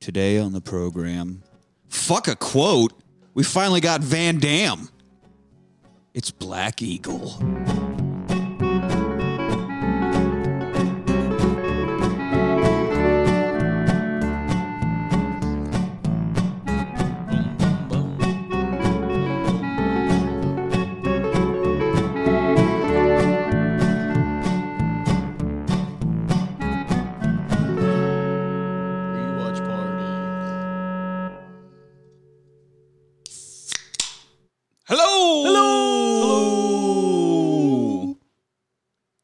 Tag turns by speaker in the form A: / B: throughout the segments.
A: Today on the program, fuck a quote. We finally got Van Dam. It's Black Eagle.
B: Rewatch party.
A: Hello. Hello. Hello.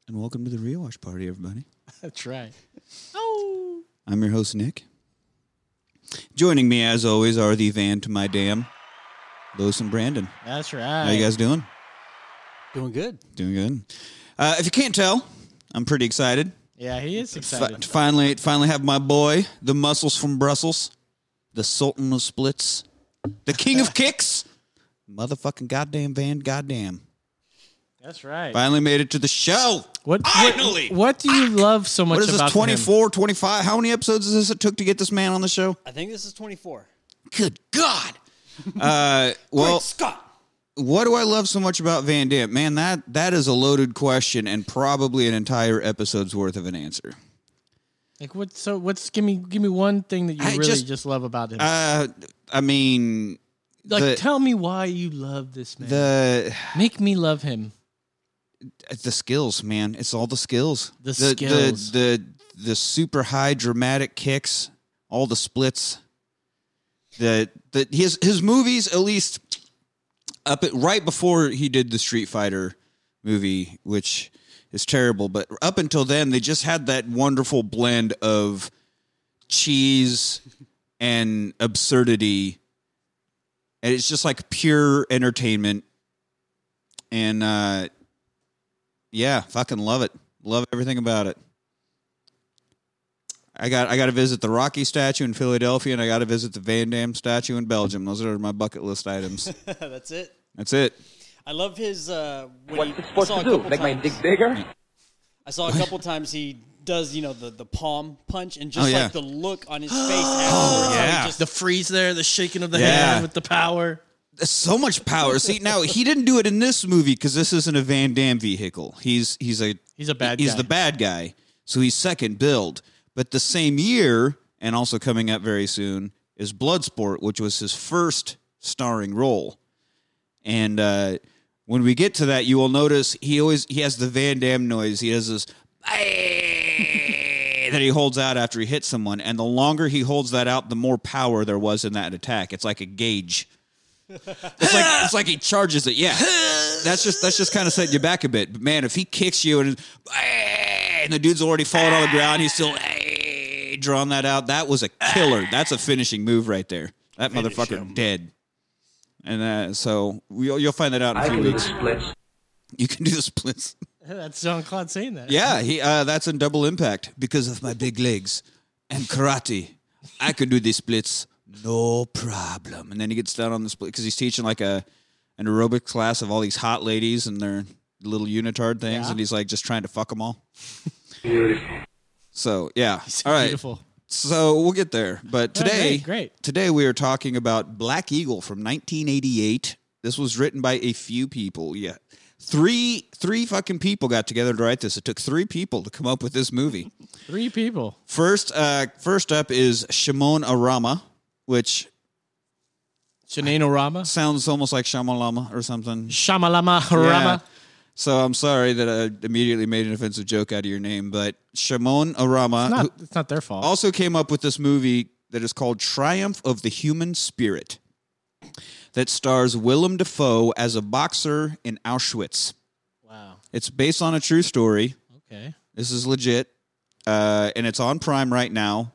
A: And welcome to the Rewash Party, everybody.
B: That's right. Oh.
A: I'm your host, Nick. Joining me, as always, are the van to my dam, Lewis and Brandon.
B: That's right.
A: How you guys doing?
B: doing good?
A: Doing good. Uh, if you can't tell, I'm pretty excited.
B: Yeah, he is
A: Fi-
B: excited.
A: to finally, finally have my boy, the muscles from Brussels, the Sultan of Splits, the King of Kicks, motherfucking goddamn van, goddamn.
B: That's right.
A: Finally made it to the show.
C: What,
A: Finally!
C: what what do you love so much
A: What is
C: about
A: this,
C: him?
A: 24, 25? How many episodes is this it took to get this man on the show?
D: I think this is 24.
A: Good God. Uh,
D: Great
A: well,
D: Scott!
A: what do I love so much about Van Damme? Man, that, that is a loaded question and probably an entire episode's worth of an answer.
C: Like what? So what's give me give me one thing that you
A: I
C: really
A: just-
C: just, love about him?
A: Uh, I mean,
C: like
A: the-
C: tell me why you love this man.
A: the
C: Make me love him.
A: uh, the skills, man. It's all the skills.
C: The skills.
A: The the, the super high dramatic kicks, all the splits. The the his his movies at least up at, right before he did the Street Fighter movie, which is terrible, but up until then they just had that wonderful blend of cheese and absurdity. And it's just like pure entertainment. And uh yeah, fucking love it. Love everything about it. I got I got to visit the Rocky statue in Philadelphia, and I got to visit the Van Damme statue in Belgium. Those are my bucket list items.
D: That's it.
A: That's it.
D: I love his. Uh, when
E: What's
D: he,
E: it
D: I
E: supposed
D: saw
E: to
D: a
E: do?
D: couple
E: Make my
D: times-
E: dick bigger?
D: I saw a couple times he does, you know, the, the palm punch and just
A: Oh, yeah.
D: like the look on his face afterwards. how he
A: yeah.
D: just-
C: The freeze there, the shaking of the
A: Yeah.
C: hand with the power.
A: There's so much power. See, now he didn't do it in this movie because this isn't a Van Damme vehicle. He's he's a
C: He's a bad
A: He's
C: guy.
A: the bad guy, so he's second build. But the same year, and also coming up very soon, is Bloodsport, which was his first starring role. And uh, when we get to that, you will notice he always he has the Van Damme noise. He has this that he holds out after he hits someone, and the longer he holds that out, the more power there was in that attack. It's like a gauge. It's like it's like he charges it. Yeah, that's just that's just kind of setting you back a bit. But man, if he kicks you and and the dude's already falling on the ground, he's still drawing that out. That was a killer. That's a finishing move right there. That motherfucker dead. And uh, so we, you'll find that out in a few weeks.
E: splits.
A: You can do the splits.
C: That's Jean Claude saying that.
A: Yeah, he, uh, that's in double impact because of my big legs and karate. I could do the splits no problem. And then he gets down on the split because he's teaching like a an aerobic class of all these hot ladies and their little unitard things,
C: Yeah.
A: and he's like just trying to fuck them all.
E: Beautiful.
A: So yeah,
C: He's
A: all right.
C: beautiful.
A: So we'll get there. But
C: Oh,
A: today,
C: great, great.
A: Today we are talking about Black Eagle from 1988. This was written by a few people. Yeah, three three fucking people got together to write this. It took three people to come up with this movie.
C: Three people.
A: First, uh, first up is Shimon Arama, which
C: Shanano Rama,
A: sounds almost like Shamalama or something.
C: Shamalama
A: Yeah.
C: Rama.
A: So I'm sorry that I immediately made an offensive joke out of your name, but Shimon Arama,
C: Not,
A: Uh, who-
C: it's not their fault.
A: also came up with this movie that is called Triumph of the Human Spirit that stars Willem Dafoe as a boxer in Auschwitz.
C: wow.
A: It's based on a true story.
C: Okay.
A: This is legit. Uh, and it's on Prime right now.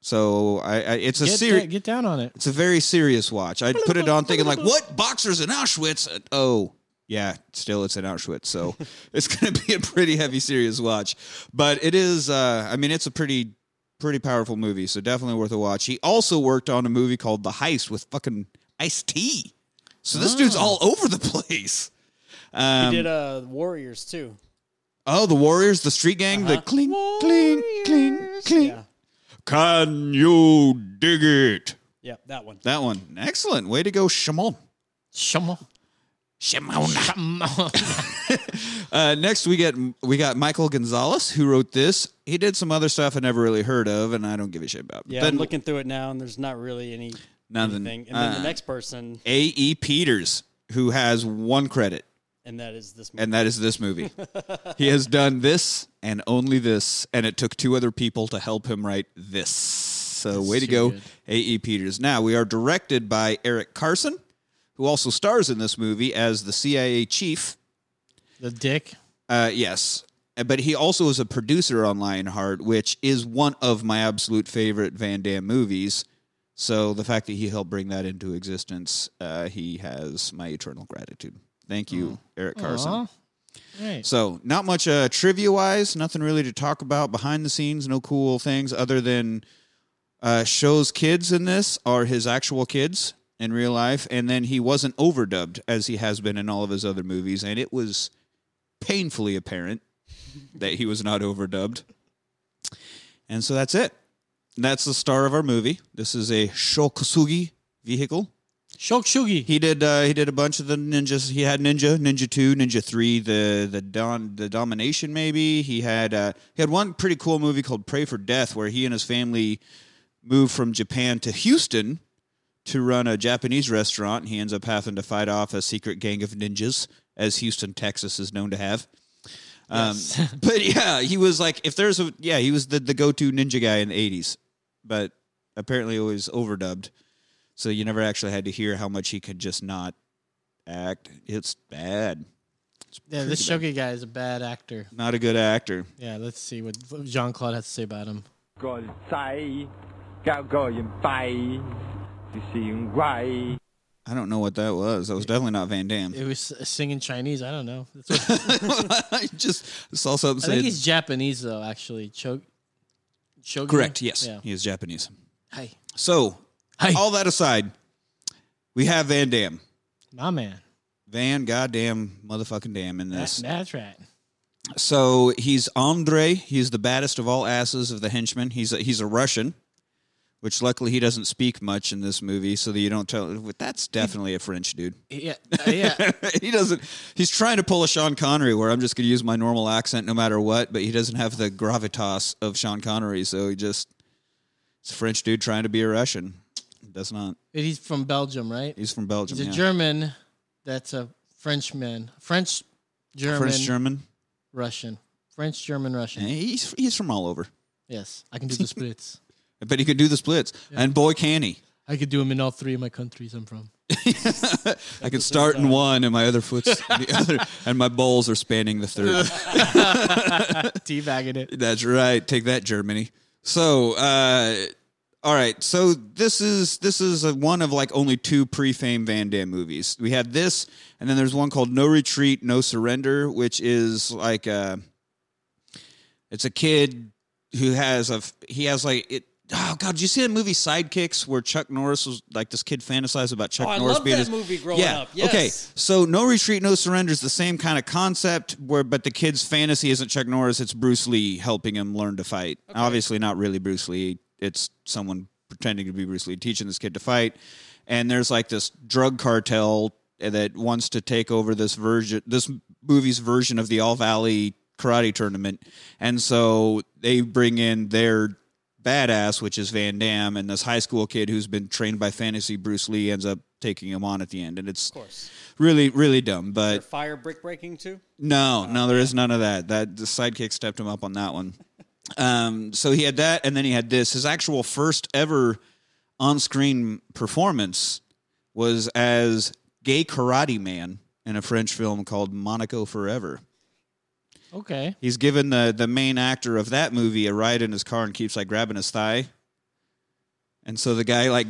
A: So I, I it's a
C: Get,
A: serious
C: da- get down on it.
A: it's a very serious watch. I put it on thinking like, "What boxers in Auschwitz?" Uh, oh, yeah, still it's in Auschwitz, so it's going to be a pretty heavy serious watch. But it is. Uh, I mean, it's a pretty pretty powerful movie, so definitely worth a watch. He also worked on a movie called The Heist with fucking Ice T. So this dude's all over the place.
D: Ah. he
A: Um,
D: did uh, Warriors too.
A: oh, the Warriors, the Street Gang, the clink, clink, clink, clink,
D: Uh-huh. Yeah.
A: Can you dig it?
D: Yeah, that one.
A: That one. Excellent. Way to go, Shimon.
C: Shamo.
A: Shimon.
C: Shamo.
A: Uh, next, we get we got Michael Gonzalez who wrote this. He did some other stuff I never really heard of, and I don't give a shit about.
D: Yeah,
A: Then
D: I'm looking through it now, and there's not really any
A: Nothing.
D: anything. And then
A: Uh-uh.
D: the next person,
A: A. E. Peters, who has one credit,
D: and that is this. Movie.
A: and that is this movie. he has done this and only this, and it took two other people to help him write this. So way to
C: too
A: go,
C: good.
A: A. E. Peters. Now we are directed by Eric Carson, who also stars in this movie as the CIA chief.
C: the dick.
A: Uh, yes. Uh, But he also is a producer on Lionheart, which is one of my absolute favorite Van Damme movies. So the fact that he helped bring that into existence, uh, he has my eternal gratitude. Thank you, Eric Carson.
C: Aw. Right.
A: So, not much uh, trivia wise, nothing really to talk about behind the scenes, no cool things other than uh, Show's kids in this are his actual kids in real life. And then he wasn't overdubbed as he has been in all of his other movies. And it was painfully apparent that he was not overdubbed. And so that's it. That's the star of our movie. This is a Shokasugi vehicle.
C: Shokshugi.
A: He did. Uh, he did a bunch of the ninjas. He had Ninja, Ninja Two, Ninja Three, the the Don, the Domination. Maybe he had. Uh, he had one pretty cool movie called Pray for Death, where he and his family moved from Japan to Houston to run a Japanese restaurant. And he ends up having to fight off a secret gang of ninjas, as Houston, Texas, is known to have. Um, but yeah, he was like, if there's a yeah, he was the the go to ninja guy in the '80s, but apparently always overdubbed. So you never actually had to hear how much he could just not act. It's bad.
C: Yeah, this Shogi guy is a bad actor.
A: Not a good actor.
C: Yeah, let's see what Jean Claude has to say about him.
E: gọi sai cao gọi bay thì xin quay
A: I don't know what that was. That was definitely not Van Damme.
C: It was singing Chinese. I don't know. That's what,
A: I just saw something.
C: I think
A: saying-
C: he's Japanese though. Actually, Chog. Shogi.
A: correct. Yes,
C: Yeah.
A: he is Japanese.
C: Hey,
A: So
C: hey,
A: all that aside, we have Van Damme.
C: my man.
A: Van goddamn motherfucking damn in
C: That,
A: this.
C: that's right.
A: So he's Andre. He's the baddest of all asses of the henchmen. He's a, he's a Russian, which luckily he doesn't speak much in this movie, so that you don't tell. That's definitely a French dude.
C: Yeah, uh, yeah.
A: he doesn't. He's trying to pull a Sean Connery, where I'm just going to use my normal accent no matter what. But he doesn't have the gravitas of Sean Connery, so he just it's a French dude trying to be a Russian. Does not.
C: But he's from Belgium, right?
A: He's from Belgium.
C: He's a
A: yeah.
C: German. That's a Frenchman. French, German,
A: French German.
C: Russian. French, German, Russian.
A: Yeah, He's he's from all over,
C: Yes, I can do the splits.
A: but he could do the splits, and boy can he.
C: I could do them in all three of my countries I'm from.
A: I could start in one, and my other foot's the other, and my balls are spanning the third.
C: Teabagging it.
A: That's right. Take that, Germany. So, uh, all right. So this is this is a, one of like only two pre-fame Van Damme movies. We had this, and then there's one called No Retreat, No Surrender, which is like uh it's a kid who has a f- he has like it. Oh God! Did you see that movie Sidekicks, where Chuck Norris was like this kid fantasized about Chuck
D: Oh, I
A: Norris
D: loved
A: being
D: that
A: his
D: movie growing
A: yeah.
D: up. Yes.
A: Okay. So no retreat, no surrender is the same kind of concept where but the kid's fantasy isn't Chuck Norris, it's Bruce Lee helping him learn to fight. Obviously not really Bruce Lee. It's someone pretending to be Bruce Lee teaching this kid to fight. And there's like this drug cartel that wants to take over this version this movie's version of the All Valley karate tournament. And so they bring in their badass, which is Van Damme, and this high school kid who's been trained by fantasy Bruce Lee ends up taking him on at the end. And it's
D: Of course,
A: really really dumb
D: Their
A: but
D: fire brick breaking too.
A: no no there is none of that that the sidekick stepped him up on that one um so he had that and then he had this his actual first ever on-screen performance was as gay karate man in a french film called monaco forever
C: Okay.
A: he's given the the main actor of that movie a ride in his car and keeps like grabbing his thigh and so the guy like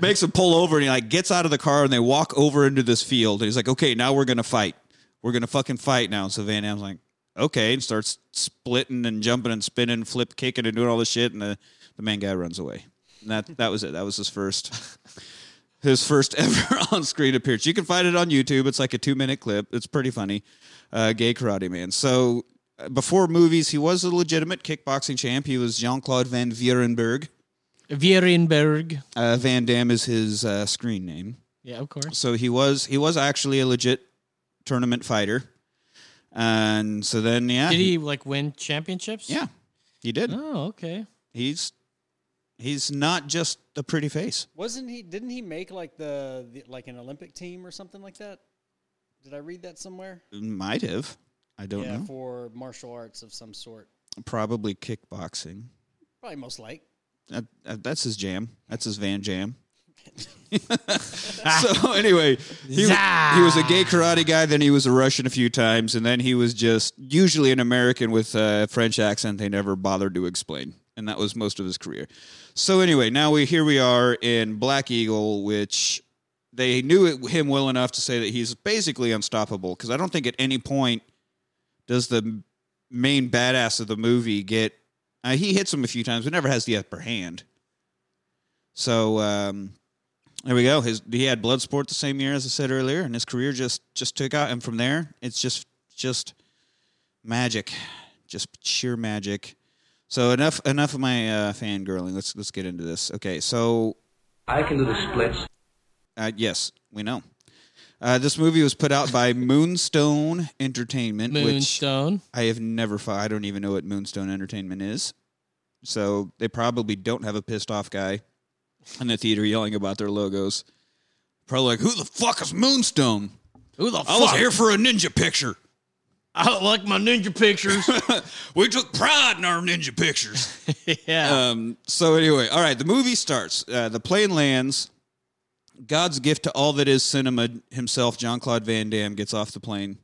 A: makes him pull over and he like gets out of the car and they walk over into this field and he's like okay now we're gonna fight we're gonna fucking fight now so van damme's like okay and starts splitting and jumping and spinning flip kicking and doing all this shit and the, the main guy runs away and that that was it that was his first his first ever on screen appearance. You can find it on YouTube. It's like a two minute clip. It's pretty funny. Uh, gay Karate Man. So before movies, he was a legitimate kickboxing champ. He was Jean Claude Van Vierenberg.
C: Vierenberg.
A: Uh, Van Dam is his uh, screen name.
C: Yeah, of course.
A: So he was he was actually a legit tournament fighter. And so then, yeah,
C: Did he like win championships?
A: yeah, he did.
C: Oh, okay.
A: He's he's not just a pretty face.
D: Wasn't he? Didn't he make like the, the like an Olympic team or something like that? Did I read that somewhere?
A: Might have. I don't
D: yeah,
A: know.
D: for martial arts of some sort.
A: Probably kickboxing.
D: Probably most like.
A: That, that- that's his jam. That's his van jam. so anyway, he, wa- he was a gay karate guy. Then he was a Russian a few times, and then he was just usually an American with a French accent. They never bothered to explain, and that was most of his career. So anyway, now we here we are in Black Eagle, which they knew it, him well enough to say that he's basically unstoppable. Because I don't think at any point does the main badass of the movie get uh, he hits him a few times, but never has the upper hand. So um, there we go. His he had Bloodsport the same year as I said earlier, and his career just just took out. And from there, it's just just magic, just sheer magic. So enough enough of my uh, fangirling. Let's let's get into this. Okay, so
F: I can do the splits.
A: uh, yes, we know. Uh, this movie was put out by Moonstone Entertainment, which
C: Moonstone.
A: I have never. Fo- I don't even know what Moonstone Entertainment is. So they probably don't have a pissed off guy in the theater yelling about their logos. Probably like, who the fuck is Moonstone?
C: Who the
A: I was here for a ninja picture.
C: I don't like my ninja pictures.
A: We took pride in our ninja pictures.
C: yeah.
A: um, so anyway, all right. The movie starts. Uh, the plane lands. God's gift to all that is cinema himself, John Claude Van Damme, gets off the plane,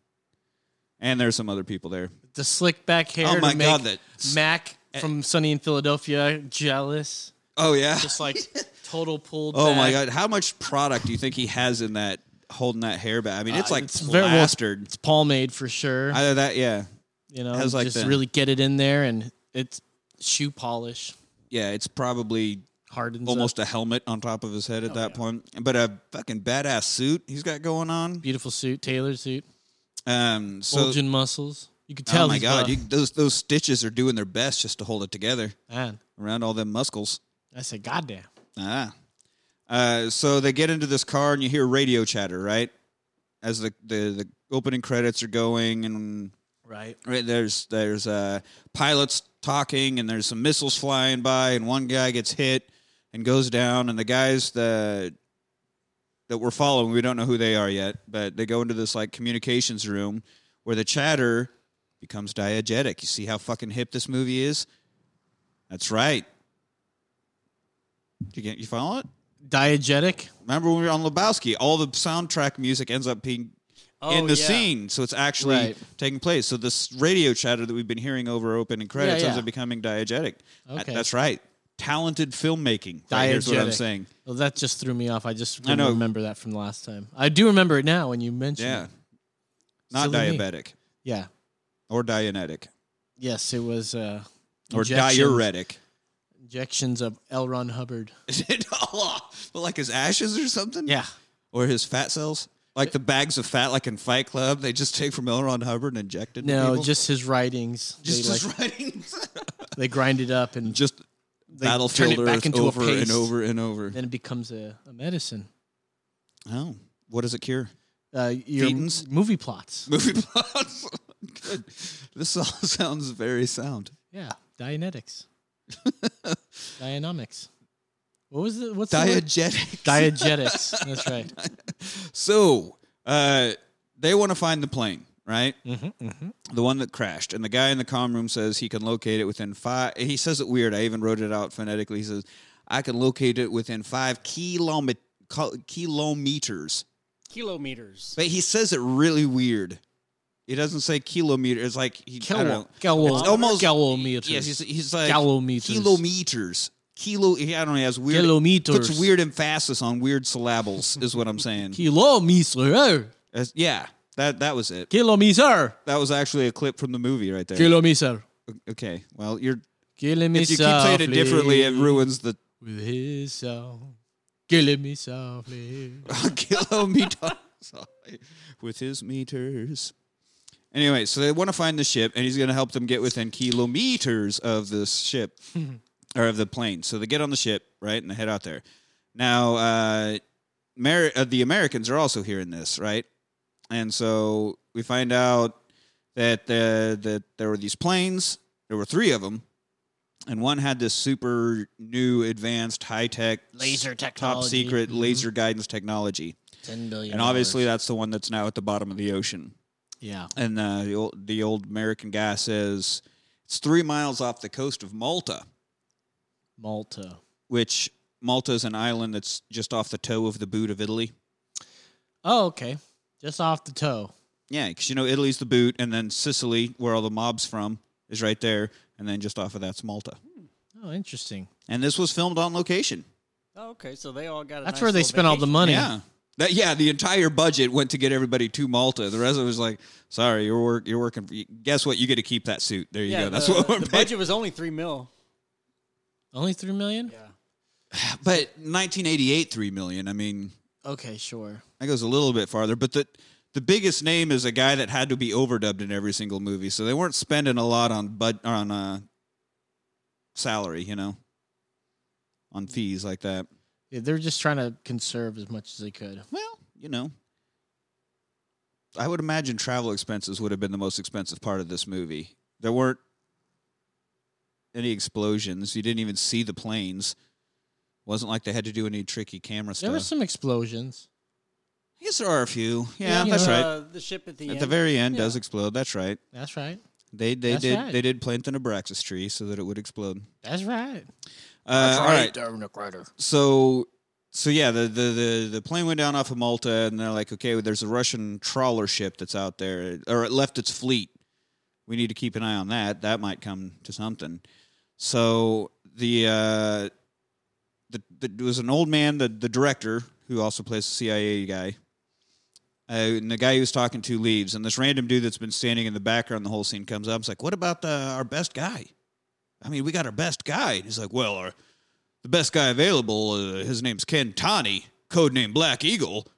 A: and there's some other people there.
C: the slick back hair.
A: Oh
C: to
A: my
C: make
A: God, that- eh.
C: Mac from Sunny in Philadelphia jealous.
A: Oh yeah,
C: Just like total pulled.
A: Oh my
C: back.
A: god, how much product do you think he has in that holding that hair back? I mean, it's
C: Uh,
A: like
C: very well-
A: plastered.
C: it's palmade for sure.
A: Either that, yeah,
C: you know,
A: has, like,
C: just
A: the-
C: really get it in there, and it's shoe polish
A: yeah, it's probably
C: hardens.
A: almost
C: up.
A: a helmet on top of his head
C: Oh,
A: at that point. But a fucking badass suit he's got going on.
C: beautiful suit, tailored suit,
A: Um, so
C: bulging muscles. You could tell.
A: oh my
C: he's
A: god,
C: buff.
A: you, those those stitches are doing their best just to hold it together
C: man.
A: around all them muscles.
C: I said, goddamn.
A: Ah. Uh, so they get into this car and you hear radio chatter, right? As the, the, the opening credits are going and
C: Right.
A: Right, there's there's uh, pilots talking, and there's some missiles flying by, and one guy gets hit and goes down, and the guys that that we're following, we don't know who they are yet, but they go into this like communications room where the chatter becomes diegetic. You see how fucking hip this movie is? That's right. You get you follow it?
C: Diegetic.
A: Remember when we were on Lebowski? All the soundtrack music ends up being in the scene, so it's actually
C: Oh, Right.
A: taking place. So this radio chatter that we've been hearing over opening credits ends
C: yeah.
A: up becoming diegetic. That-
C: Okay.
A: that's right. Talented filmmaking. Right, here's what I'm
C: Diegetic.
A: saying.
C: Well, that just threw me off. I just didn't
A: know.
C: remember that from last time. I do remember it now when you mentioned
A: Yeah,
C: it.
A: not
C: Silly me.
A: diabetic
C: Yeah.
A: or dianetic
C: Yes, it was uh,
A: or
C: injections-
A: diuretic.
C: Injections of L. Ron Hubbard.
A: but like his ashes or something.
C: Yeah.
A: or his fat cells. Like the bags of fat, like in Fight Club, they just take from L. Ron Hubbard and inject it. to
C: No,
A: people?
C: just his writings.
A: just
C: they, like,
A: his writings.
C: they grind it up and
A: just battlefield
C: turn it back
A: Earth
C: into a
A: over and
C: paste.
A: over and over.
C: then it becomes a, a medicine.
A: Oh, what does it cure?
C: Uh, your
A: Thetans?
C: m- movie plots.
A: movie plots. Good. This all sounds very sound.
C: Yeah, Dianetics. Dianomics. What was the what's the
A: Diegetic.
C: word? Diegetics. That's right.
A: so uh, they want to find the plane, right? Mm-hmm, The one that crashed. And the guy in the comm room says he can locate it within five. He says it weird. I even wrote it out phonetically. He says, I can locate it within five kilomet- co- kilometers.
D: Kilometers.
A: But he says it really weird. He doesn't say kilometer. It's like he, I don't know.
C: Gal- Gal-
A: It's almost-
C: galometers.
A: Yes, he's, he's like
C: Kilometers.
A: Kilometers. Kilo. he- I don't know. He has weird.
C: Kilometers.
A: Puts weird emphasis on weird syllables. is what I'm saying.
C: kilometer.
A: That's- yeah, that that was it.
C: Kilometer.
A: That was actually a clip from the movie right there.
C: Kilometer.
A: okay. Well, you're.
C: Killing me
A: If you keep saying it
C: softly
A: differently, it ruins the
C: with his song. Killing me softly.
A: uh, kilometer. Sorry. With his meters. Anyway, so they want to find the ship, and he's going to help them get within kilometers of the ship or of the plane. So they get on the ship, right, and they head out there. Now, uh, Mer- uh, the Americans are also hearing this, right? And so we find out that uh, that there were these planes. There were three of them, and one had this super new, advanced, high tech,
C: Laser
A: top
C: technology. Mm-hmm.
A: secret laser guidance technology.
C: Ten billion.
A: And obviously, that's the one that's now at the bottom of the ocean.
B: Yeah.
A: And uh, the, old, the old American guy says it's three miles off the coast of Malta,
B: Malta.
A: which Malta is an island that's just off the toe of the boot of Italy.
C: Oh, okay. Just off the toe.
A: Yeah, because you know Italy's the boot, and then Sicily, where all the mobs from, is right there, and then just off of that's Malta.
C: Oh, interesting.
A: And this was filmed on location.
D: Oh, okay. So they all got. A
C: That's
D: nice
C: where they
D: little
C: spent all the
D: vacation.
C: money.
A: Yeah. That, yeah, the entire budget went to get everybody to Malta. The rest of it was like, sorry, you're work, you're working. For, guess what? You get to keep that suit. There you
D: Yeah,
A: go. That's
D: the,
A: what we're
D: the
A: paying.
D: budget was only three mil.
C: Only three million.
A: But 1988, three million. I mean,
C: Okay, sure.
A: that goes a little bit farther. But the the biggest name is a guy that had to be overdubbed in every single movie, so they weren't spending a lot on bud on uh, salary, you know, on fees like that.
C: Yeah, they're just trying to conserve as much as they could.
A: Well, you know, I would imagine travel expenses would have been the most expensive part of this movie. There weren't any explosions. You didn't even see the planes. Wasn't like they had to do any tricky camera
C: There
A: stuff.
C: were some explosions.
A: I guess there are a few. Yeah,
C: Yeah,
A: that's
C: you know,
A: right.
D: Uh, the ship at the
A: At
D: end.
A: the very end, does explode. That's right.
C: That's right.
A: They they
C: That's
A: did
C: right.
A: they did plant an abraxas tree so that it would explode.
C: That's right.
A: Uh, all right.
C: Darwin Duck Rider.
A: So so yeah, the, the the the plane went down off of Malta, and they're like, okay, well, there's a Russian trawler ship that's out there, or it left its fleet. We need to keep an eye on that. That might come to something. So the uh, the, the it was an old man, the the director who also plays the CIA guy. Uh, and the guy he was talking to leaves, and this random dude that's been standing in the background the whole scene comes up. It's like, what about the, our best guy? I mean, we got our best guy. And he's like, well, our the best guy available, uh, his name's Ken Tani, codename Black Eagle,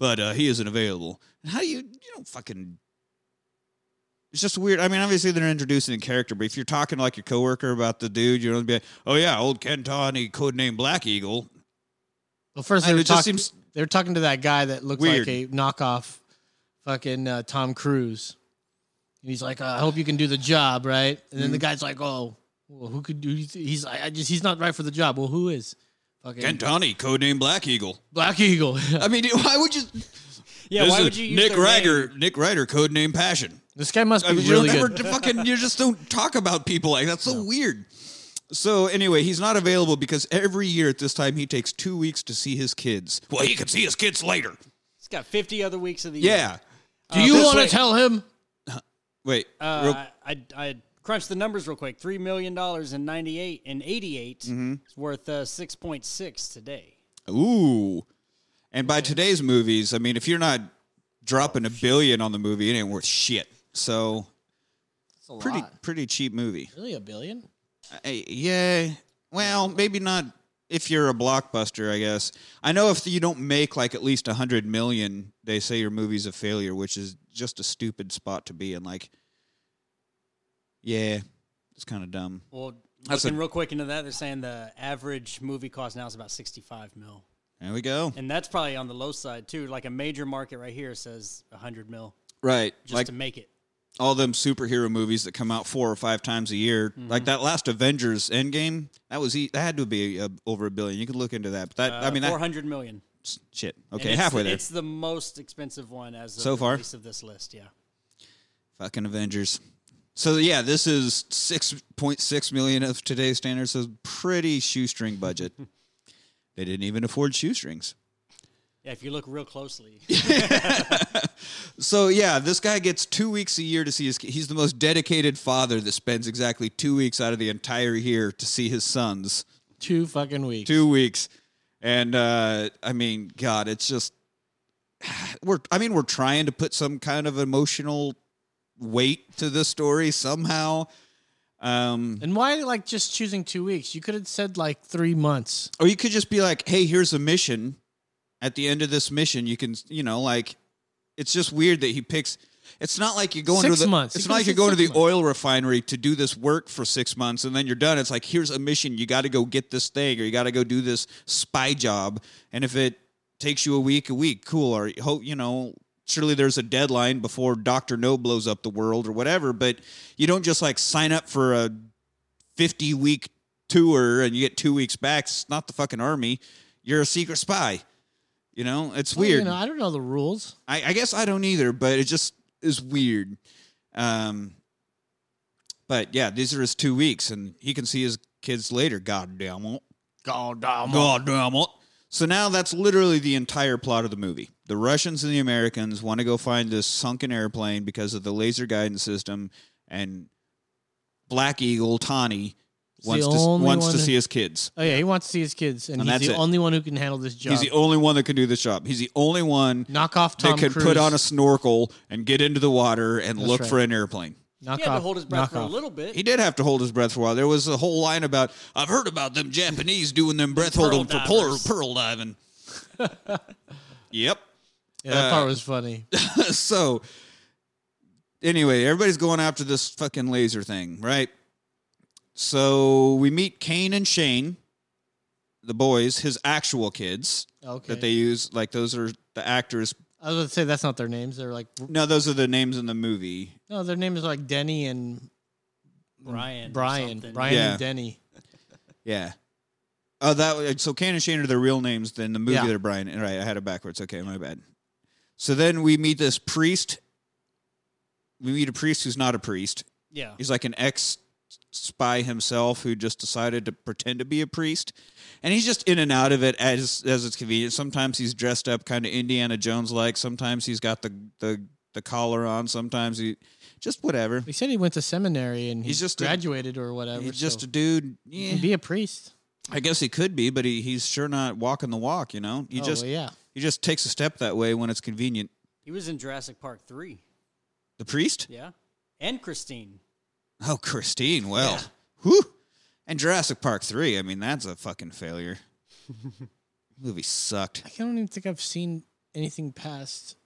A: but uh, he isn't available. And how do you, you don't fucking. It's just weird. I mean, obviously they're introducing a character, but if you're talking to, like your coworker about the dude, you're gonna be like, "Oh yeah, old Ken Tani, codename Black Eagle."
C: Well, first
A: I
C: they
A: know,
C: were,
A: it just
C: talking,
A: seems-
C: they were talking to that guy that looked
A: Weird.
C: like a knockoff fucking uh, Tom Cruise. And he's like, uh, I hope you can do the job, right? And
A: Mm.
C: then the guy's like, oh, well, who could do you th- He's like, I just, he's not right for the job. Well, who is? Fucking
A: Ken
D: Mm-hmm.
A: Tani, codename Black Eagle.
C: Black Eagle.
A: I mean, why would you?
D: Yeah.
A: This
D: why
A: is
D: would you use
A: Nick
D: their
A: Ryder,
D: name?
A: Nick Ryder, codename Passion.
C: this guy must
A: I
C: be
A: mean,
C: really
A: you don't
C: good.
A: ever fucking you just don't talk about people like that's so weird. So anyway, he's not available because every year at this time he takes two weeks to see his kids. Well, he can see his kids later.
D: It's got fifty other weeks of the year.
A: Yeah.
C: do you
D: this
C: want to
D: way-
C: tell him?
A: Wait.
D: Uh,
A: real-
D: I, I I crunched the numbers real quick. Three million dollars in ninety eight and eighty
A: Mm-hmm.
D: It's worth uh, six point six today.
A: ooh. And by today's movies, I mean if you're not dropping a billion on the movie, it ain't worth shit. So
C: That's a
A: pretty
C: lot.
A: pretty cheap movie.
C: Really, a billion?
A: Uh, yeah. Well, maybe not if you're a blockbuster, I guess. I know if you don't make like at least 100 million, they say your movie's a failure, which is just a stupid spot to be in. Like, yeah, it's kind of dumb.
D: Well,
A: That's
D: looking
A: a-
D: real quick into that, they're saying the average movie cost now is about sixty five mil,
A: There we go.
D: and that's probably on the low side too. Like a major market right here says hundred mil
A: Right.
D: just
A: like
D: to make it.
A: all them superhero movies that come out four or five times a year.
D: Mm-hmm.
A: Like that last Avengers Endgame, that was e- that had to be uh, over a billion. You could look into that. But that I mean
D: Uh, four
A: that
D: hundred million.
A: shit.
D: And
A: Okay,
D: it's
A: halfway
D: the-
A: there.
D: It's the most expensive one as of
A: So
D: the
A: far?
D: release of this list. Yeah,
A: Fucking Avengers. So yeah, this is six point six million of today's standards. So pretty shoestring budget. they didn't even afford shoestrings.
D: yeah. If you look real closely,
A: So yeah, this guy gets two weeks a year to see his. ki- He's the most dedicated father that spends exactly two weeks out of the entire year to see his sons.
C: Two fucking weeks.
A: Two weeks, and uh, I mean, God, it's just we're. I mean, we're trying to put some kind of emotional weight to this story somehow. Um,
C: And why, like, just choosing two weeks? You could have said, like, three months.
A: Or you could just be like, hey, here's a mission. At the end of this mission, you can, you know, like, it's just weird that he picks. It's not like you're going
C: Six
A: to the.
C: months.
A: It's
C: You
A: not like
C: could've
A: you're
C: said
A: going to the
C: six
A: oil refinery to do this work for six months and then you're done. It's like here's a mission. You got to go get this thing, or you got to go do this spy job. And if it takes you a week, a week, cool. Or hope you know. Surely there's a deadline before Doctor No blows up the world or whatever. But you don't just like sign up for a 50 week tour and you get two weeks back. It's not the fucking army. You're a secret spy. You know, it's
C: Well,
A: weird.
C: You know, I don't know the rules.
A: I, I guess I don't either, but it just is weird. Um, but yeah, these are his two weeks, and he can see his kids later. God damn it!
C: God damn.
A: God damn it! So now that's literally the entire plot of the movie. The Russians and the Americans want to go find this sunken airplane because of the laser guidance system, and Black Eagle Tawny wants to,
C: only
A: wants
C: one
A: to
C: who-
A: see his kids.
C: Oh yeah, he wants to see his kids, and,
A: And that's
C: he's the
A: it.
C: only one who can handle this job.
A: He's the only one that can do the job. He's the only one
C: Knock off Tom
A: that can
C: Cruise.
A: put on a snorkel and get into the water and
C: That's
A: look
C: right.
A: for an airplane.
C: knock
D: He had
C: off,
D: to hold his breath
C: knock
D: for a
C: off.
D: little bit.
A: He did have to hold his breath for a while. There was a whole line about I've heard about them Japanese doing them breath holding for pearl,
D: divers."
A: pearl diving. yep.
C: Yeah, that
A: Uh,
C: part was funny.
A: so anyway, everybody's going after this fucking laser thing, right? So we meet Kane and Shane, the boys, his actual kids
C: Okay.
A: that they use. Like those are the actors.
C: I was going to say that's not their names. They're like
A: No, those are the names in the movie.
C: no, their names are like Denny and
D: Brian. or
C: Brian,
D: something.
C: Brian
A: Yeah.
C: and Denny.
A: Yeah. Oh, that so Kane and Shane are their real names. Then the movie
C: Yeah.
A: they're Brian. Right, I had it backwards. Okay, my bad. So then we meet this priest. We meet a priest who's not a priest.
D: Yeah.
A: He's like an ex spy himself who just decided to pretend to be a priest, and he's just in and out of it as as it's convenient. Sometimes he's dressed up kind of Indiana Jones like. Sometimes he's got the the the collar on. Sometimes he just whatever.
C: He said he went to seminary and he
A: He's just a-
C: graduated or whatever.
A: He's just
C: so
A: a dude.
C: he
A: Yeah.
C: can be a priest.
A: I guess he could be, but he, he's sure not walking the walk. You know, he
C: oh
A: just
C: well, yeah.
A: he just takes a step that way when it's convenient.
D: He was in Jurassic Park 3.
A: The priest?
D: Yeah. And Christine.
A: Oh, Christine. Well,
D: Yeah.
A: whew. And Jurassic Park three. I mean, that's a fucking failure. Movie sucked.
C: I don't even think I've seen anything past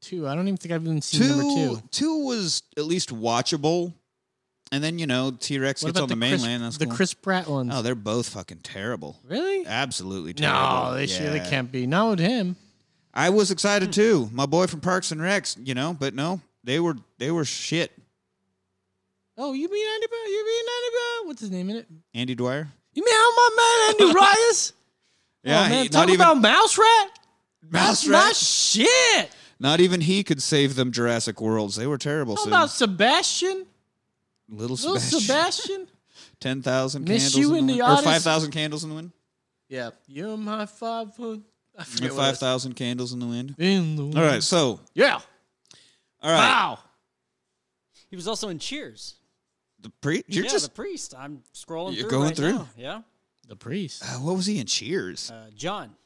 C: two. I don't even think I've even seen number
A: Two,
C: two.
A: two was at least watchable, and then you know T Rex gets on the,
C: Chris,
A: mainland. that's
C: the
A: cool.
C: Chris Pratt ones?
A: Oh, they're both fucking terrible.
C: really?
A: Absolutely terrible.
C: No, they should. They
A: Yeah.
C: can't be. Not with him.
A: I was
C: Hmm.
A: excited too. My boy from Parks and Recs, you know, but no, they were they were shit.
C: Oh, you mean Andy? Bra- You mean Andy? Bra- What's his name in it?
A: Andy Dwyer.
C: You mean how my man Andy Rias?
A: Yeah,
C: oh, man,
A: he-
C: talk
A: not even
C: about mouse rat.
A: Mouse
C: My
A: Rat.
C: shit.
A: Not even he could save them Jurassic Worlds. They were terrible.
C: How
A: So
C: about Sebastian?
A: little
C: Little
A: Sebastian,
C: Sebastian.
A: ten thousand
C: Miss
A: candles
C: you
A: in
C: in
A: the,
C: the
A: wind. or
C: Odyssey.
A: five thousand candles in the wind.
C: yeah, you're my five foot. I forget what
A: Five
C: it
A: thousand candles in the wind.
C: is. In the
A: All right, so
C: Yeah.
A: all right,
C: Wow.
D: He was also in Cheers.
A: the pre- you're
D: yeah,
A: just
D: the priest. I'm scrolling
A: You're
D: through
A: going
D: right
A: through?
D: now. Yeah.
C: The priest.
A: uh, what was he in Cheers?
D: Uh, John.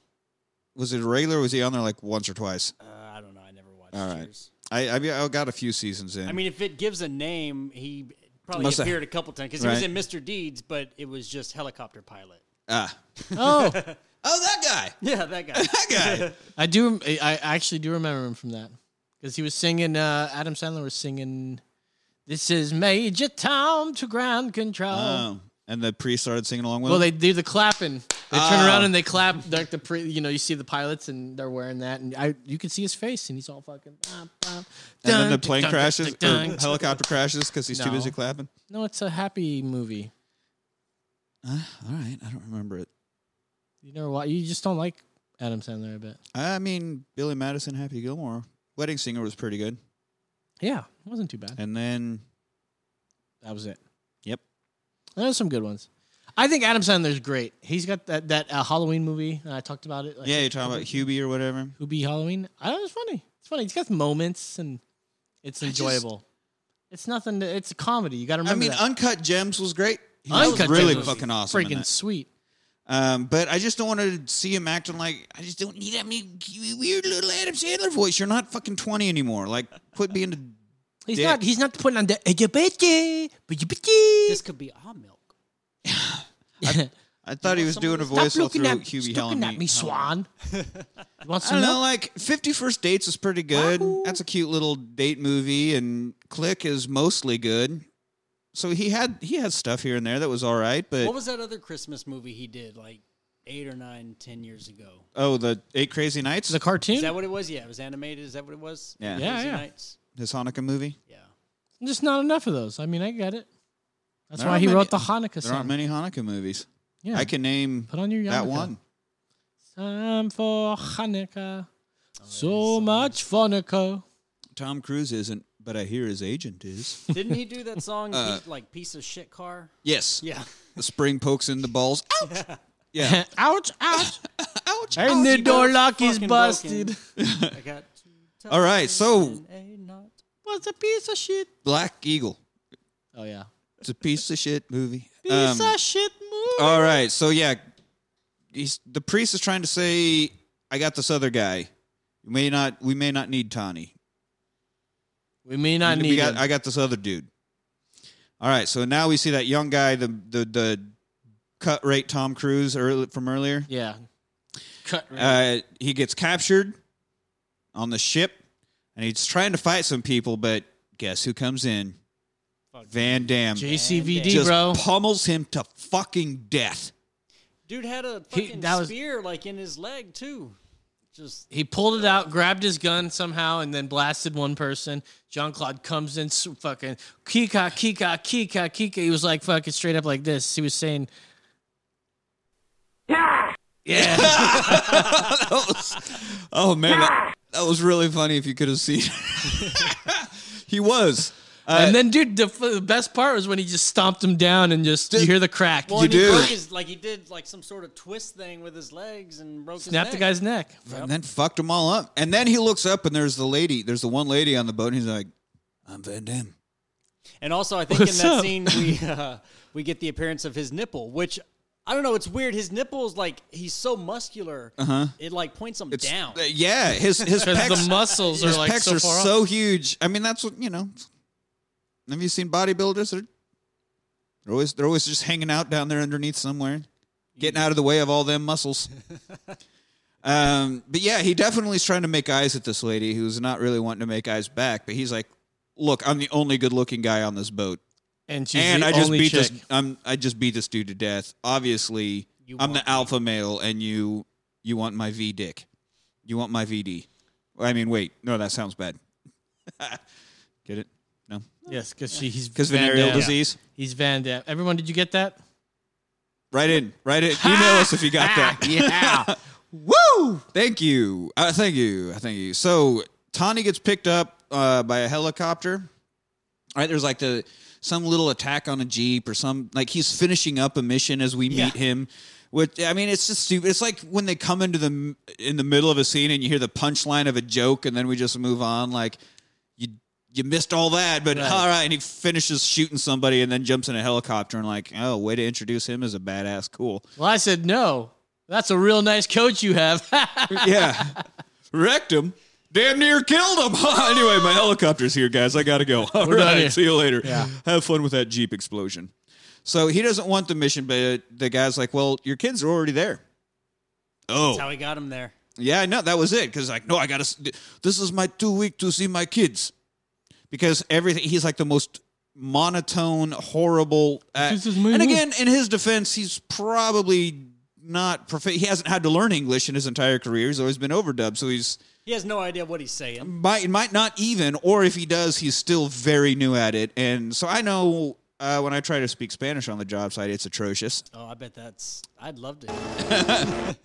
A: Was it regular? Or was he on there like once or twice?
D: Uh, I don't know. I never watched
A: All right.
D: Cheers.
A: I I, mean, I got a few seasons in.
D: I mean, if it gives a name, he probably
A: Must have-
D: appeared a couple times because he was
A: Right.
D: in Mr. Deeds, but it was just helicopter pilot.
A: ah,
C: Oh,
A: oh that guy,
D: Yeah, that guy.
A: that guy.
C: I do. rem- I I actually do remember him from that because he was singing. Uh, Adam Sandler was singing. This is Major Tom to ground control.
A: oh, and the priest started singing along with
C: Well,
A: him.
C: they do the clapping. They turn
A: Oh.
C: around and they clap. Like the pre, you know, you see the pilots and they're wearing that, and I you can see his face, and he's all fucking. "Bah, bah,
A: and then
C: dun,
A: the plane
C: dun, dun,
A: crashes, or
C: dun, dun."
A: helicopter crashes because he's too
C: No.
A: busy clapping.
C: No, it's a happy movie.
A: Uh, all right, I don't remember it.
C: You know why? You just don't like Adam Sandler, I bet.
A: I mean, Billy Madison, Happy Gilmore, Wedding Singer was pretty good,
C: Yeah, it wasn't too bad.
A: and then
C: That was it.
A: yep,
C: There's some good ones. I think Adam Sandler's great. He's got that that uh, Halloween movie. and I talked about it. like,
A: yeah, you're talking about Hubie or whatever.
C: Who Be Halloween. I don't know, it's funny. It's funny. It's got moments and it's
A: just-
C: enjoyable. it's nothing. To, it's a comedy. You got to
A: I
C: remember.
A: mean,
C: that.
A: Uncut Gems was great. He
C: Uncut
A: was really
C: Gems was
A: fucking awesome. in
C: freaking
A: that.
C: sweet.
A: Um, but I just don't want to see him acting like I just don't need that me- weird little Adam Sandler voice. You're not fucking 20 anymore. Like, quit being. A-
C: He's
A: Dick.
C: not. He's not putting on the. "Ejabete, bujibiti."
D: this could be our milk.
A: I thought he was doing a voice
C: Stop
A: all
C: looking
A: through
C: at,
A: Hubie
C: stop looking at
A: Halloween.
C: me, Swan. you want
A: I
C: some
A: don't know,
C: milk?
A: like Fifty First Dates is pretty good. That's a cute little date movie, and Click is mostly good. So he had he had stuff here and there that was all right, but
D: What was that other Christmas movie he did like eight or nine, ten years ago?
A: oh, the Eight Crazy Nights,
C: The cartoon?
D: Is that what it was? Yeah, it was animated. Is that what it was?
A: Yeah.
C: Yeah,
D: Crazy
C: yeah.
D: Nights?
A: his Hanukkah movie.
D: Yeah.
C: Just not enough of those. I mean, I get it. That's
A: There
C: why
A: aren't
C: he
A: many-
C: wrote the Hanukkah
A: There aren't
C: song.
A: many Hanukkah movies.
C: Yeah.
A: I can name
C: Put on your
A: that
C: yarmulke.
A: one.
C: Time for
A: Oh,
C: Hanukkah. So much Hanukkah.
A: Tom Cruise isn't, but I hear his agent is.
D: Didn't he do that song
A: Uh.
D: Pe- like piece of shit car?
A: yes,
D: Yeah.
A: the spring pokes in the balls. Ouch! Yeah,
C: ouch, ouch.
A: ouch!
C: and the
D: Keep
C: door
D: it
C: lock is
D: fucking
C: busted.
D: broken. I got two times
A: All right, so-
D: and a knot.
C: What's a piece of shit?
A: Black Eagle.
C: Oh, yeah.
A: It's a piece of shit movie. Um,
C: Piece of shit movie.
A: All right, so yeah, he's the priest is trying to say, "I got this other guy. You may not. We may not need Tawny.
C: we may not
A: We
C: need
A: got-
C: him.
A: I got this other dude." All right, so now we see that young guy, the the the cut rate Tom Cruise earl- from earlier.
C: Yeah. Cut.
A: Uh, he gets captured on the ship, and he's trying to fight some people, but guess who comes in? Van Damme
C: JCVD,
A: just
C: bro.
A: pummels him to fucking death.
D: Dude had a
C: He-
D: fucking
C: that was-
D: spear like in his leg too. Just
C: He pulled it out, grabbed his gun somehow, and then blasted one person. Jean Claude comes in, s- fucking Kika, Kika, Kika, Kika. He was like fucking straight up like this. He was saying, "Yeah,
A: Oh man, that, that was really funny. If you could have seen, he was.
C: and then, dude, the, f- the best part was when he just stomped him down and just you hear the crack,
D: well,
A: You
D: and he
A: do.
D: broke his like he did like some sort of twist thing with his legs and broke
C: snapped
D: his
C: the
D: neck.
C: guy's neck.
A: And then fucked them all up. And then he looks up, and there's the lady. There's the one lady on the boat, and he's like, "I'm Van Damme."
D: And also, I think
C: What's
D: in that
C: up?
D: scene we uh, we get the appearance of his nipple, which I don't know. It's weird. His nipples like he's so muscular, uh-huh. it like points him
A: It's-
D: down.
A: uh, yeah, his his
C: Because
A: pecs,
C: the muscles are
A: his
C: like
A: pecs
C: so
A: are
C: far off.
A: so huge. I mean, that's what you know. Have you seen bodybuilders? They're, they're always they're always just hanging out down there underneath somewhere, getting out of the way of all them muscles. um, but yeah, he definitely is trying to make eyes at this lady who's not really wanting to make eyes back. But he's like, "Look, I'm the only good-looking guy on this boat,
C: and she's
A: and
C: the
A: I just
C: only
A: beat
C: chick.
A: this. I'm I just beat this dude to death. Obviously,
D: You
A: I'm the
D: want me.
A: alpha male, and you you want my V dick. You want my VD. I mean, wait, no, that sounds bad. get it? No,
C: Yes, because she he's
A: because
C: Van
A: venereal
C: Damme.
A: disease.
C: He's Van Damme. Everyone, did you get that?
A: Right in, right in. Email us if you got that.
C: yeah.
A: Woo! Thank you. Uh, thank you. Uh, Thank you. So Tawny gets picked up uh, by a helicopter. All right, there's like the some little attack on a jeep or some like he's finishing up a mission as we meet
D: Yeah.
A: him. Which I mean, it's just stupid. It's like when they come into the m- in the middle of a scene and you hear the punchline of a joke and then we just move on. Like you you missed all that, but
C: Right.
A: all right. And he finishes shooting somebody and then jumps in a helicopter and like, oh, way to introduce him as a badass. Cool.
C: Well, I said no. That's a real nice coach you have.
A: yeah. Wrecked him. Damn near killed him. anyway, my helicopter's here, guys. I got to go. All right,
C: We're done here.
A: See you later.
C: Yeah.
A: Have fun with that Jeep explosion. So he doesn't want the mission, but the guy's like, well, your kids are already there.
D: That's how
A: Oh.
D: he got him there.
A: Yeah, I know. That was it. Because, like, no, I got to. This is my two week to see my kids. Because everything, he's like the most monotone, horrible. uh,
C: This is my
A: and
C: life.
A: again, in his defense, he's probably not perfect. He hasn't had to learn English in his entire career. He's always been overdubbed. So he's
D: He has no idea what he's saying.
A: might might not even, or if he does, he's still very new at it. And so I know uh, when I try to speak Spanish on the job site, it's atrocious.
D: Oh, I bet that's. I'd love to.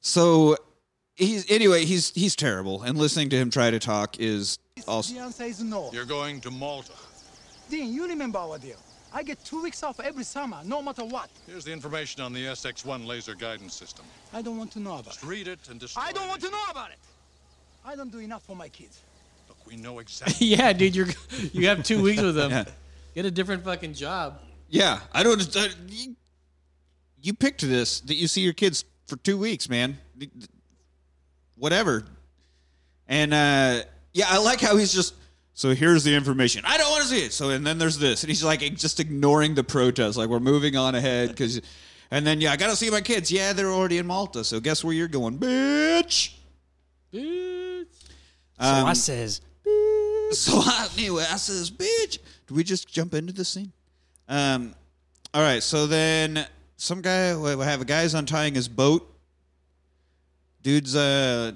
A: So he's anyway, he's he's terrible, and listening to him try to talk is also
G: Dion says no.
H: You're going to Malta.
G: Dean, you remember our deal. I get two weeks off every summer, no matter what.
H: Here's the information on the SX-1 laser guidance system.
G: I don't want to know about
H: Just
G: it.
H: read it and destroy
G: I don't want
H: it.
G: to know about it. I don't do enough for my kids.
H: Look, we know exactly.
C: yeah, dude, you're you have two weeks with them. Get a different fucking job.
A: yeah. I don't. Uh, you, you picked this that you see your kids for two weeks, man. Whatever. And uh, yeah, I like how he's just. So here's the information. I don't want to see it. So and then there's this, and he's like just ignoring the protest, like we're moving on ahead because. And then yeah, I gotta see my kids. Yeah, they're already in Malta, so guess where you're going, bitch.
D: so I says,
A: So I, anyway, I says, "Bitch, do we just jump into this scene?" Um, all right. So then, some guy we we have a guy's untying his boat. Dude's uh,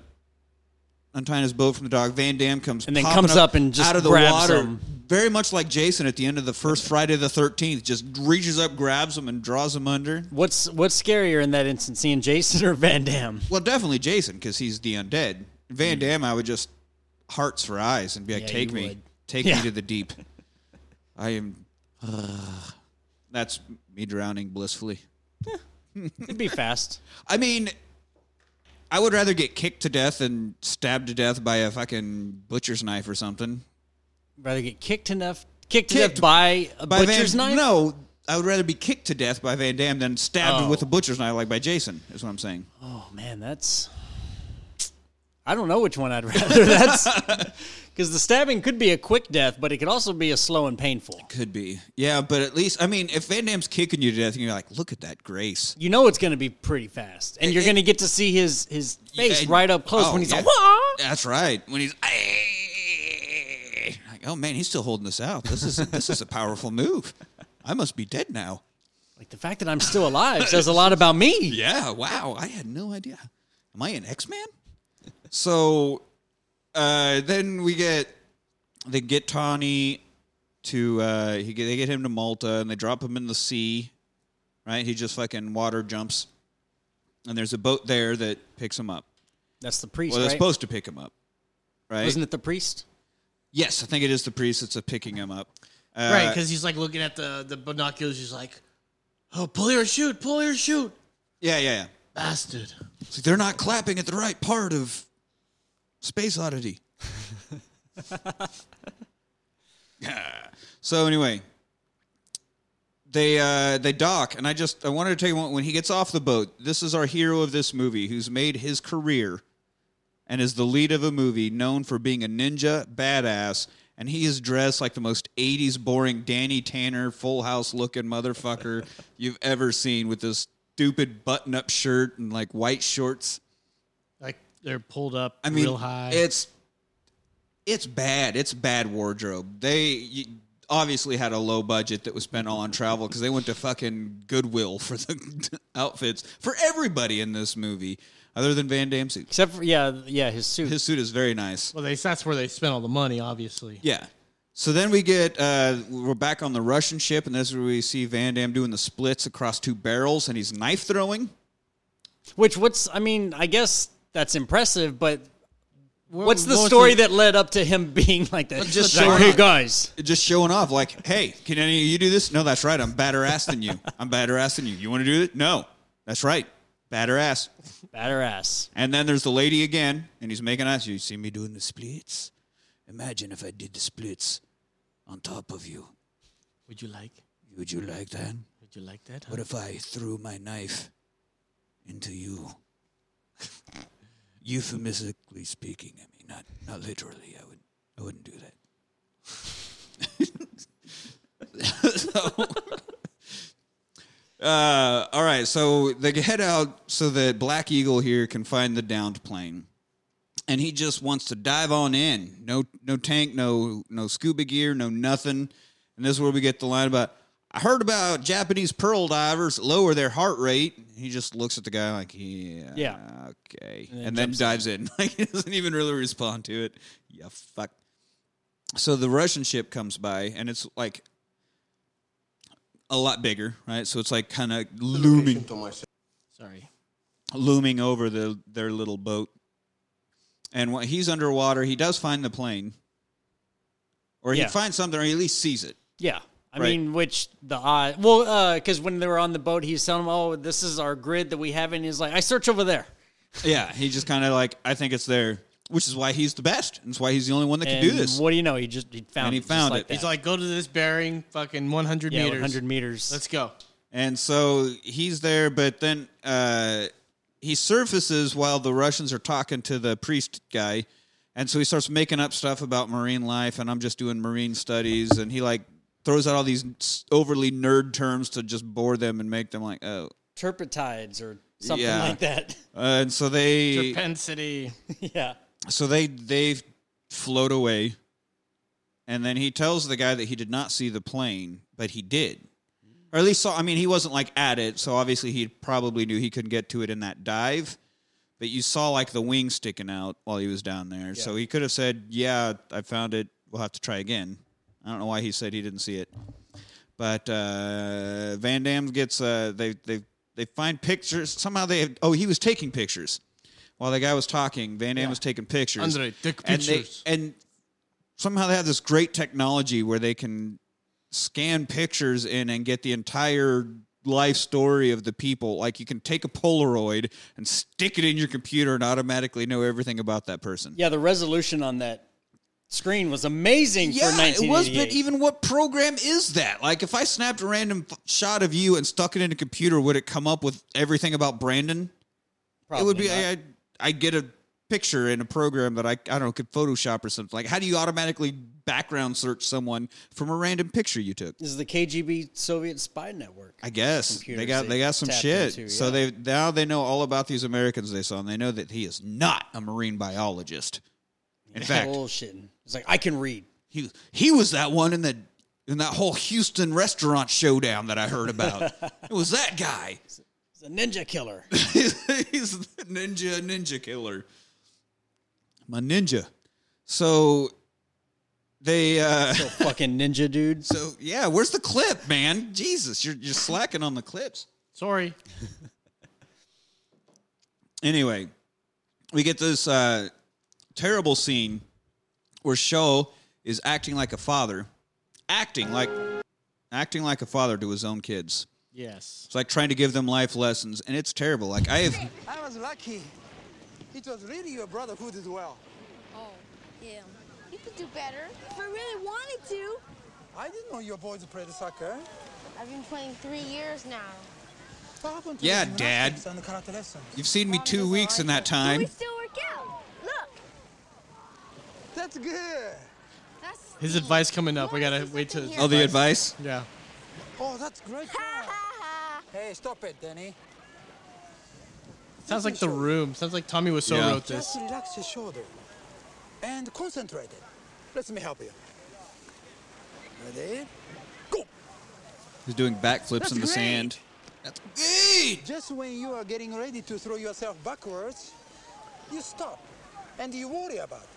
A: untying his boat from the dock. Van Dam comes
D: And then
A: popping
D: comes up and just
A: out of the
D: grabs
A: water,
D: him.
A: very much like Jason at the end of the first Friday the Thirteenth. Just reaches up, grabs him, and draws him under.
D: "What's what's scarier in that instance, seeing Jason or Van Damme?"
A: Well, definitely Jason because he's the undead. Van Dam, I would just hearts for eyes and be like,
D: Mm. Yeah,
A: "Take
D: you
A: me,
D: would.
A: take me
D: Yeah.
A: to the deep." I am. that's me drowning blissfully.
D: It'd be fast.
A: I mean, I would rather get kicked to death than stabbed to death by a fucking butcher's knife or something.
D: Rather get kicked enough, kicked,
A: Kicked
D: enough by a
A: By
D: butcher's
A: Van,
D: knife.
A: No, I would rather be kicked to death by Van Dam than stabbed
D: Oh.
A: with a butcher's knife like by Jason. Is what I'm saying.
D: Oh man, that's. I don't know which one I'd rather. That's because the stabbing could be a quick death, but it could also be a slow and painful.
A: Could be. Yeah, but at least I mean, if Van Dam's kicking you to death, and you're like, "Look at that grace."
D: You know it's going to be pretty fast, and you're going to get to see his his face
A: Yeah,
D: right up close
A: oh,
D: when he's
A: yeah.
D: like, "Wah!"
A: That's right. When he's like, oh man, he's still holding this out. This is this is a powerful move. I must be dead now.
D: Like the fact that I'm still alive says a lot about me.
A: Yeah. Wow. I had no idea. Am I an X Man? So uh, then we get they get Tawny to uh, he get, they get him to Malta and they drop him in the sea. Right. He just fucking water jumps, and there's a boat there that picks him up.
D: That's the priest,
A: Well, they're
D: right?
A: supposed to pick him up. Right.
D: Wasn't it the priest?
A: Yes, I think it is the priest that's uh, picking him up. Uh,
C: right, because he's like looking at the, the binoculars. He's like, oh, pull your shoot, pull your shoot.
A: Yeah, yeah, yeah.
C: Bastard.
A: It's like they're not clapping at the right part of Space Oddity. Yeah. so anyway, they uh, they dock, and I just I wanted to tell you one, when he gets off the boat. This is our hero of this movie, who's made his career and is the lead of a movie known for being a ninja badass. And he is dressed like the most 80s boring Danny Tanner, full house looking motherfucker you've ever seen with this stupid button up shirt and like white shorts.
C: Like they're pulled up
A: I mean,
C: real high.
A: it's it's bad. It's bad wardrobe. They you, obviously had a low budget that was spent all on travel because they went to fucking Goodwill for the outfits for everybody in this movie, other than Van Damme's suit.
D: Except for yeah, yeah, his suit.
A: His suit is very nice.
C: well, they, that's where they spent all the money, obviously.
A: Yeah. So then we get uh, we're back on the Russian ship, and this is where we see Van Damme doing the splits across two barrels, and he's knife throwing.
D: Which what's I mean, I guess that's impressive, but
C: Well,
D: what's the
C: mostly-
D: story that led up to him being like that?
A: just
D: Like,
A: showing
D: hey
A: up.
D: guys,
A: just showing off like hey can any of you do this no that's right i'm badder ass than you i'm badder ass than you you want to do it no that's right badder ass
D: batter ass.
A: and then there's the lady again and he's making eyes you see me doing the splits imagine if i did the splits on top of you
C: Would you like?
A: would you like that
C: Would you like that? huh?
A: what if i threw my knife into you euphemistically speaking i mean not not literally i would i wouldn't do that Uh, all right, so they head out so that Black Eagle here can find the downed plane, and he just wants to dive on in. No, no tank, no, no scuba gear, no nothing. And this is where we get the line about I heard about Japanese pearl divers that lower their heart rate. He just looks at the guy like, yeah,
D: Yeah.
A: okay, and then, dives in. Like he doesn't even really respond to it. Yeah, fuck. So the Russian ship comes by, and it's like a lot bigger, right? So it's like kind of looming,
C: Sorry.
A: looming over the their little boat. And when he's underwater, he does find the plane, or he
D: Yeah.
A: finds something, or he at least sees it.
D: Yeah. I
A: Right.
D: mean, which the odd, well, because when they were on the boat, he's telling them, "Oh, this is our grid that we have," and he's like, "I search over there."
A: Yeah, he just kind of like I think it's there, which is why he's the best, and it's why he's the only one that can
D: and
A: do this.
D: What do you know? He just he found
A: And he
D: it. just
A: found
D: like
A: it.
D: that.
C: He's like, go to this bearing, fucking 100
D: yeah,
C: meters.
D: 100 meters.
C: Let's go.
A: And so he's there, but then uh, he surfaces while the Russians are talking to the priest guy. And so he starts making up stuff about marine life, and I'm just doing marine studies. And he like throws out all these overly nerd terms to just bore them and make them like, oh,
D: turpentides or something
A: Yeah.
D: like that.
A: Uh, and so they
C: Propensity.
D: yeah.
A: so they they float away and then he tells the guy that he did not see the plane but he did or at least saw i mean he wasn't like at it so obviously he probably knew he couldn't get to it in that dive but you saw like the wing sticking out while he was down there so he could have said yeah i found it we'll have to try again i don't know why he said he didn't see it but uh, van Dam gets uh, they they they find pictures somehow they oh he was taking pictures while the guy was talking van Dam was taking pictures
C: Andre, take
A: and they-
C: pictures.
A: and somehow they have this great technology where they can scan pictures in and get the entire life story of the people. Like you can take a Polaroid and stick it in your computer and automatically know everything about that person.
D: Yeah, the resolution on that screen was amazing for
A: Yeah, it
D: 1988.
A: was, but even what program is that? Like, if I snapped a random f- shot of you and stuck it in a computer, would it come up with everything about Brandon? it would be.
D: Probably not.
A: I, I get a picture in a program that I I don't know could Photoshop or something. Like, how do you automatically background search someone from a random picture you took?
D: This is the KGB Soviet spy network.
A: I guess they
D: computers
A: got
D: they
A: they got some
D: tapped
A: shit.
D: into,
A: So
D: yeah.
A: they now they know all about these Americans they saw, and they know that he is not a marine biologist. In fact,
D: Bullshitting. It's like I can read.
A: he he was that one in the in that whole Houston restaurant showdown that I heard about. it was that guy.
D: It's a ninja killer.
A: He's the ninja ninja killer. My ninja. So they uh
D: Little fucking ninja dude.
A: so yeah, where's the clip, man? Jesus, you're you're slacking on the clips.
C: Sorry.
A: anyway, we get this uh, terrible scene where Sho is acting like a father, acting like acting like a father to his own kids.
C: Yes.
A: It's like trying to give them life lessons, and it's terrible. Like I have,
G: I was lucky. It was really your brother who did well.
I: Oh, yeah. You could do better if I really wanted to.
G: I didn't know your boys played soccer.
I: I've been playing three years now.
G: What happened to
A: Yeah,
G: the
A: Dad.
G: gymnastics and the karate lesson?
A: you've seen me two weeks in that
I: we
A: time.
I: still work out. Look.
G: That's good.
I: That's
C: His
I: Steve.
C: advice coming up. We
I: Why
C: gotta
I: is he
C: wait
I: sitting
C: till-
I: here
A: Oh, the
I: like-
A: advice.
C: Yeah.
G: Oh, that's great.
I: Ha
G: job.
I: ha ha.
G: hey, stop it, Danny.
C: Sounds like the room. Sounds like Tommy Wiseau
A: Yeah.
C: wrote
G: Just
C: this.
G: relax your shoulder and concentrate. Let me help you. Ready? Go.
A: He's doing backflips in the
G: That's great.
A: sand. That's great.
G: Just when you are getting ready to throw yourself backwards, you stop and you worry about it.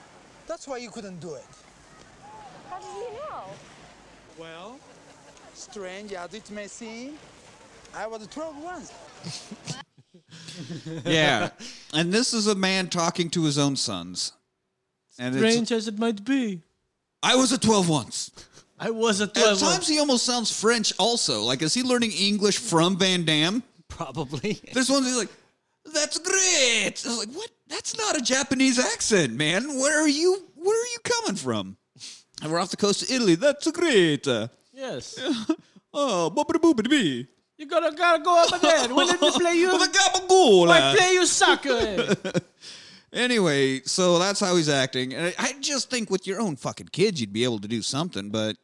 G: That's why you couldn't do it.
I: How does he know?
G: Well, strange as it may seem, I was 12 once.
A: Yeah, and this is a man talking to his own sons. And it's,
C: Strange as it might be,
A: I was a twelve once.
C: I was a
A: At
C: twelve.
A: times he almost sounds French also. Like is he learning English from Van Damme?
D: Probably.
A: There's ones he's like, That's great. I was like, What that's not a Japanese accent, man. Where are you where are you coming from? And we're off the coast of Italy. That's great. Uh,
C: Yes.
A: Oh, boobity boobity bee.
C: You gotta gotta go up there. When did we play you?
A: With a gabagool.
C: I play you soccer. eh?
A: Anyway, so that's how he's acting. And I, I just think with your own fucking kids, you'd be able to do something. But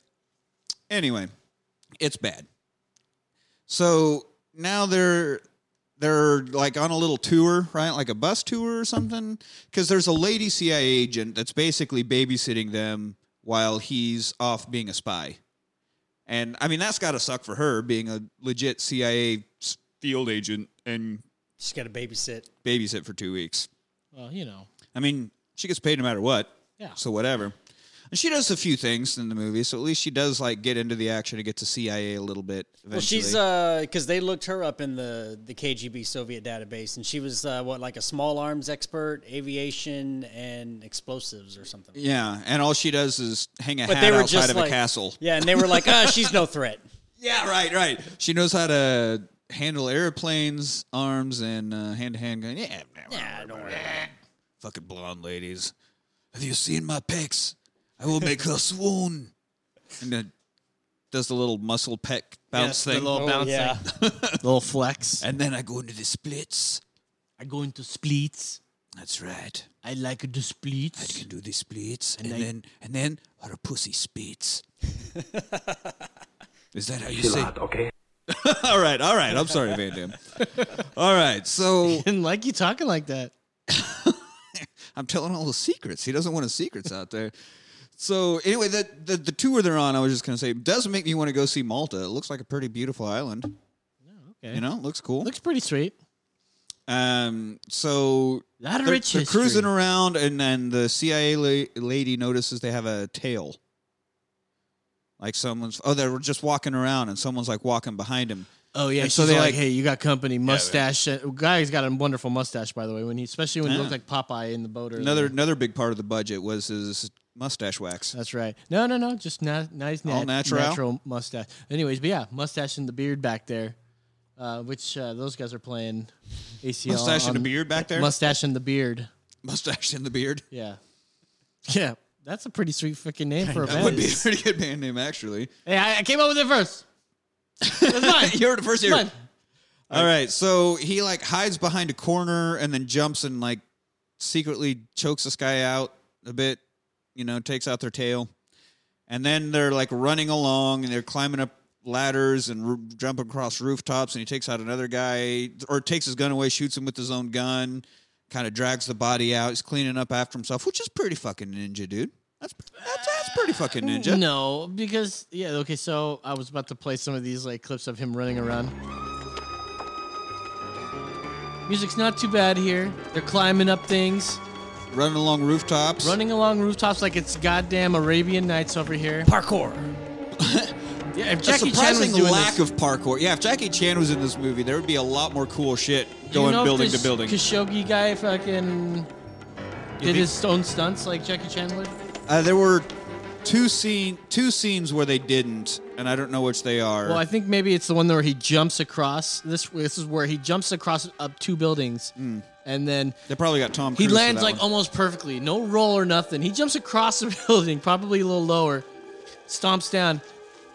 A: anyway, it's bad. So now they're they're like on a little tour, right? Like a bus tour or something. Because there's a lady CIA agent that's basically babysitting them while he's off being a spy. And I mean, that's got to suck for her being a legit CIA s- field agent and
D: Just got to babysit.
A: babysit for two weeks.
C: well, you know.
A: I mean, she gets paid no matter what.
C: Yeah.
A: So whatever. And she does a few things in the movie, so at least she does like get into the action and get to CIA a little bit. Eventually.
D: Well, she's uh, because they looked her up in the the KGB Soviet database, and she was uh, what like a small arms expert, aviation, and explosives or something.
A: yeah, and all she does is hang a
D: But
A: hat
D: they were
A: outside
D: just
A: of
D: like,
A: a castle.
D: Yeah, and they were like, ah, she's no threat.
A: Yeah, right, right. She knows how to handle airplanes, arms, and uh, hand-to-hand gun. Yeah,
D: Yeah, don't worry.
A: fucking blonde ladies. Have you seen my pecs? I will make her swoon. And then does the little muscle peck bounce
C: the
A: thing,
C: little bouncing,
D: Oh, Yeah,
C: little flex.
A: and then I go into the splits.
C: I go into splits.
A: That's right.
C: I like the splits.
A: do the splits, and,
C: I-
A: then and then her pussy spits. Is that how you
F: Chill
A: say?
F: out, okay?
A: all right, all right. I'm sorry, Van Damme. All right, so
C: Didn't like you talking like that.
A: I'm telling all the secrets. He doesn't want his secrets out there. So anyway, the, the the tour they're on, I was just gonna say, does make me want to go see Malta. It looks like a pretty beautiful island.
C: okay.
A: You know, it looks cool.
C: Looks pretty sweet.
A: Um, so
C: Lot of
A: they're,
C: rich
A: they're
C: history.
A: cruising around, and then the CIA la- lady notices they have a tail. Like someone's, oh, they were just walking around, and someone's like walking behind him.
C: Oh yeah.
A: And
C: so
A: she's
C: they're
A: like-
C: like, hey, you got company mustache. Uh, Guy's got a wonderful mustache, by the way. When he, especially when he
A: Yeah.
C: looked like Popeye in the boat. Or
A: Another another big part of the budget was his mustache wax.
C: That's right. No, no, no. Just na- nice,
A: All
C: nat-
A: natural?
C: natural mustache. Anyways, but yeah, mustache and the beard back there, uh, which uh, those guys are playing ACL.
A: Mustache and
C: on-
A: the beard back there?
C: Mustache and the beard.
A: Mustache and the beard.
C: Yeah, yeah. That's a pretty sweet fucking name for a
A: That would
C: band.
A: be a pretty good band name, actually.
C: Hey, I, I came up with it first. That's mine.
A: You heard it first
C: That's
A: here.
C: mine.
A: All right, so he like hides behind a corner and then jumps and like secretly chokes this guy out a bit, you know, takes out their tail. And then they're like running along and they're climbing up ladders and r- jumping across rooftops and he takes out another guy or takes his gun away, shoots him with his own gun, kind of drags the body out. He's cleaning up after himself, which is pretty fucking ninja, dude. That's that's, that's pretty fucking ninja.
C: No, because yeah, okay. So I was about to play some of these like clips of him running around. Music's not too bad here. They're climbing up things,
A: Running along rooftops.
C: running along rooftops like it's goddamn Arabian Nights over here.
D: Parkour.
C: Yeah, if
A: a
C: Jackie Chan was
A: surprising
C: doing
A: lack
C: this,
A: of parkour. Yeah, if Jackie Chan was in this movie, there would be a lot more cool shit
C: do you
A: going
C: know if
A: building to
C: this
A: building.
C: Khashoggi guy fucking did
A: think-
C: his own stunts like Jackie Chan would.
A: Uh, there were two scene two scenes where they didn't, and I don't know which they are.
C: Well, I think maybe it's the one where he jumps across. This this is where he jumps across up two buildings,
A: Mm.
C: and then
A: they probably got Tom.
C: He
A: Cruise for
C: lands
A: that
C: like
A: one.
C: almost perfectly, no roll or nothing. He jumps across the building, probably a little lower, stomps down.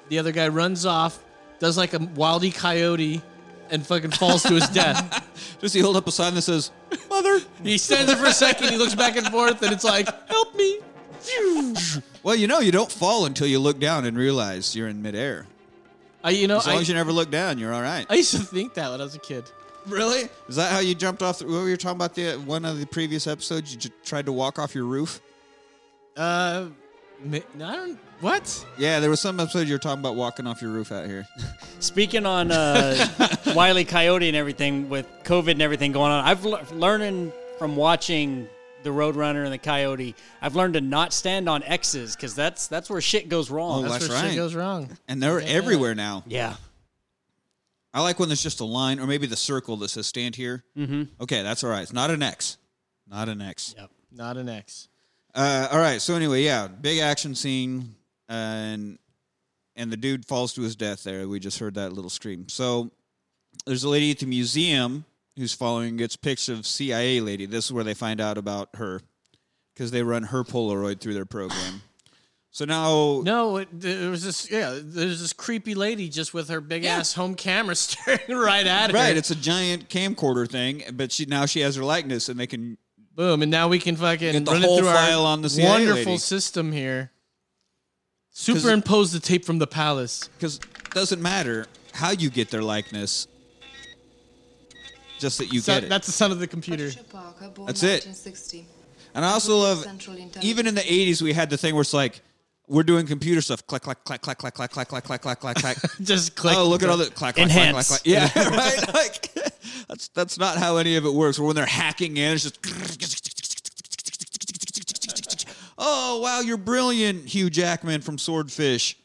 C: The other guy runs off, does like a wildy coyote, and fucking falls to his death.
A: Does he hold up a sign that says "Mother"?
C: He stands there for a second, he looks back and forth, and it's like, help me.
A: well, you know, you don't fall until you look down and realize you're in midair.
C: I, you know,
A: As long
C: I,
A: as you never look down, you're all right.
C: I used to think that when I was a kid.
A: really? Is that how you jumped off? The, what were you talking about? The one of the previous episodes, you j- tried to walk off your roof.
C: Uh, ma- no, I don't. What?
A: Yeah, there was some episode you were talking about walking off your roof out here.
D: Speaking on uh, Wiley Coyote and everything with COVID and everything going on, I've le- learning from watching the Roadrunner and the Coyote. I've learned to not stand on X's because that's that's where shit goes wrong.
A: Oh,
C: That's,
A: That's
C: where
A: right.
C: shit goes wrong.
A: And they're everywhere now.
D: yeah,
A: I like when there's just a line or maybe the circle that says stand here. Mm-hmm. Okay, that's all right. It's not an X. Not an X.
D: Yep.
C: Not an X.
A: Uh, all right. So anyway, yeah, big action scene, and and the dude falls to his death. There, we just heard that little scream. So there's a lady at the museum who's following gets pics of CIA lady. This is where they find out about her because they run her Polaroid through their program. So now,
C: No, it, there was this. Yeah, there's this creepy lady just with her big
A: Yeah.
C: ass home camera staring right at her.
A: right, it's a giant camcorder thing, but she now she has her likeness, and they can
C: Boom, and now we can fucking
A: Get the
C: run
A: whole
C: it through
A: file
C: our
A: on the CIA
C: wonderful
A: lady.
C: system here. Superimpose the tape from the palace.
A: because it doesn't matter how you get their likeness, just that you
C: So-
A: get it.
C: That's the sound of the computer.
A: That's it. and I also love,
I: Central Intelligence.
A: even in the '80s, we had the thing where it's like we're doing computer stuff, clack clack clack clack clack clack clack clack clack clack clack clack.
C: Just click.
A: Oh, look at all the clack clack clack clack.
D: Enhance.
A: clack. Yeah, right. Like that's that's not how any of it works. Or when they're hacking in, it's just. Oh wow, you're brilliant, Hugh Jackman from Swordfish.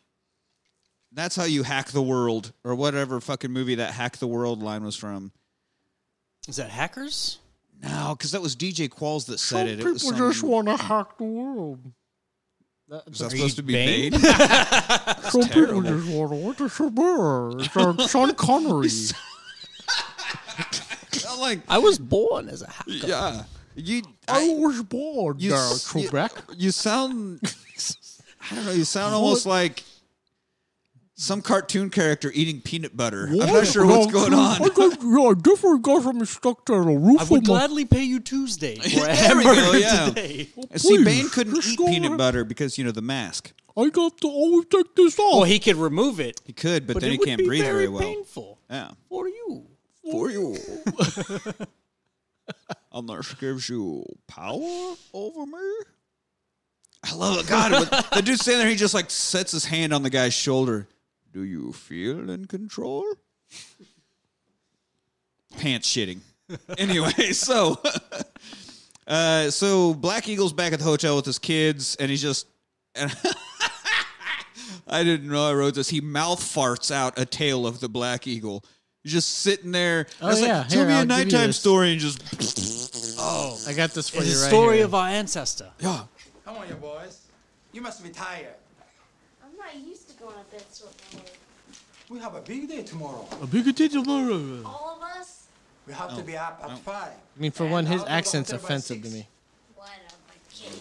A: That's how you hack the world, or whatever fucking movie that "Hack the World" line was from.
D: is that hackers?
A: No, because that was DJ Qualls that said it. it was some-
C: want to hack the world.
A: was that supposed to be Bane?
C: Some people just want to what is the matter? It's our Sean Connery.
A: I'm like,
D: I was born as a hacker.
A: yeah, you. I,
C: was born
A: you, s- you- you sound. I don't know. You sound almost like some cartoon character eating peanut butter. I'm not sure what's going on.
C: got, yeah, I definitely got something stuck to the roof
D: I would gladly pay you Tuesday for a
A: There we go,
D: hamburger
A: yeah.
D: today.
A: See,
C: Please,
A: Bane couldn't
C: just
A: eat
C: go
A: peanut
C: ahead.
A: butter because you know the mask.
C: I got to always take this off.
D: Well, he could remove it,
A: He could, but,
D: but,
A: then
D: it
A: he
D: would
A: can't
D: be
A: breathe
D: very,
A: very, well.
D: painful
A: Yeah.
D: for you.
A: For you. Unless it gives you power over me. I love it. God, but the dude standing there, he just like sets his hand on the guy's shoulder. Do you feel in control? Pants shitting. Anyway, so uh, so Black Eagle's back at the hotel with his kids, and he's just I didn't know I wrote this. He mouth farts out a tale of the black eagle. He's just sitting there.
C: Oh,
A: It's
C: yeah.
A: like,
C: Here,
A: tell me
C: I'll
A: a
C: give you
A: nighttime
C: this."
A: story and just
C: I got this for
D: It's
C: you
D: the
C: right
D: story
C: here.
D: of our ancestor.
A: yeah.
G: Come on, you boys. You must be tired.
I: I'm not used to going to bed so early.
G: We have a big day tomorrow.
C: a big day tomorrow.
I: All of us?
G: We have to be
A: Oh,
G: up at five.
C: I mean, for one, his
G: I'll be
C: accent's
G: up there by
C: offensive to
G: six.
C: me.
I: What am I kidding?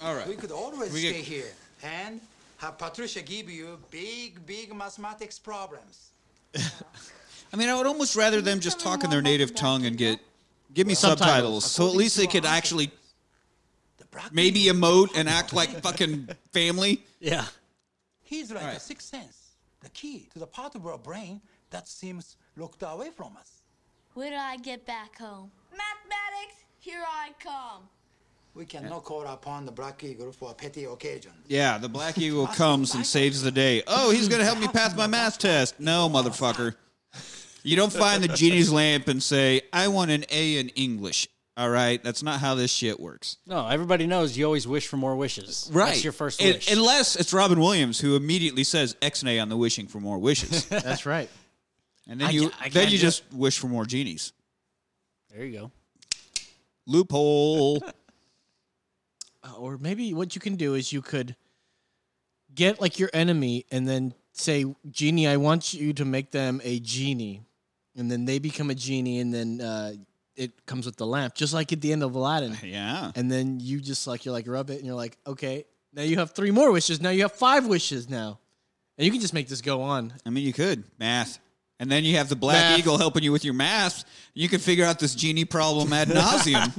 A: All
G: We
A: right.
G: could always
A: We get-
G: stay here and have Patricia give you big, big mathematics problems.
A: I mean, I would almost rather them just
I: tell me
A: talk in
I: more
A: their
I: about
A: native
I: the black
A: tongue and
I: eagle?
A: get give me subtitles,
C: Subtitles.
A: so at least they could actually
G: The Black
A: maybe
G: Eagle,
A: emote and act like fucking family.
D: Yeah.
G: he's like
A: Alright.
G: a sixth sense, the key to the part of our brain that seems locked away from us.
I: When I get back home. Mathematics, here I come.
G: We cannot call upon the Black Eagle for a petty occasion.
A: Yeah, the black eagle comes and saves the day. Oh, he's gonna help me pass my math test. No, motherfucker. You don't find the genie's lamp and say, "I want an A in English." All right, that's not how this shit works.
D: No, everybody knows you always wish for more wishes. That's your first
A: Un-
D: wish.
A: Unless it's Robin Williams who immediately says X and A on the wishing for more wishes.
C: That's right.
A: And then
C: I
A: you
C: ca- I
A: then
C: can't
A: you
C: do
A: just wish for more genies.
D: there you go.
A: Loophole.
C: Uh, Or maybe what you can do is you could get like your enemy and then say, Genie, I want you to make them a genie. And then they become a genie and then uh, it comes with the lamp, just like at the end of Aladdin.
A: yeah.
C: And then you just like, you're like, rub it and you're like, okay, now you have three more wishes. Now you have five wishes now. And you can just make this go on.
A: I mean you could. Math. And then you have the black
C: Math.
A: eagle helping you with your math. You can figure out this genie problem ad nauseum.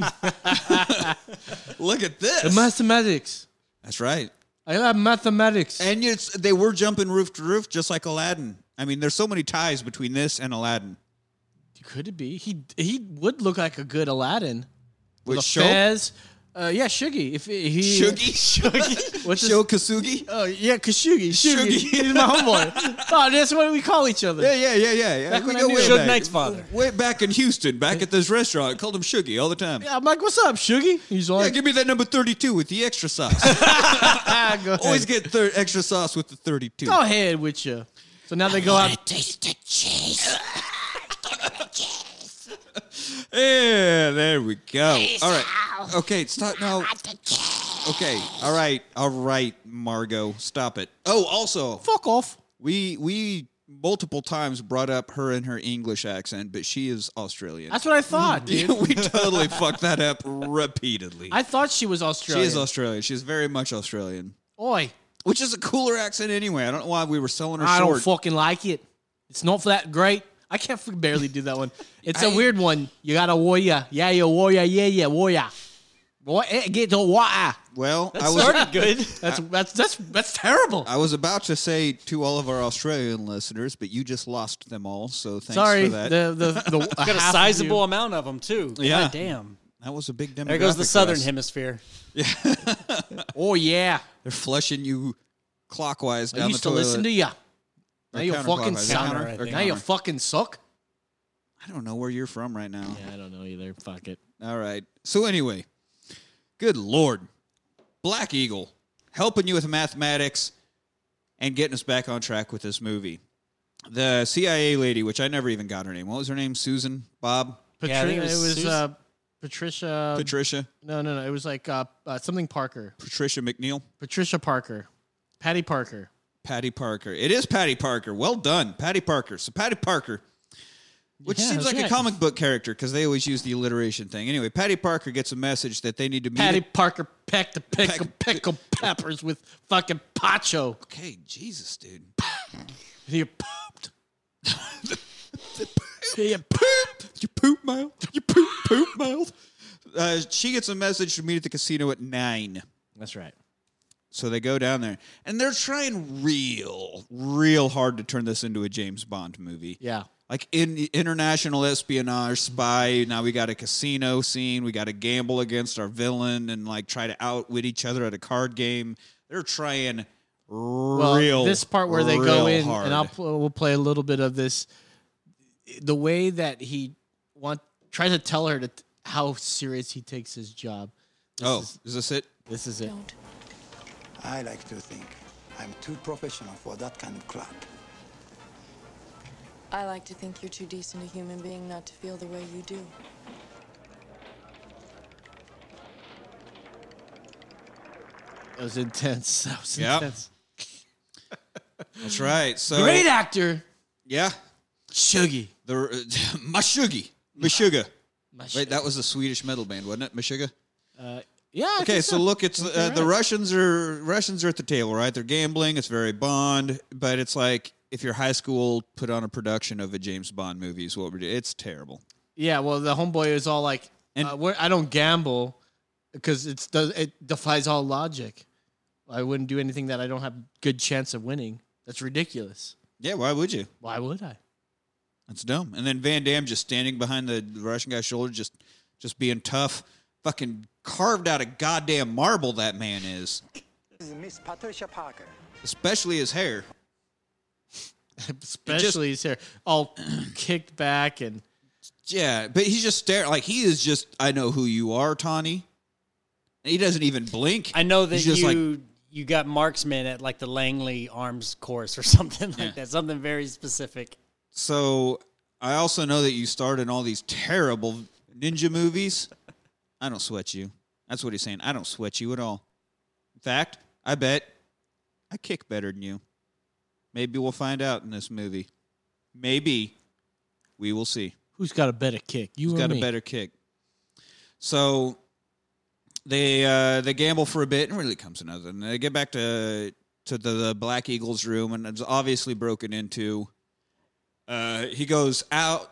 A: Look at this.
C: The mathematics.
A: That's right.
C: I love mathematics.
A: And it's, they were jumping roof to roof just like Aladdin. I mean, there's so many ties between this and Aladdin.
C: Could it be? He he would look like a good Aladdin.
A: With
C: a
A: Sho
C: fez. Uh, yeah, Shuggy. If he
A: Shugi, Shugi,
C: What's his-
A: Sho Kasugi.
C: Oh yeah, Kashugi. Shuggy.
A: Shuggy.
C: He's my homeboy. oh, that's what we call each other.
A: Yeah, yeah, yeah, yeah. yeah.
C: Back
A: we
C: when I
A: go
C: knew
A: way
C: him. Suge
A: back.
D: Knight's father.
A: Way back in Houston, back at this restaurant, called him Shuggy all the time.
C: I'm like, what's up, Shuggy? He's
A: Yeah,
C: like,
A: give me that number 32 with the extra sauce.
C: ah, go ahead.
A: Always get thir- extra sauce with the 32.
C: go ahead with you. So now they go out.
A: Yeah, there we go. All right. Okay, stop. No. Okay. All right. All right, Margot. Stop it. Oh, also,
C: Fuck off.
A: we we multiple times brought up her and her English accent, but she is Australian.
C: That's what I thought, dude.
A: we totally fucked that up repeatedly.
C: I thought she was
A: she
C: Australian.
A: is Australian. She's very much Australian.
C: Oi,
A: Which is a cooler accent anyway. I don't know why we were selling her
C: I
A: short.
C: don't fucking like it. It's not that great. I can't f- barely do that one. It's a
A: I-
C: weird one. You got a warrior. Yeah, yeah, warrior. Yeah, yeah, warrior. What? eh, Get a warrior.
A: well, I
D: That
A: was
D: started good.
C: That's that's that's that's terrible.
A: I was about to say to all of our Australian listeners, but you just lost them all. So thanks
C: Sorry,
A: for that.
C: the the the a
D: Got a
C: half of
D: sizable
C: you.
D: amount of them too.
A: Yeah.
D: God damn.
A: that was a big demographic.
D: There goes
A: for
D: the southern
A: us.
D: hemisphere.
C: Oh yeah,
A: They're flushing you clockwise
C: I
A: down
C: used
A: the
C: to
A: toilet.
C: listen to ya. Now you fucking
A: counterclockwise.
C: suck.
A: Counter,
D: I
A: or
D: think.
C: Now you
A: counter.
C: fucking suck.
A: I don't know where you're from right now.
C: I don't know either. Fuck it.
A: All right. So anyway, good lord, Black Eagle helping you with mathematics and getting us back on track with this movie. The CIA lady, which I never even got her name. What was her name? Susan? Bob?
D: Yeah, I think it was Susan-
C: uh, Patricia.
A: Patricia?
C: no, no, no. It was like uh, uh, something Parker.
A: Patricia McNeil?
C: Patricia Parker. Patty Parker.
A: Patty Parker. It is Patty Parker. Well done, Patty Parker. So Patty Parker, which
C: Yeah,
A: seems
C: that's
A: like a
C: right.
A: comic book character because they always use the alliteration thing. Anyway, Patty Parker gets a message that they need to meet.
C: Patty
A: at-
C: Parker pecked the pickle,
A: Peck-
C: pickle peppers with fucking pacho.
A: okay, Jesus, dude.
C: And you pooped. you pooped. You pooped.
A: mouth. You poop poop mouth. Uh, she gets a message to meet at the casino at nine.
B: That's right.
A: So they go down there, and they're trying real, real hard to turn this into a James Bond movie.
B: Yeah.
A: Like in international espionage, spy. Now we got a casino scene. We got to gamble against our villain and like try to outwit each other at a card game. They're trying
C: well,
A: real.
C: this part where they go
A: real
C: in,
A: hard.
C: and I'll pl- we'll play a little bit of this. The way that he want tries to tell her to t- how serious he takes his job. This
A: oh,
C: is,
A: is this it?
C: this is it.
G: I like to think I'm too professional for that kind of crap.
J: I like to think you're too decent a human being not to feel the way you do.
C: That was intense. That was
A: Yep.
C: intense.
A: That's right. So
C: Mm. Great actor,
A: yeah,
C: Shuggy.
A: the Mashugi, Mashuga.
C: My
A: Wait,
C: shit.
A: that was a Swedish metal band, wasn't it? Mashuga.
C: yeah. I
A: Okay,
C: think
A: so look, it's uh, the Russians are Russians are at the table, right? They're gambling. It's very Bond, but it's like if your high school put on a production of a James Bond movie is what we're doing. It's terrible.
C: Yeah, well, the homeboy is all like,
A: And-
C: uh, we're- I don't gamble because it's does it defies all logic. I wouldn't do anything that I don't have good chance of winning. That's ridiculous.
A: Yeah, why would you?
C: Why would I?
A: It's dumb. And then Van Damme just standing behind the Russian guy's shoulder, just just being tough, fucking carved out of goddamn marble. That man is,
G: This is Miss Patricia Parker.
A: especially his hair.
C: Especially his hair, all kicked back and
A: Yeah, but he's just staring like he is just. I know who you are, Tawny. And he doesn't even blink.
D: I know that
A: He's just
D: you
A: like,
D: you got marksman at like the Langley Arms course or something like that. Something very specific.
A: So I also know that you starred in all these terrible ninja movies. I don't sweat you. That's what he's saying. I don't sweat you at all. In fact, I bet I kick better than you. Maybe we'll find out in this movie. Maybe we will see.
C: who's got a better kick? You
A: He's
C: or
A: got
C: me?
A: a better kick. So they uh, they gamble for a bit, and really comes another. And they get back to to the, the Black Eagles room, and it's obviously broken into. Uh, he goes out,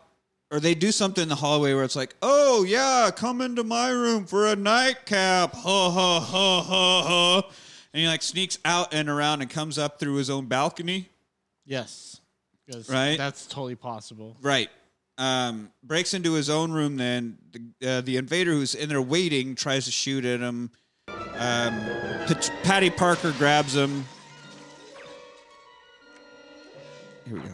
A: or they do something in the hallway where it's like, "Oh yeah, come into my room for a nightcap." Ha ha ha ha ha. And he like sneaks out and around and comes up through his own balcony.
C: Yes, 'Cause
A: Right?
C: That's totally possible.
A: Right. Um, breaks into his own room. Then the, uh, the invader who's in there waiting tries to shoot at him. Um, Pat- Patty Parker grabs him. Here we go.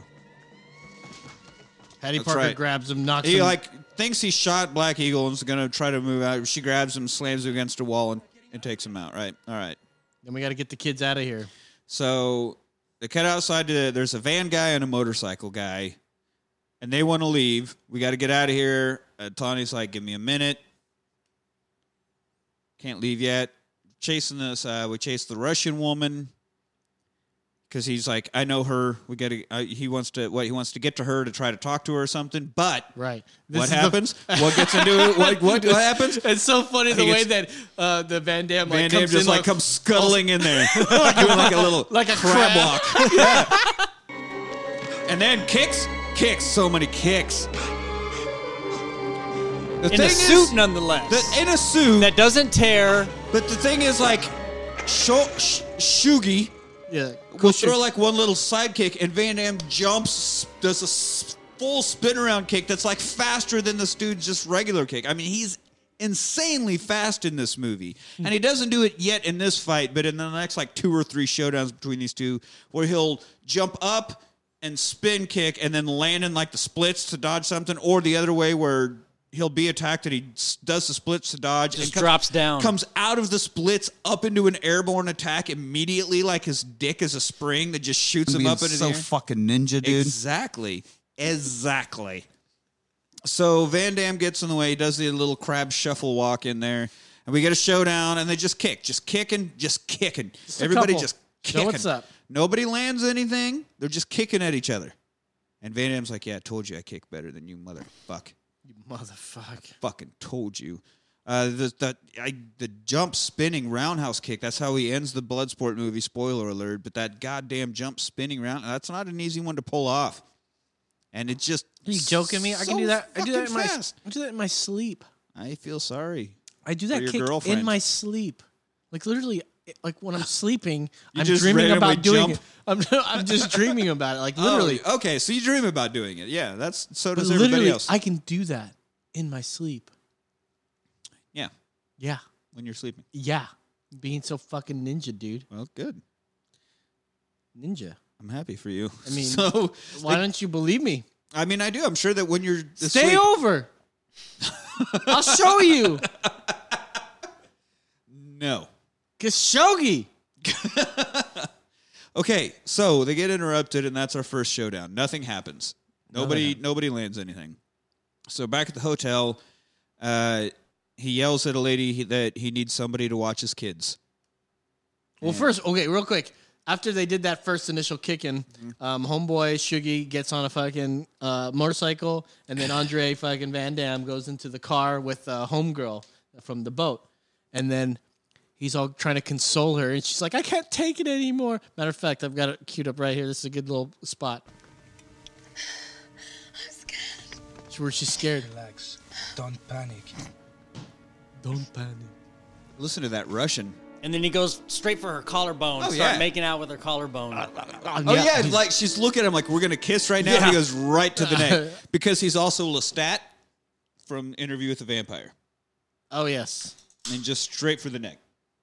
C: Patty
A: That's
C: Parker
A: right.
C: grabs him, knocks
A: He
C: him.
A: like thinks he shot Black Eagle and's gonna try to move out. She grabs him, slams him against a wall, and, and takes him out. Right. All right.
C: then we got to get the kids out of here.
A: So they cut outside to there's a van guy and a motorcycle guy, and they want to leave. We got to get out of here. Uh, Tawny's like, "Give me a minute. Can't leave yet." Chasing this, uh, we chase the Russian woman because he's like, "I know her. We got to." Uh, he wants to what he wants to get to her to try to talk to her or something. But
C: Right.
A: what
C: is the-
A: happens? what gets into it? What what, what happens?
C: It's so funny the
A: think
C: way
A: it's-
C: that uh, the Van Damme like
A: Van Damme
C: comes
A: just
C: in
A: like comes scuttling in there, doing like a little
C: Like a
A: crab
C: crab.
A: walk, Yeah. and then kicks, kicks, so many kicks. The
D: In a suit nonetheless.
A: the- in a suit.
D: that doesn't tear.
A: but the thing is, like, Sho- Sh- Shugi
C: yeah,
A: will throw like one little side kick, and Van Damme jumps, does a s- full spin around kick that's like faster than this dude's just regular kick. I mean, he's insanely fast in this movie, and he doesn't do it yet in this fight, but in the next like two or three showdowns between these two, where he'll jump up and spin kick, and then land in like the splits to dodge something, or the other way where. He'll be attacked and he s- does the splits to dodge.
D: Just
A: and co-
D: drops down.
A: Comes out of the splits up into an airborne attack immediately, like his dick is a spring that just shoots him being up into
E: so
A: the air.
E: fucking ninja, dude.
A: Exactly. Exactly. So Van Dam gets in the way. He does the little crab shuffle walk in there, and we get a showdown. And they just kick, just kicking, just kicking.
C: a
A: Everybody
C: couple.
A: just
C: Show
A: kicking.
C: what's up.
A: Nobody lands anything. They're just kicking at each other. And Van Dam's like, "Yeah, I told you I kick better than you, motherfucker."
C: motherfucker.
A: fucking told you. Uh, the the I, the jump spinning roundhouse kick. That's how he ends the Bloodsport movie. Spoiler alert! But that goddamn jump spinning round. That's not an easy one to pull off. And it just
C: Are you joking me? I
A: so
C: can do that. I do that
A: fucking
C: in my
A: fast.
C: I do that in my sleep.
A: I feel sorry.
C: I do that
A: your
C: kick
A: girlfriend.
C: in my sleep. Like literally it- like when I'm sleeping,
A: You
C: I'm
A: just
C: dreaming
A: randomly
C: about doing
A: jump?
C: it. I'm, I'm just dreaming about it. Like literally.
A: Oh, okay, so you dream about doing it. Yeah, that's so
C: but
A: does everybody
C: literally
A: else.
C: I can do that in my sleep.
A: yeah,
C: Yeah.
A: when you're sleeping.
C: Yeah. Being so fucking ninja, dude.
A: Well, good.
C: Ninja.
A: I'm happy for you.
C: I mean,
A: so
C: Why don't you believe me?
A: I mean, I do. I'm sure that when you're
C: Stay
A: asleep-
C: over. I'll show you.
A: No.
C: Khashoggi.
A: Okay, so they get interrupted, and that's our first showdown. Nothing happens. Nobody, nobody lands anything. So back at the hotel, uh, he yells at a lady that he needs somebody to watch his kids.
C: Well, first, okay, real quick. After they did that first initial kicking,
A: Mm-hmm.
C: um, homeboy Shuggy gets on a fucking uh, motorcycle, and then Andre fucking Van Dam goes into the car with uh, homegirl from the boat, and then he's all trying to console her, and she's like, "I can't take it anymore." Matter of fact, I've got it queued up right here. This is a good little spot
I: I'm scared.
C: It's where she's scared.
G: Relax. Don't panic.
C: Don't panic.
A: Listen to that Russian.
D: And then he goes straight for her collarbone.
A: Oh,
D: start
A: yeah.
D: making out with her collarbone.
A: Oh yeah, like she's looking at him like we're gonna kiss right now. and He
D: Yeah.
A: goes right to the neck because he's also Lestat from Interview with the Vampire,
C: Oh yes.
A: and just straight for the neck.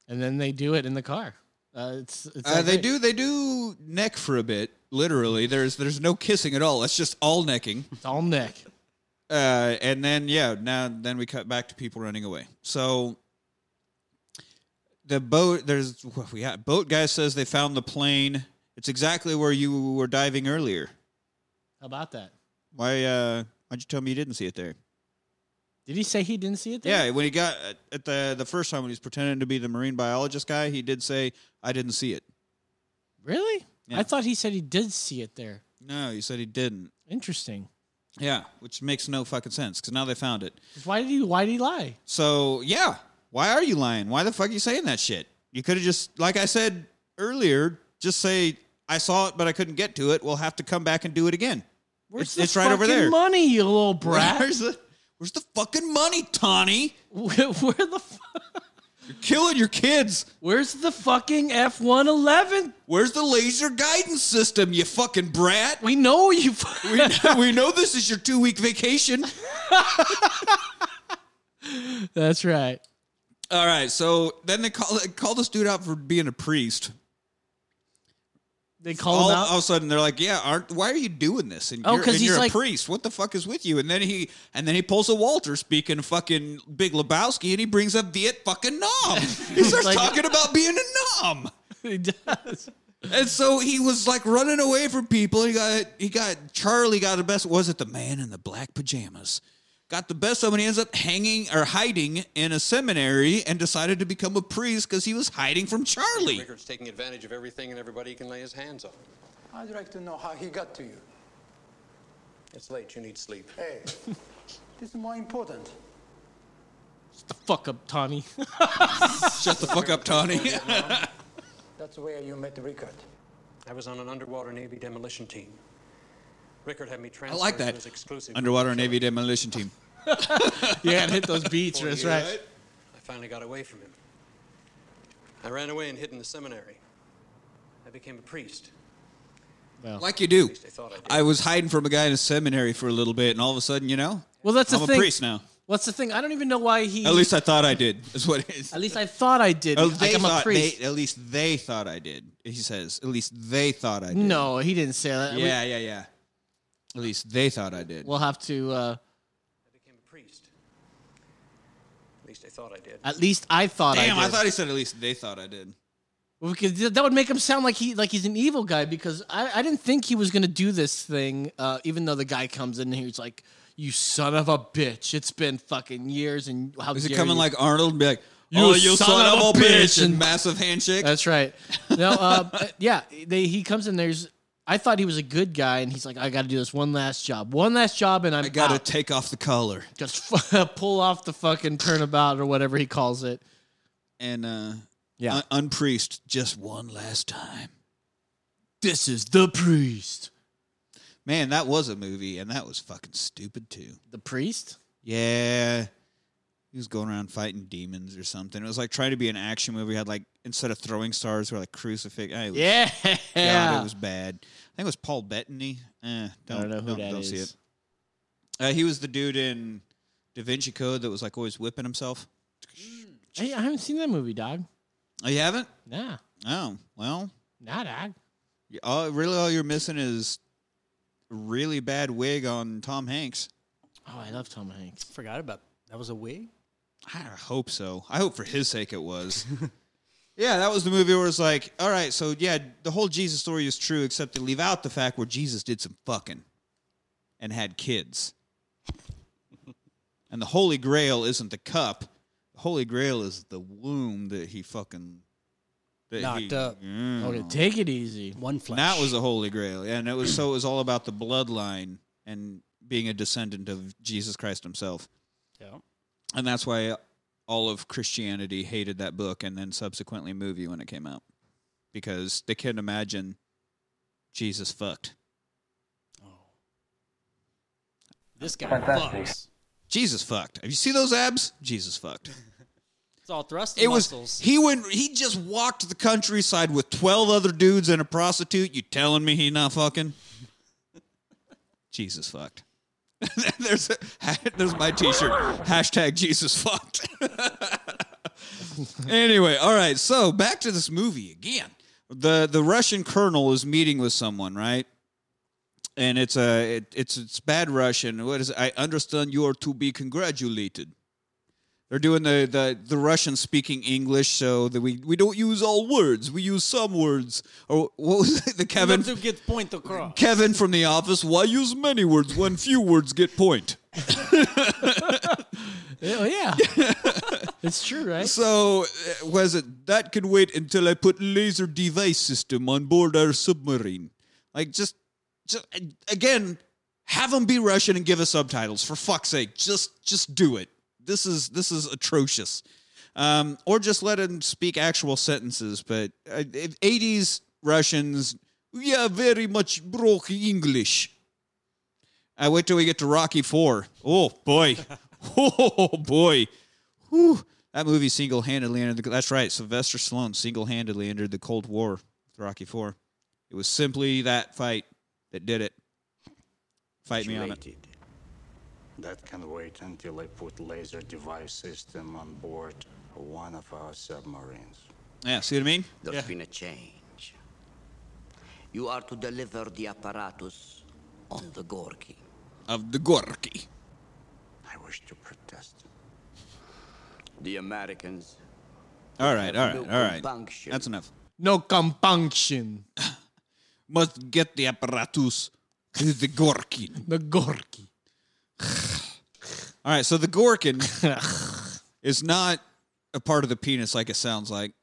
C: And then they do it in the car. Uh, it's, it's
A: Uh,
C: not
A: they
C: great.
A: do they do neck for a bit. Literally, there's there's no kissing at all. It's just all necking.
C: It's all neck.
A: Uh, and then yeah, now then we cut back to people running away. So the boat there's what we got. Boat guy says they found the plane. It's exactly where you were diving earlier.
C: How about that?
A: Why uh why'd you tell me you didn't see it there?
C: Did he say he didn't see it? There?
A: Yeah, when he got uh, at the the first time when he was pretending to be the marine biologist guy, he did say I didn't see it.
C: Really?
A: Yeah.
C: I thought he said he did see it there.
A: No, he said he didn't.
C: Interesting.
A: Yeah, which makes no fucking sense because now they found it.
C: Why did he? Why did he lie?
A: So yeah, why are you lying? Why the fuck are you saying that shit? You could have just, like I said earlier, just say I saw it, but I couldn't get to it. We'll have to come back and do it again. It's-
C: Where's the
A: it's right over
C: fucking
A: there.
C: Money, you little brat.
A: Where's the Where's the fucking money, Tawny?
C: Where, where the? fu-
A: You're killing your kids.
C: Where's the fucking F one eleven?
A: Where's the laser guidance system, you fucking brat?
C: We know you. fu-
A: We, we know this is your two week vacation.
C: That's right.
A: All right, so then they call they call this dude out for being a priest.
C: They call
A: All,
C: him
A: all of
C: out.
A: a sudden, they're like, "Yeah, aren't, why are you doing this?" And
C: Oh,
A: you're,
C: 'cause
A: and
C: he's
A: you're
C: like-
A: a priest. What the fuck is with you? And then he and then he pulls a Walter speaking fucking Big Lebowski, and he brings up Viet fucking Nam. He starts
C: like-
A: talking about being a nom.
C: he does.
A: And so he was like running away from people. He got he got Charlie got the best. Was it the man in the black pajamas? Got the best of him. And he ends up hanging or hiding in a seminary and decided to become a priest because he was hiding from Charlie.
K: Rickard's taking advantage of everything and everybody he can lay his hands on.
G: I'd like to know how he got to you.
K: It's late. You need sleep.
G: Hey, this is more important.
C: The fuck up, Tawny.
A: Shut the fuck up, Tawny.
G: That's where you met Rickard.
K: I was on an underwater Navy demolition team. Rickard had me
A: I
K: transferred
A: like
K: to his
A: that
K: exclusive uh,
A: underwater Navy demolition team.
C: you gotta hit those beats. That's right.
K: I finally got away from him. I ran away and hid in the seminary. I became a priest.
A: Like you do.
K: At least I thought I did.
A: I was hiding from a guy in a seminary for a little bit, and all of a sudden, you know,
C: Well, that's the
A: I'm a
C: thing.
A: priest now.
C: What's the thing? I don't even know why he.
A: At least I thought I did. Is what it is.
C: At least I thought I did.
A: Oh,
C: like I'm a
A: thought-
C: priest.
A: they- at least they thought I did. He says. At least they thought I did.
C: no, he didn't say that. We-
A: Yeah, yeah, yeah. At least they thought I did.
C: We'll have to. Uh,
K: I became a priest. At least I thought I did.
C: at least I thought.
A: Damn,
C: I,
A: I,
C: did.
A: thought he said at least they thought I did.
C: Well, Because th- that would make him sound like he like he's an evil guy. Because I, I didn't think he was gonna do this thing. Uh, even though the guy comes in and he's like, "You son of a bitch! It's been fucking years." And how
A: Is he
C: dare
A: coming
C: you."
A: like Arnold and be like,
C: You
A: "Oh, you
C: son
A: son
C: of
A: of
C: a
A: a bitch!"
C: bitch,
A: and
C: and-
A: massive handshake.
C: That's right. No, uh, uh, yeah, they he comes in. There's I thought he was a good guy, and he's like, "I got to do this one last job, one last job, and I'm
A: I gotta
C: out.
A: take off the collar.
C: just pull off the fucking turnabout or whatever he calls it."
A: And uh,
C: Yeah.
A: un- unpriest just one last time.
C: This is the priest.
A: Man, that was a movie, and that was fucking stupid too.
C: The priest?
A: Yeah. He was going around fighting demons or something. It was like trying to be an action movie. Had like instead of throwing stars, were like crucifix. I was,
C: Yeah.
A: God, it was bad. I think it was Paul Bettany. Eh, don't,
C: I don't know who
A: don't,
C: that
A: don't see
C: is.
A: it. Uh, he was the dude in Da Vinci Code that was like always whipping himself.
C: Hey, I haven't seen that movie, dog.
A: Oh, you haven't?
C: Nah.
A: Oh, well.
C: Nah, dog.
A: you- All, really, all you're missing is a really bad wig on Tom Hanks.
C: Oh, I love Tom Hanks.
D: Forgot about that was a wig.
A: I hope so. I hope for his sake it was. yeah, that was the movie where it's like, all right, so yeah, the whole Jesus story is true, except they leave out the fact where Jesus did some fucking and had kids. and the Holy Grail isn't the cup. The Holy Grail is the womb that he fucking that
D: Knocked up.
A: Yeah.
C: Okay, take it easy.
D: One flesh.
A: And that was the Holy Grail. Yeah, and it was so it was all about the bloodline and being a descendant of Jesus Christ himself.
D: Yeah.
A: And that's why all of Christianity hated that book and then subsequently movie when it came out. Because they couldn't imagine Jesus fucked.
D: This guy
F: Fantastic.
D: fucks.
A: Jesus fucked. Have you seen those abs? Jesus fucked.
D: It's all thrust
A: It was
D: muscles.
A: he went he just walked the countryside with twelve other dudes and a prostitute. You telling me he not fucking? Jesus fucked. there's a, there's my t-shirt. Hashtag Jesus fucked. anyway, all right. So back to this movie again. The the Russian colonel is meeting with someone, right? And it's a it, it's it's bad Russian. What is it? I understand you are to be congratulated. They're doing the, the, the Russian speaking English so that we, we don't use all words. We use some words. Or what was it? The
D: You
A: Kevin
D: have to get point across.
A: Kevin from the office, why use many words when few words get point?
C: Oh, yeah. it's true, right?
A: So, uh, was it that can wait until I put laser device system on board our submarine? Like, just, just again, have them be Russian and give us subtitles for fuck's sake. Just, just do it. This is this is atrocious. Um, or just let them speak actual sentences. But uh, '80s Russians, yeah, very much broke English. I wait till we get to Rocky Four. Oh boy, oh boy. Whew. That movie single handedly entered the. That's right. Sylvester Stallone single handedly entered the Cold War with Rocky Four. It was simply that fight that did it. Fight me on it.
L: That can wait until I put laser device system on board one of our submarines.
A: Yeah, see what I mean?
M: There's been a change. You are to deliver the apparatus on the Gorky.
A: Of the Gorky.
M: I wish to protest. The Americans.
A: All right, all right, all right.
M: Compunction.
A: That's enough.
C: No compunction.
A: Must get the apparatus to the Gorky.
C: The Gorky.
A: All right, so the Gorkin is not a part of the penis like it sounds like.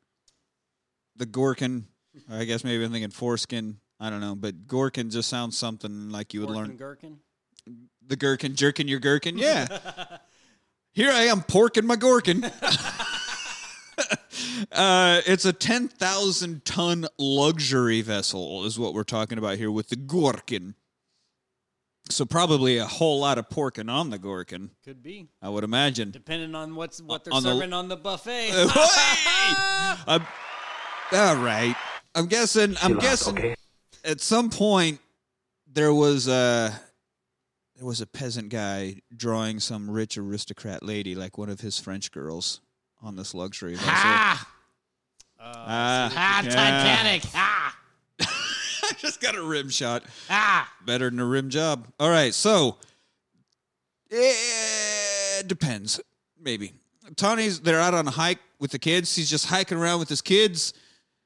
A: The Gorkin, or I guess maybe I'm thinking foreskin. I don't know, but Gorkin just sounds something like you would learn.
D: Gherkin, Gherkin.
A: the gherkin, jerking your gherkin. Yeah. Here I am, porking my gorkin. uh, it's a 10,000 ton luxury vessel, is what we're talking about here with the gorkin. So, probably a whole lot of porking on the gorkin,
D: Could be.
A: I would imagine.
D: Depending on what's what they're
A: Uh, On the-
D: serving on the buffet.
A: I'm- all right. I'm guessing. I'm guessing. At some point, there was a there was a peasant guy drawing some rich aristocrat lady, like one of his French girls, on this luxury vessel.
C: Ah!
A: Ah,
C: Ah,
A: yeah.
C: Titanic. Ah!
A: I just got a rim shot.
C: Ah!
A: Better than a rim job. All right, so it depends. Maybe Tony's they're out on a hike with the kids. He's just hiking around with his kids,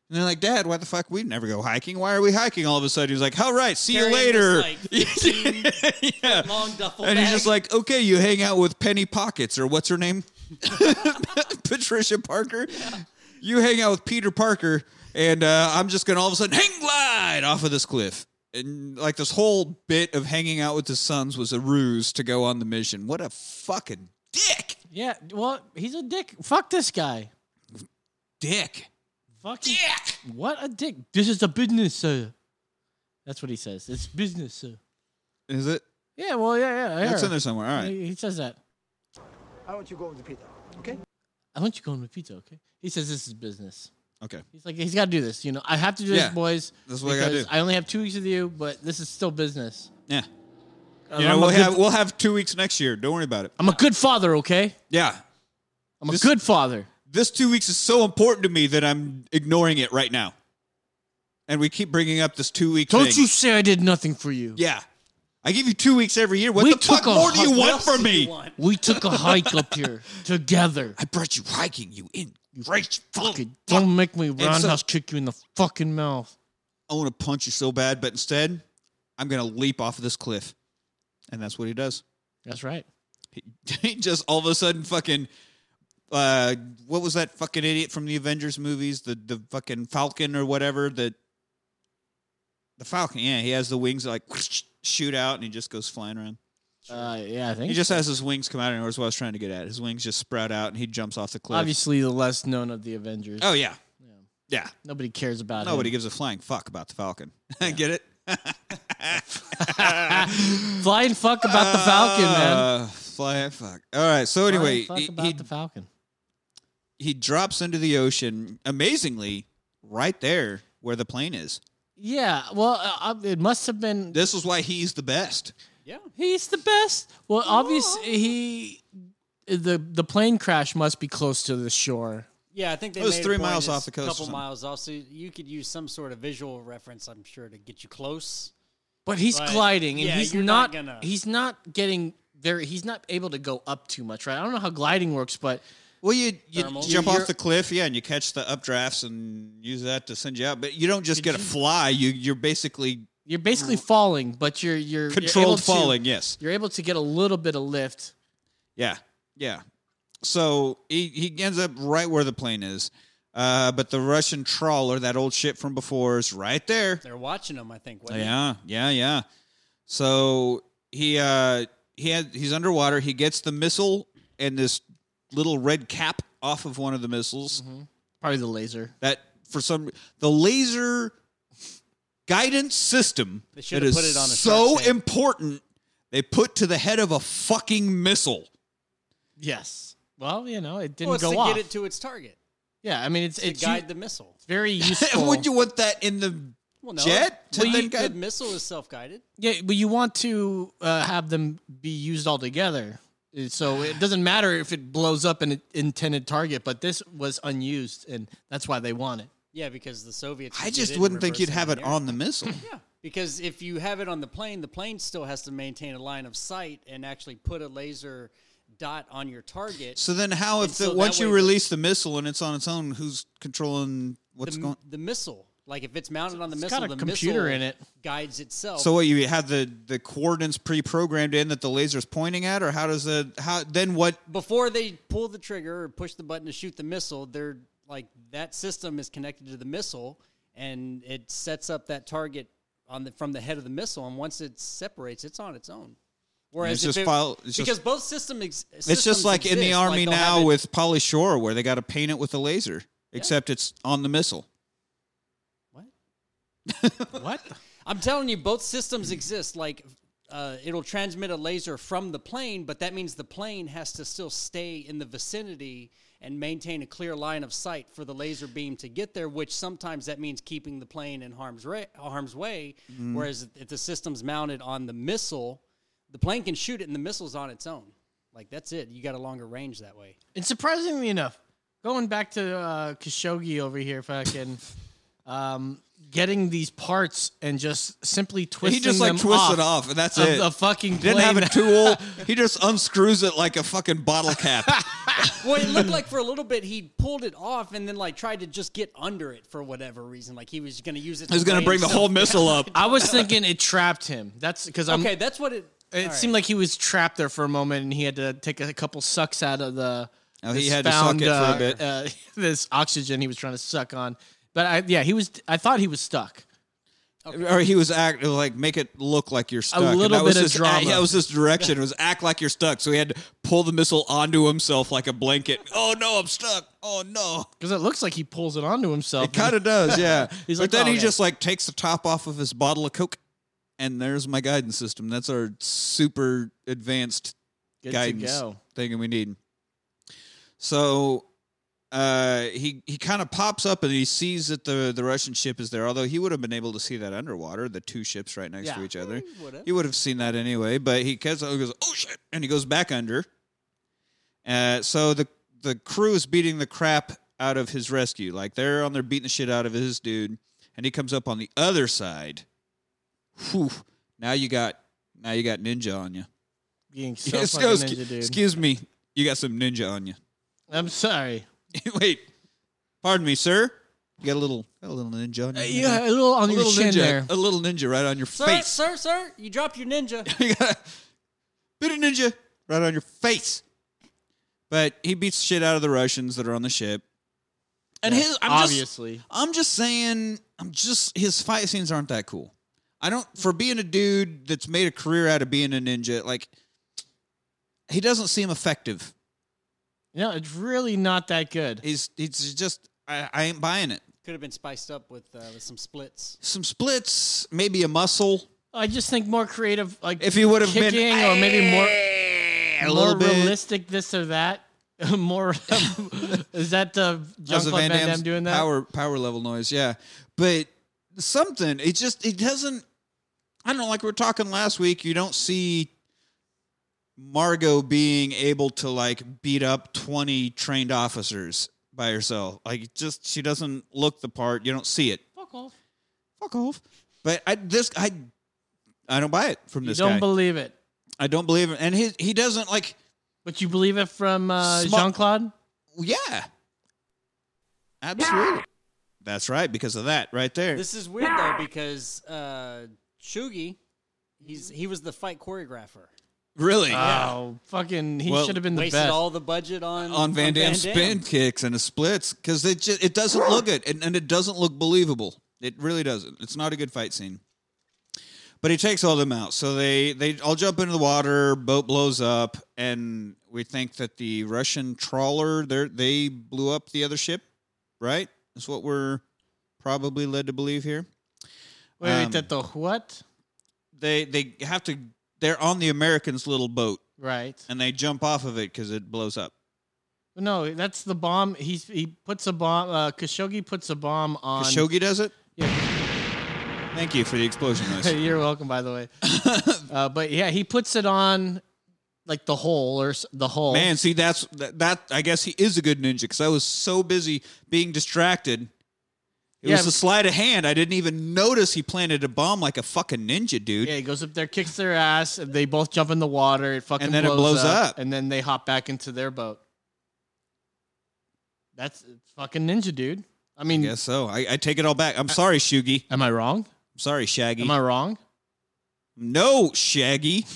A: and they're like, "Dad, why the fuck we never go hiking? Why are we hiking all of a sudden?" He's like, "All right, see you
D: Carrying
A: later."
D: This, like, 15
A: Yeah.
D: Long duffel
A: And
D: bag.
A: he's just like, okay, you hang out with Penny Pockets or what's her name? Patricia Parker. You hang out with Peter Parker, and uh, I'm just going to all of a sudden hang glide off of this cliff. And like this whole bit of hanging out with his sons was a ruse to go on the mission. What a fucking dick.
C: Yeah, well, he's a dick. Fuck this guy.
A: Dick.
C: Fuck dick. What a dick. This is a business, sir. That's what he says. It's business, sir.
A: Is it?
C: Yeah, well, yeah, yeah. I
A: Yeah, it's
C: heard.
A: in there somewhere. All right.
C: He, he says that.
G: I want you to go with the pizza, okay?
C: I want you going with pizza, okay? He says this is business.
A: Okay.
C: He's like, he's got to do this. You know, I have to do
A: Yeah,
C: this, boys.
A: that's what I gotta
C: because
A: do.
C: I only have two weeks with you, but this is still business.
A: Yeah.
C: Uh,
A: You know,
C: I'm a
A: we'll
C: good-
A: have we'll have two weeks next year. Don't worry about it.
C: I'm a good father, okay?
A: Yeah.
C: I'm a good father.
A: This two weeks is so important to me that I'm ignoring it right now. And we keep bringing up this two week.
C: Don't
A: thing.
C: you say I did nothing for you.
A: Yeah. I give you two weeks every year. What
C: We
A: the fuck
C: took a
A: more do you
C: hike-
A: want
C: What
A: from
C: else do
A: me?
C: you want? We took a hike up here together.
A: I brought you hiking, you in great fucking.
C: Don't make me
A: so-
C: roundhouse kick you in the fucking mouth.
A: I want to punch you so bad, but instead, I'm gonna leap off of this cliff, and that's what he does.
C: That's right.
A: he just all of a sudden fucking uh what was that fucking idiot from the Avengers movies? The the fucking Falcon or whatever that the Falcon, yeah, he has the wings that like shoot out and he just goes flying around.
C: Uh, yeah, I think
A: He just has his wings come out and that's what I was trying to get at. His wings just sprout out and he jumps off the cliff.
C: obviously the less known of the Avengers.
A: Oh yeah. Yeah.
C: Nobody cares about him.
A: Nobody gives a flying fuck about the Falcon. get it?
C: Flying fuck about the Falcon, man.
A: Uh, flying fuck. All right. So
C: Flying
A: anyway,
C: fuck
A: he-
C: about
A: he
C: the Falcon.
A: he drops into the ocean amazingly right there where the plane is
C: Yeah, well, uh, uh, it must have been.
A: this is why he's the best
D: Yeah,
C: he's the best. Well, obviously he the the plane crash must be close to the shore.
D: Yeah, I think they
A: It was
D: made a
A: three
D: point
A: miles
D: it's
A: off the coast or
D: A couple
A: something.
D: miles off, so you could use some sort of visual reference, I'm sure, to get you close.
C: But he's
D: But,
C: gliding, and
D: yeah,
C: he's
D: you're
C: not,
D: not gonna-
C: he's not getting very. He's not able to go up too much, right? I don't know how gliding works, but
A: well you, you
C: Thermal.
A: jump
C: You're-
A: off the cliff yeah and you catch the updrafts and use that to send you out but you don't just get a fly you you're basically
C: you're basically
D: Mm.
C: falling, but you're you're you're
A: Controlled
C: able to-
A: falling, yes.
C: you're able to get a little bit of lift.
A: yeah yeah so he he ends up right where the plane is uh, but the Russian trawler, that old ship from before, is right there.
D: They're watching them, I think. wasn't it?
A: Oh, Yeah, yeah, yeah. So he uh he had he's underwater. He gets the missile and this little red cap off of one of the missiles.
D: Mm-hmm.
C: Probably the laser.
A: That for some the laser guidance system
D: They
A: that
D: should have
A: is
D: put it on a
A: so
D: Shark Tank.
A: important. They put to the head of a fucking missile.
C: Yes. Well, you know, it didn't
D: well, it's
C: go
D: to
C: off.
D: get it to its target.
C: yeah, I mean, it's
D: to
C: it's
D: guide the missile.
C: it's very useful.
A: Would you want that in the
D: Well, no.
A: jet? To
D: Well,
A: then
D: you-
A: guide-
D: the missile is self-guided.
C: Yeah, but you want to uh, have them be used all together. Uh, So it doesn't matter if it blows up an intended target, but this was unused, and that's why they want it.
D: Yeah, because the Soviets.
A: I
D: did it
A: just
D: in
A: wouldn't think
D: reverse
A: you'd have it
D: engineering.
A: on the missile.
D: Yeah, because if you have it on the plane, the plane still has to maintain a line of sight and actually put a laser dot on your target.
A: So then, how
D: And
A: if
D: so
A: the,
D: that
A: once you
D: way the-
A: release the missile and it's on its own, who's controlling what's
D: the,
A: going?
D: the missile, like if it's mounted on the
C: It's
D: missile,
C: got a
D: the
C: computer
D: missile
C: in it.
D: guides itself.
A: So what you have the the coordinates pre-programmed in that the laser's pointing at, or how does the how then what?
D: before they pull the trigger or push the button to shoot the missile, they're like that system is connected to the missile and it sets up that target on the from the head of the missile. And once it separates, it's on its own. Whereas
A: It's
D: if
A: just
D: it-
A: file- it's just-
D: because both system ex- systems
A: It's just like in the
D: exist,
A: army
D: they'll have
A: now
D: it-
A: with Polly Shore, where they got to paint it with a laser, except it's on the missile.
C: What?
D: I'm telling you, both systems exist. Like, uh, it'll transmit a laser from the plane, but that means the plane has to still stay in the vicinity and maintain a clear line of sight for the laser beam to get there. Which sometimes that means keeping the plane in harm's ra- harm's way.
A: Mm.
D: Whereas if the system's mounted on the missile, the plane can shoot it, and the missile's on its own. Like that's it. You got a longer range that way.
C: And surprisingly enough, going back to uh, Khashoggi over here, fucking um, getting these parts and just simply twisting
A: he just like
C: them
A: twists
C: off
A: it off, and that's
C: of
A: it.
C: The fucking
A: He didn't have
C: plane.
A: a tool. he just unscrews it like a fucking bottle cap.
D: well, it looked like for a little bit he pulled it off and then like tried to just get under it for whatever reason. Like he was going to use it.
A: He was
D: going
A: gonna
D: to
A: bring the whole missile up.
C: I was thinking it trapped him. That's because I'm
D: Okay, that's what it.
C: It
D: all
C: seemed like he was trapped there for a moment, and he had to take a couple sucks out of the.
A: Oh, he
C: this
A: had to suck it for a
C: uh,
A: bit.
C: Uh, this oxygen he was trying to suck on, but I yeah he was. I thought he was stuck.
A: Or he was act like make it look like you're stuck. and
C: little
A: that was
C: bit of
A: his,
C: drama.
A: yeah, that was his direction. It was act like you're stuck. So he had to pull the missile onto himself like a blanket. Oh no, I'm stuck. Oh no.
C: Because it looks like he pulls it onto himself.
A: It kind of does, yeah.
C: He's
A: but
C: like,
A: then
C: "Oh,
A: he
C: okay."
A: just like takes the top off of his bottle of Coke and there's my guidance system. That's our super advanced
B: Good to
A: guidance
B: go.
A: thing we need. So uh, he he kind of pops up and he sees that the the Russian ship is there. Although he would have been able to see that underwater, the two ships right next to
B: Yeah.
A: each other.
B: He would've.
A: He would have seen that anyway. But he goes, he goes, oh shit, and he goes back under. Uh, so the the crew is beating the crap out of his rescue. Like they're on there beating the shit out of his dude, and he comes up on the other side. Whew! Now you got now you got ninja on you.
C: Being so
A: Yes,
C: fucking
A: oh,
C: ninja,
A: excu-
C: dude.
A: Excuse me, you got some ninja on you.
C: I'm sorry.
A: Wait, pardon me, sir. You got a little, got a little ninja on you.
C: Uh, yeah, a little on your chin
A: ninja,
C: there.
A: A little ninja right on your
D: Sir,
A: face.
D: sir, sir, you dropped your ninja.
A: Bit of ninja right on your face. But he beats the shit out of the Russians that are on the ship. And
C: Yeah,
A: his I'm
C: obviously.
A: Just, I'm just saying, I'm just his fight scenes aren't that cool. I don't for being a dude that's made a career out of being a ninja, like he doesn't seem effective.
C: No, it's really not that good.
A: He's he's just I, I ain't buying it.
D: Could have been spiced up with, uh, with some splits.
A: Some splits, maybe a muscle.
C: I just think more creative, like
A: If he would have been-
C: kicking or maybe more
A: a
C: more
A: little bit.
C: realistic this or that. more is that uh, Jean
A: That's a
C: Claude Van, Damme
A: Damme's
C: doing that?
A: power power level noise. Yeah, but something it just it doesn't. I don't know. Like we were talking last week, you don't see Margot being able to like beat up twenty trained officers by herself. Like it just she doesn't look the part. You don't see it.
C: Fuck off.
A: Fuck off. But I this I I don't buy it from
C: You
A: this
C: don't
A: guy.
C: believe it,
A: I don't believe it, and he he doesn't like.
C: but you believe it from uh,
A: Small-
C: Jean Claude.
A: Yeah, absolutely. That's right because of that right there.
D: This is weird though because uh, Shugi, he's he was the fight choreographer.
A: really.
C: Oh, fucking! He
A: Well,
C: should have been the
D: Wasted
C: best.
D: all the budget on
A: on Van Damme's
D: Damme.
A: spin kicks and his splits because it just it doesn't look good and, and it doesn't look believable. It really doesn't. It's not a good fight scene. But he takes all them out. So they they all jump into the water. Boat blows up, and we think that the Russian trawler they they blew up the other ship, right? That's what we're probably led to believe here.
C: wait, wait,
A: um,
C: that the what?
A: They they have to. They're on the Americans' little boat,
C: Right.
A: and they jump off of it because it blows up.
C: No, that's the bomb. He's he puts a bomb. Uh, Khashoggi puts a bomb on.
A: Khashoggi does it.
C: Yeah.
A: Thank you for the explosion noise.
C: You're welcome, by the way. uh, but yeah, he puts it on like the hole or s- the hole.
A: Man, see that's that, that. I guess he is a good ninja because I was so busy being distracted. It
C: Yeah,
A: was a
C: but-
A: sleight of hand. I didn't even notice he planted a bomb like a fucking ninja, dude.
C: Yeah, he goes up there, kicks their ass. They both jump in the water. It fucking
A: And then it
C: blows
A: blows
C: up,
A: up.
C: and then they hop back into their boat. That's it's fucking ninja, dude. I mean,
A: Guess so. I, I take it all back.
C: Uh,
A: I'm sorry, Shugi.
C: am I wrong?
A: I'm sorry, Shaggy.
C: Am I wrong?
A: no, Shaggy.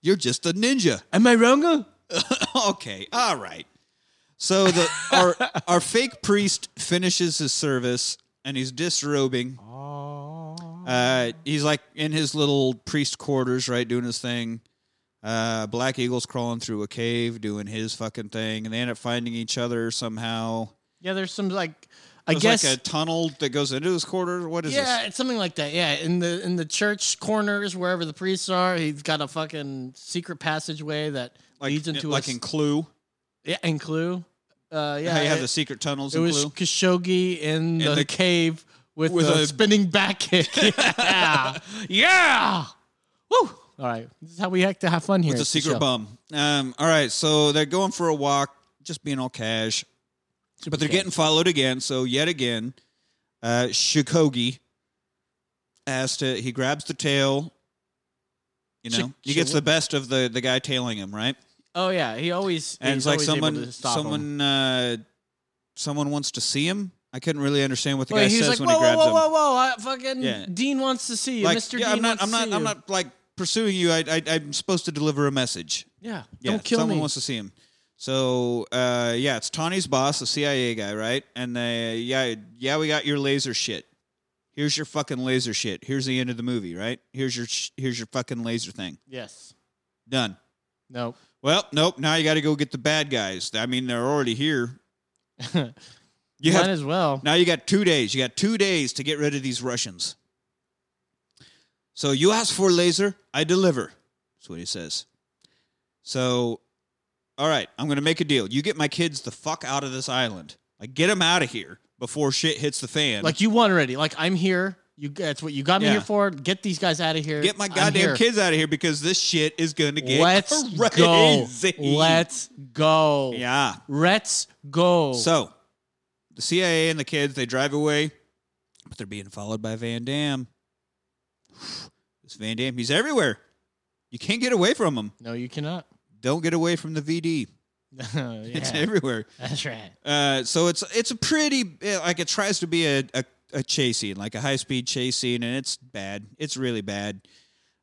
A: You're just a ninja.
C: Am I wrong?
A: okay, all right. So the our our fake priest finishes his service and he's disrobing. Uh, he's like in his little priest quarters, right, doing his thing. Uh, Black Eagle's crawling through a cave, doing his fucking thing, and they end up finding each other somehow.
C: Yeah, there's some like I
A: There's
C: guess
A: like a tunnel that goes into his quarter. What is
C: yeah,
A: this?
C: it's something like that. Yeah, in the in the church corners, wherever the priests are, he's got a fucking secret passageway that
A: Like,
C: leads into
A: like
C: a,
A: in Clue.
C: yeah, and Clue. Uh, yeah,
A: how you have
C: it-
A: the secret tunnels
C: It
A: in
C: was
A: Clue.
C: Khashoggi in, the,
A: the-
C: cave with,
A: with
C: a,
A: a-
C: spinning back kick. yeah. yeah. Woo. All right. This is how we like to have fun here.
A: With a
C: at the
A: secret
C: show.
A: bum. Um, all right, so they're going for a walk, just being all cash. but they're
C: cash.
A: getting followed again. So yet again, uh, Shikogi has to. He grabs the tail. You know,
C: Shik-
A: he gets
C: Shik-
A: the best of the the guy tailing him, right?
C: Oh yeah, he always
A: And it's
C: he's
A: like
C: always able
A: someone
C: to stop him.
A: someone uh, someone wants to see him. I couldn't really understand what the
C: Wait,
A: guy
C: he was
A: says
C: like,
A: when
C: whoa,
A: he grabs
C: whoa,
A: him.
C: whoa, whoa, whoa, I fucking
A: Yeah.
C: Dean wants to see you,
A: Like,
C: Mr.
A: yeah,
C: Dean
A: I'm not,
C: wants
A: I'm
C: to
A: not,
C: see
A: I'm
C: you.
A: not like pursuing you. I, I, I'm supposed to deliver a message.
C: Yeah,
A: Yeah,
C: don't kill
A: someone
C: me.
A: wants to see him. So uh, yeah, it's Tawny's boss, the CIA guy, right? And they yeah yeah we got your laser shit. Here's your fucking laser shit. Here's the end of the movie, right? Here's your sh- here's your fucking laser thing.
C: yes.
A: Done.
C: No.
A: Well, nope. Now you got to go get the bad guys. I mean, they're already here. You
C: Might
A: have
C: as well.
A: now you got two days. You got two days to get rid of these Russians. So you ask for laser, I deliver. That's what he says. So, all right, I'm going to make a deal. You get my kids the fuck out of this island. Like, get them out of here before shit hits the fan.
C: Like you won already. Like I'm here. You that's what you got me
A: Yeah.
C: here for. Get these guys out of here.
A: get my
C: I'm
A: goddamn
C: here.
A: kids out of here because this shit is going to get
C: Let's go.
A: crazy.
C: Let's go.
A: Yeah.
C: Let's go.
A: So, the CIA and the kids they drive away, but they're being followed by Van Dam. This Van Dam, he's everywhere. You can't get away from him.
C: No, you cannot.
A: Don't get away from the VD.
C: Yeah.
A: It's everywhere.
C: That's right.
A: Uh, so it's it's a pretty eh, like it tries to be a, a, a chase scene, like a high speed chase scene, and it's bad. It's really bad.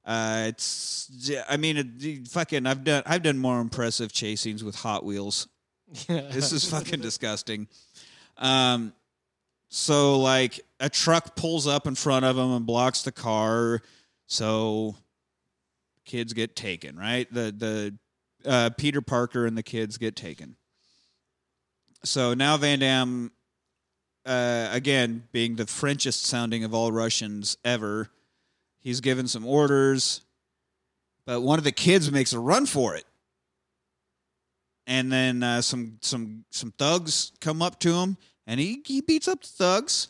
A: Uh, it's yeah, I mean, it, fucking. I've done I've done more impressive chase scenes with Hot Wheels. this is fucking disgusting. Um, so like a truck pulls up in front of him and blocks the car. So kids get taken, right? The the uh, Peter Parker and the kids get taken. So now Van Damme, uh, again being the Frenchest sounding of all Russians ever, he's given some orders, but one of the kids makes a run for it, and then uh, some some some thugs come up to him, and he he beats up the thugs.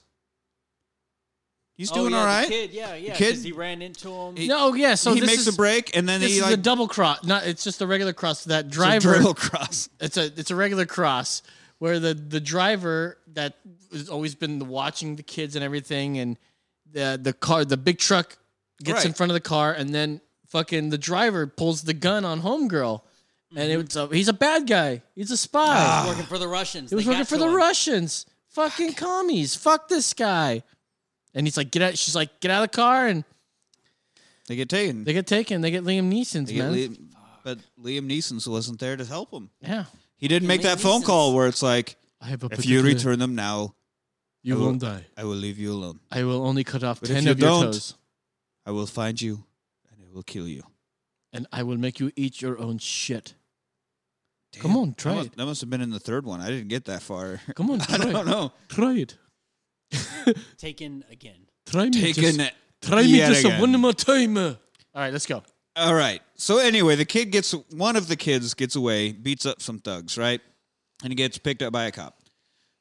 A: He's
D: Oh,
A: doing
D: yeah,
A: all
D: the
A: right.
D: kid, yeah, yeah, 'cause he ran into him.
A: He-
C: No, yeah. So
A: he
C: this
A: makes
C: is-
A: a break, and then
C: this
A: he
C: is
A: like
C: a double cross. Not it's just a regular cross. That driver
A: drill cross.
C: It's a it's a regular cross where the the driver that has always been watching the kids and everything, and the the car the big truck gets in
B: Right.
C: front of the car, and then fucking the driver pulls the gun on homegirl, and
A: Mm-hmm.
C: it's a, he's a bad guy. He's a spy.
D: He was working for the Russians.
C: He was
D: They
C: working
D: got
C: for
D: to
C: the
D: him.
C: Russians. Fucking commies. Fuck this guy. And he's like, get out. She's like, get out of the car. And
A: they get taken.
C: They get taken. They get Liam Neeson's,
A: They get
C: man.
A: Liam- but Liam Neeson wasn't there to help him.
C: Yeah.
A: He didn't make
C: Liam
A: that phone
C: Neeson's-
A: call where it's like,
C: I have a
A: if you
C: particular-
A: return them now,
C: You
A: I will,
C: won't die.
A: I will leave you alone.
C: I will only cut off
A: But
C: 10
A: if you
C: of your
A: don't,
C: toes.
A: I will find you and I will kill you.
C: And I will make you eat your own shit. Come on, try
A: that
C: it.
A: Must, that must have been in the third one. I didn't get that far.
C: Come on,
A: I
C: try
A: don't
C: it.
A: know.
C: Try it.
D: Taken again.
C: Try me.
A: Taken
C: just,
A: it
C: try me
A: yet
C: just a
A: again.
C: one more time. All right, let's go.
A: All right. So anyway, the kid gets one of the kids gets away, beats up some thugs, right? And he gets picked up by a cop.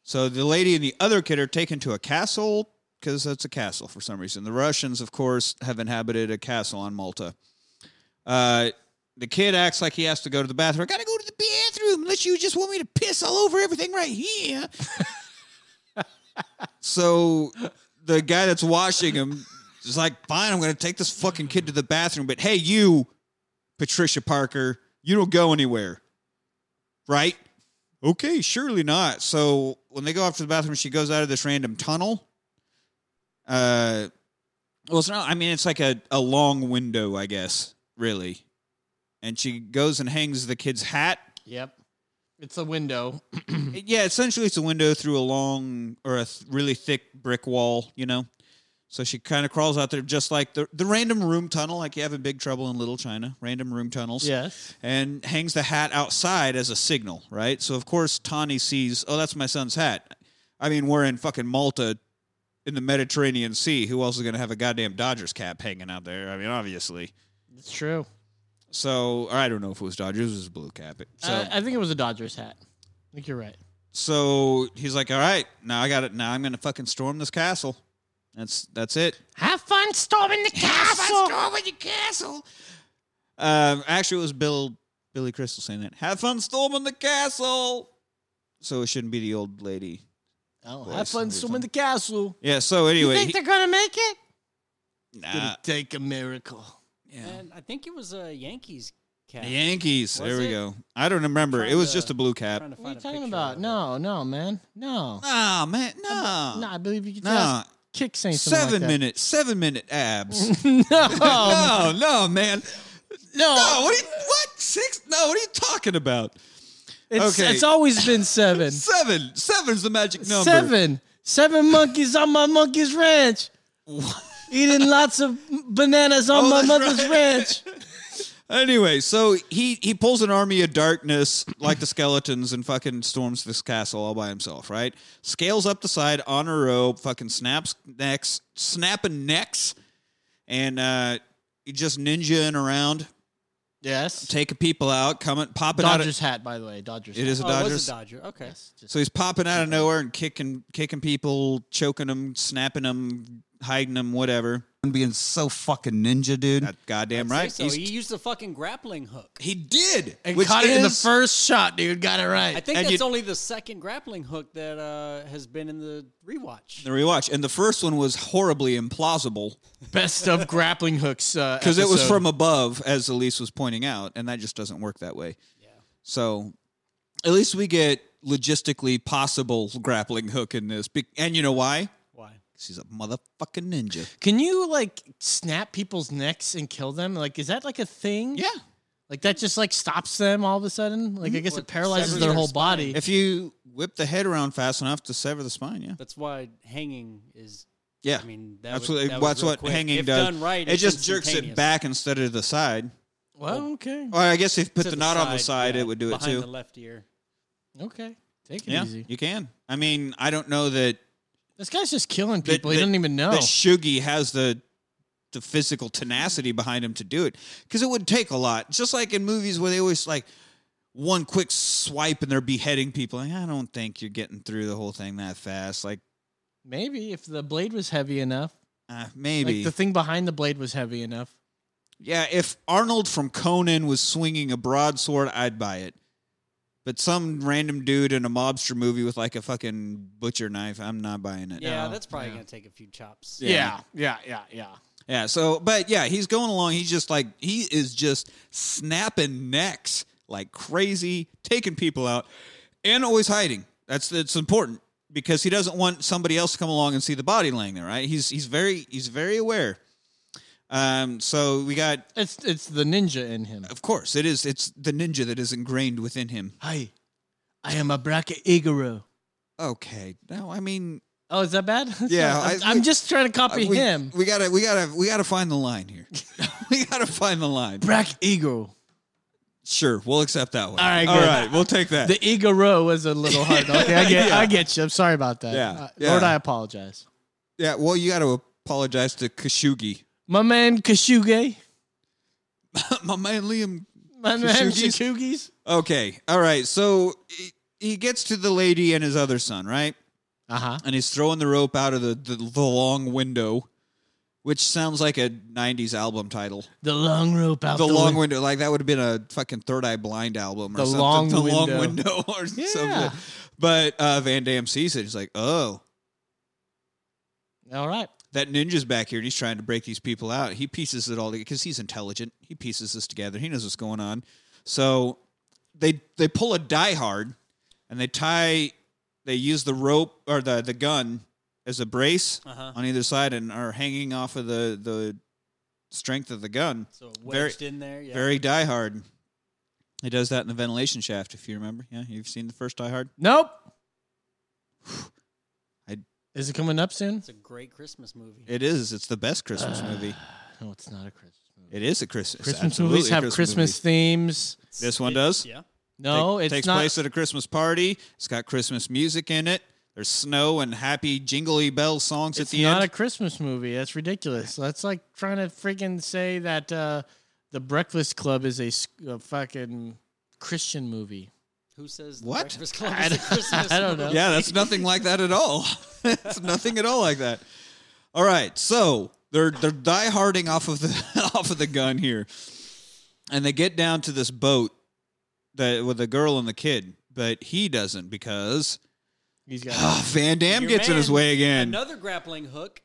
A: So the lady and the other kid are taken to a castle because that's a castle for some reason. The Russians, of course, have inhabited a castle on Malta. Uh, the kid acts like he has to go to the bathroom. I gotta go to the bathroom unless you just want me to piss all over everything right here. so the guy that's washing him is like, fine, I'm going to take this fucking kid to the bathroom. But hey, you, Patricia Parker, you don't go anywhere. Right? Okay, surely not. So when they go off to the bathroom, she goes out of this random tunnel. Uh, well, it's not, I mean, it's like a, a long window, I guess, really. And she goes and hangs the kid's hat
C: Yep. It's a window.
A: yeah, essentially it's a window through a long or a th- really thick brick wall, you know. So she kind of crawls out there just like the the random room tunnel, like you have in Big Trouble in Little China, random room tunnels.
C: Yes.
A: And hangs the hat outside as a signal, right? So of course Tawny sees, oh, that's my son's hat. I mean, we're in fucking Malta in the Mediterranean Sea. Who else is gonna have a goddamn Dodgers cap hanging out there? I mean, obviously.
C: It's true.
A: So or I don't know if it was Dodgers, it was a blue cap. So
C: Uh, I think it was a Dodgers hat. I think you're right.
A: so he's like, "All right, now I got it. Now I'm gonna fucking storm this castle." That's that's it.
C: Have fun storming the castle. Have fun storming
A: the castle. Um, actually, it was Bill Billy Crystal saying that. Have fun storming the castle. So it shouldn't be the old lady.
C: Oh,
A: voice.
C: have fun storming the castle.
A: Yeah. So anyway,
C: you think
A: he- Uh,
C: they're gonna make it?
A: nah,
C: take a miracle.
D: And I think it was a Yankees cap.
A: the Yankees.
D: Was
A: there we
D: it?
A: go. I don't remember. It was just a blue cap.
D: Trying to
C: What are you
D: find a
C: talking
D: picture.
C: about? No, no, man, no.
A: Nah, man,
C: I
A: nah,
C: be- nah, I believe you can
A: nah.
C: just kick saying something
A: Seven
C: like that.
A: minute, seven minute abs.
C: no,
A: no, no, man.
C: no,
A: No, what? Are you, what six? No, what are you talking about?
C: It's,
A: Okay.
C: it's always been seven.
A: Seven. Seven's the magic number.
C: Seven. Seven monkeys on my monkey's ranch. Eating lots of bananas on
A: Oh,
C: my
A: that's
C: mother's
A: right.
C: ranch.
A: Anyway, so he he pulls an army of darkness like the skeletons and fucking storms this castle all by himself. Right? Scales up the side on a rope, fucking snaps necks, snapping necks, and uh, you just ninjaing around.
C: Yes.
A: Taking people out, coming, popping out.
C: Dodgers
A: of-
C: hat, by the way. Dodgers.
A: It is a
D: Oh,
A: Dodgers.
D: it was a Dodger. Okay.
A: So he's popping out of nowhere and kicking, kicking people, choking them, snapping them, hiding them, whatever. I'm being so fucking ninja, dude. That goddamn
D: Say
A: right.
D: So
A: He's-
D: he used the fucking grappling hook.
A: He did.
C: And
A: which
C: caught it in the
A: is-
C: first shot, dude. Got it right.
D: I think
A: And
D: that's
A: you-
D: only the second grappling hook that uh, has been in the rewatch.
A: the rewatch, and the first one was horribly implausible
C: Best of grappling hooks. uh,
A: because it was from above, as Elise was pointing out, and that just doesn't work that way. Yeah. So, at least we get logistically possible grappling hook in this, Be- and you know why?
D: Why?
A: Because he's a motherfucking ninja.
C: Can you like snap people's necks and kill them? Like, is that like a thing?
A: Yeah. Mm-hmm.
C: Like that just like stops them all of a sudden. Like I guess it paralyzes
D: severs
C: their
D: their
C: whole
D: spine.
C: body.
A: If you whip the head around fast enough to sever the spine, yeah.
D: That's why hanging is.
A: Yeah,
D: I mean, that
A: that's
D: would-
A: what
D: that was
A: that's
D: real
A: what
D: quick.
A: hanging
D: If
A: does.
D: done right,
A: it
D: it's
A: jerks it
D: instantaneous.
A: back instead of the side. Oh.
C: well, okay,
A: Well, I guess if you put
D: To
A: the,
D: the
A: knot on the side,
D: side, yeah,
A: it would do it
D: behind
A: too.
D: the left ear.
C: okay, take it
A: yeah,
C: easy.
A: you can. I mean, I don't know that
C: This guy's just killing
A: that-
C: people. he
A: that-
C: doesn't even know.
A: that Shugi has the the physical tenacity behind him to do it because it would take a lot. Just like in movies where they always like one quick swipe and they're beheading people. Like, I don't think you're getting through the whole thing that fast. Like
C: Maybe if the blade was heavy enough.
A: uh, maybe
C: Like the thing behind the blade was heavy enough.
A: Yeah, if Arnold from Conan was swinging a broadsword, I'd buy it. But some random dude in a mobster movie with like a fucking butcher knife, I'm not buying it.
D: Yeah,
C: No,
D: that's probably
C: no.
D: gonna take a few chops.
A: Yeah.
C: yeah, yeah, yeah.
A: Yeah, so but yeah, he's going along. He's just like he is just snapping necks like crazy, taking people out, and always hiding. That's that's important because he doesn't want somebody else to come along and see the body laying there. Right? He's he's very he's very aware. Um, so we got
C: It's it's the ninja in him.
A: of course it is it's the ninja that is ingrained within him.
C: Hi, I am a bracket Igaro.
A: Okay, no, I mean
C: Oh, is that bad?
A: Yeah,
C: I'm,
A: I-
C: I'm just trying to copy
A: we,
C: him.
A: We gotta we gotta we gotta find the line here. we gotta find the line.
C: Brack Eagle.
A: Sure, we'll accept that one.
C: All right,
A: all
C: good.
A: right, we'll take that.
C: The Igaro was a little hard. Okay, I get,
A: Yeah.
C: I get you. I'm sorry about that.
A: Yeah,
C: Uh,
A: yeah.
C: Lord, I apologize.
A: Yeah, well, you got to apologize to Kashugi.
C: My man Kashuge.
A: My man Liam.
C: My man
A: Kashugis?
C: Shikugis.
A: Okay, all right. So he, he gets to the lady and his other son, right?
C: Uh huh.
A: And he's throwing the rope out of the, the, the long window, which sounds like a 90s album title.
C: The long rope out
A: the,
C: the,
A: long
C: win-
A: window. Like that would have been a fucking Third Eye Blind album or
C: The
A: something.
C: Long
A: the long
C: Window.
A: window or
C: Yeah.
A: something. But uh, Van Damme sees it. He's like, oh,
C: All right.
A: that ninja's back here and he's trying to break these people out. He pieces it all because he's intelligent. He pieces this together. He knows what's going on. So they they pull a die hard and they tie they use the rope or the, the gun as a brace
D: Uh-huh.
A: on either side and are hanging off of the the strength of the gun.
D: So
A: Very-
D: wedged in there. Yeah.
A: Very die hard. He does that in the ventilation shaft, if you remember. Yeah, you've seen the first die hard.
C: Nope.
A: I-
C: Is it coming up soon?
D: It's a great Christmas movie.
A: It is. It's the best Christmas
D: Uh.
A: movie.
C: No, it's not a Christmas.
A: It is a Christmas. it's
C: Christmas
A: absolutely
C: movies
A: a
C: have
A: Christmas movie.
C: Christmas themes.
A: This one
D: It-
A: does?
D: Yeah. Oh,
C: No,
A: Take-
C: it's
A: takes
C: not.
A: place at a Christmas party. It's got Christmas music in it. There's snow and happy jingly bell songs
C: it's
A: at the
C: not
A: end.
C: a Christmas movie. That's ridiculous. That's like trying to freaking say that uh, the Breakfast Club is a, s- a fucking Christian movie.
D: Who says
A: What?
D: what? Breakfast Club
C: I
D: is a
C: don't-
D: Christmas
C: I don't know.
D: movie?
A: yeah, that's nothing like that at all. it's nothing at all like that. All right, so they're they're dieharding off of the off of the gun here, and they get down to this boat that with the girl and the kid, but he doesn't because
C: He's got
A: ah, Van Dam
D: Your
A: gets in his
D: man,
A: way again.
D: Another grappling hook.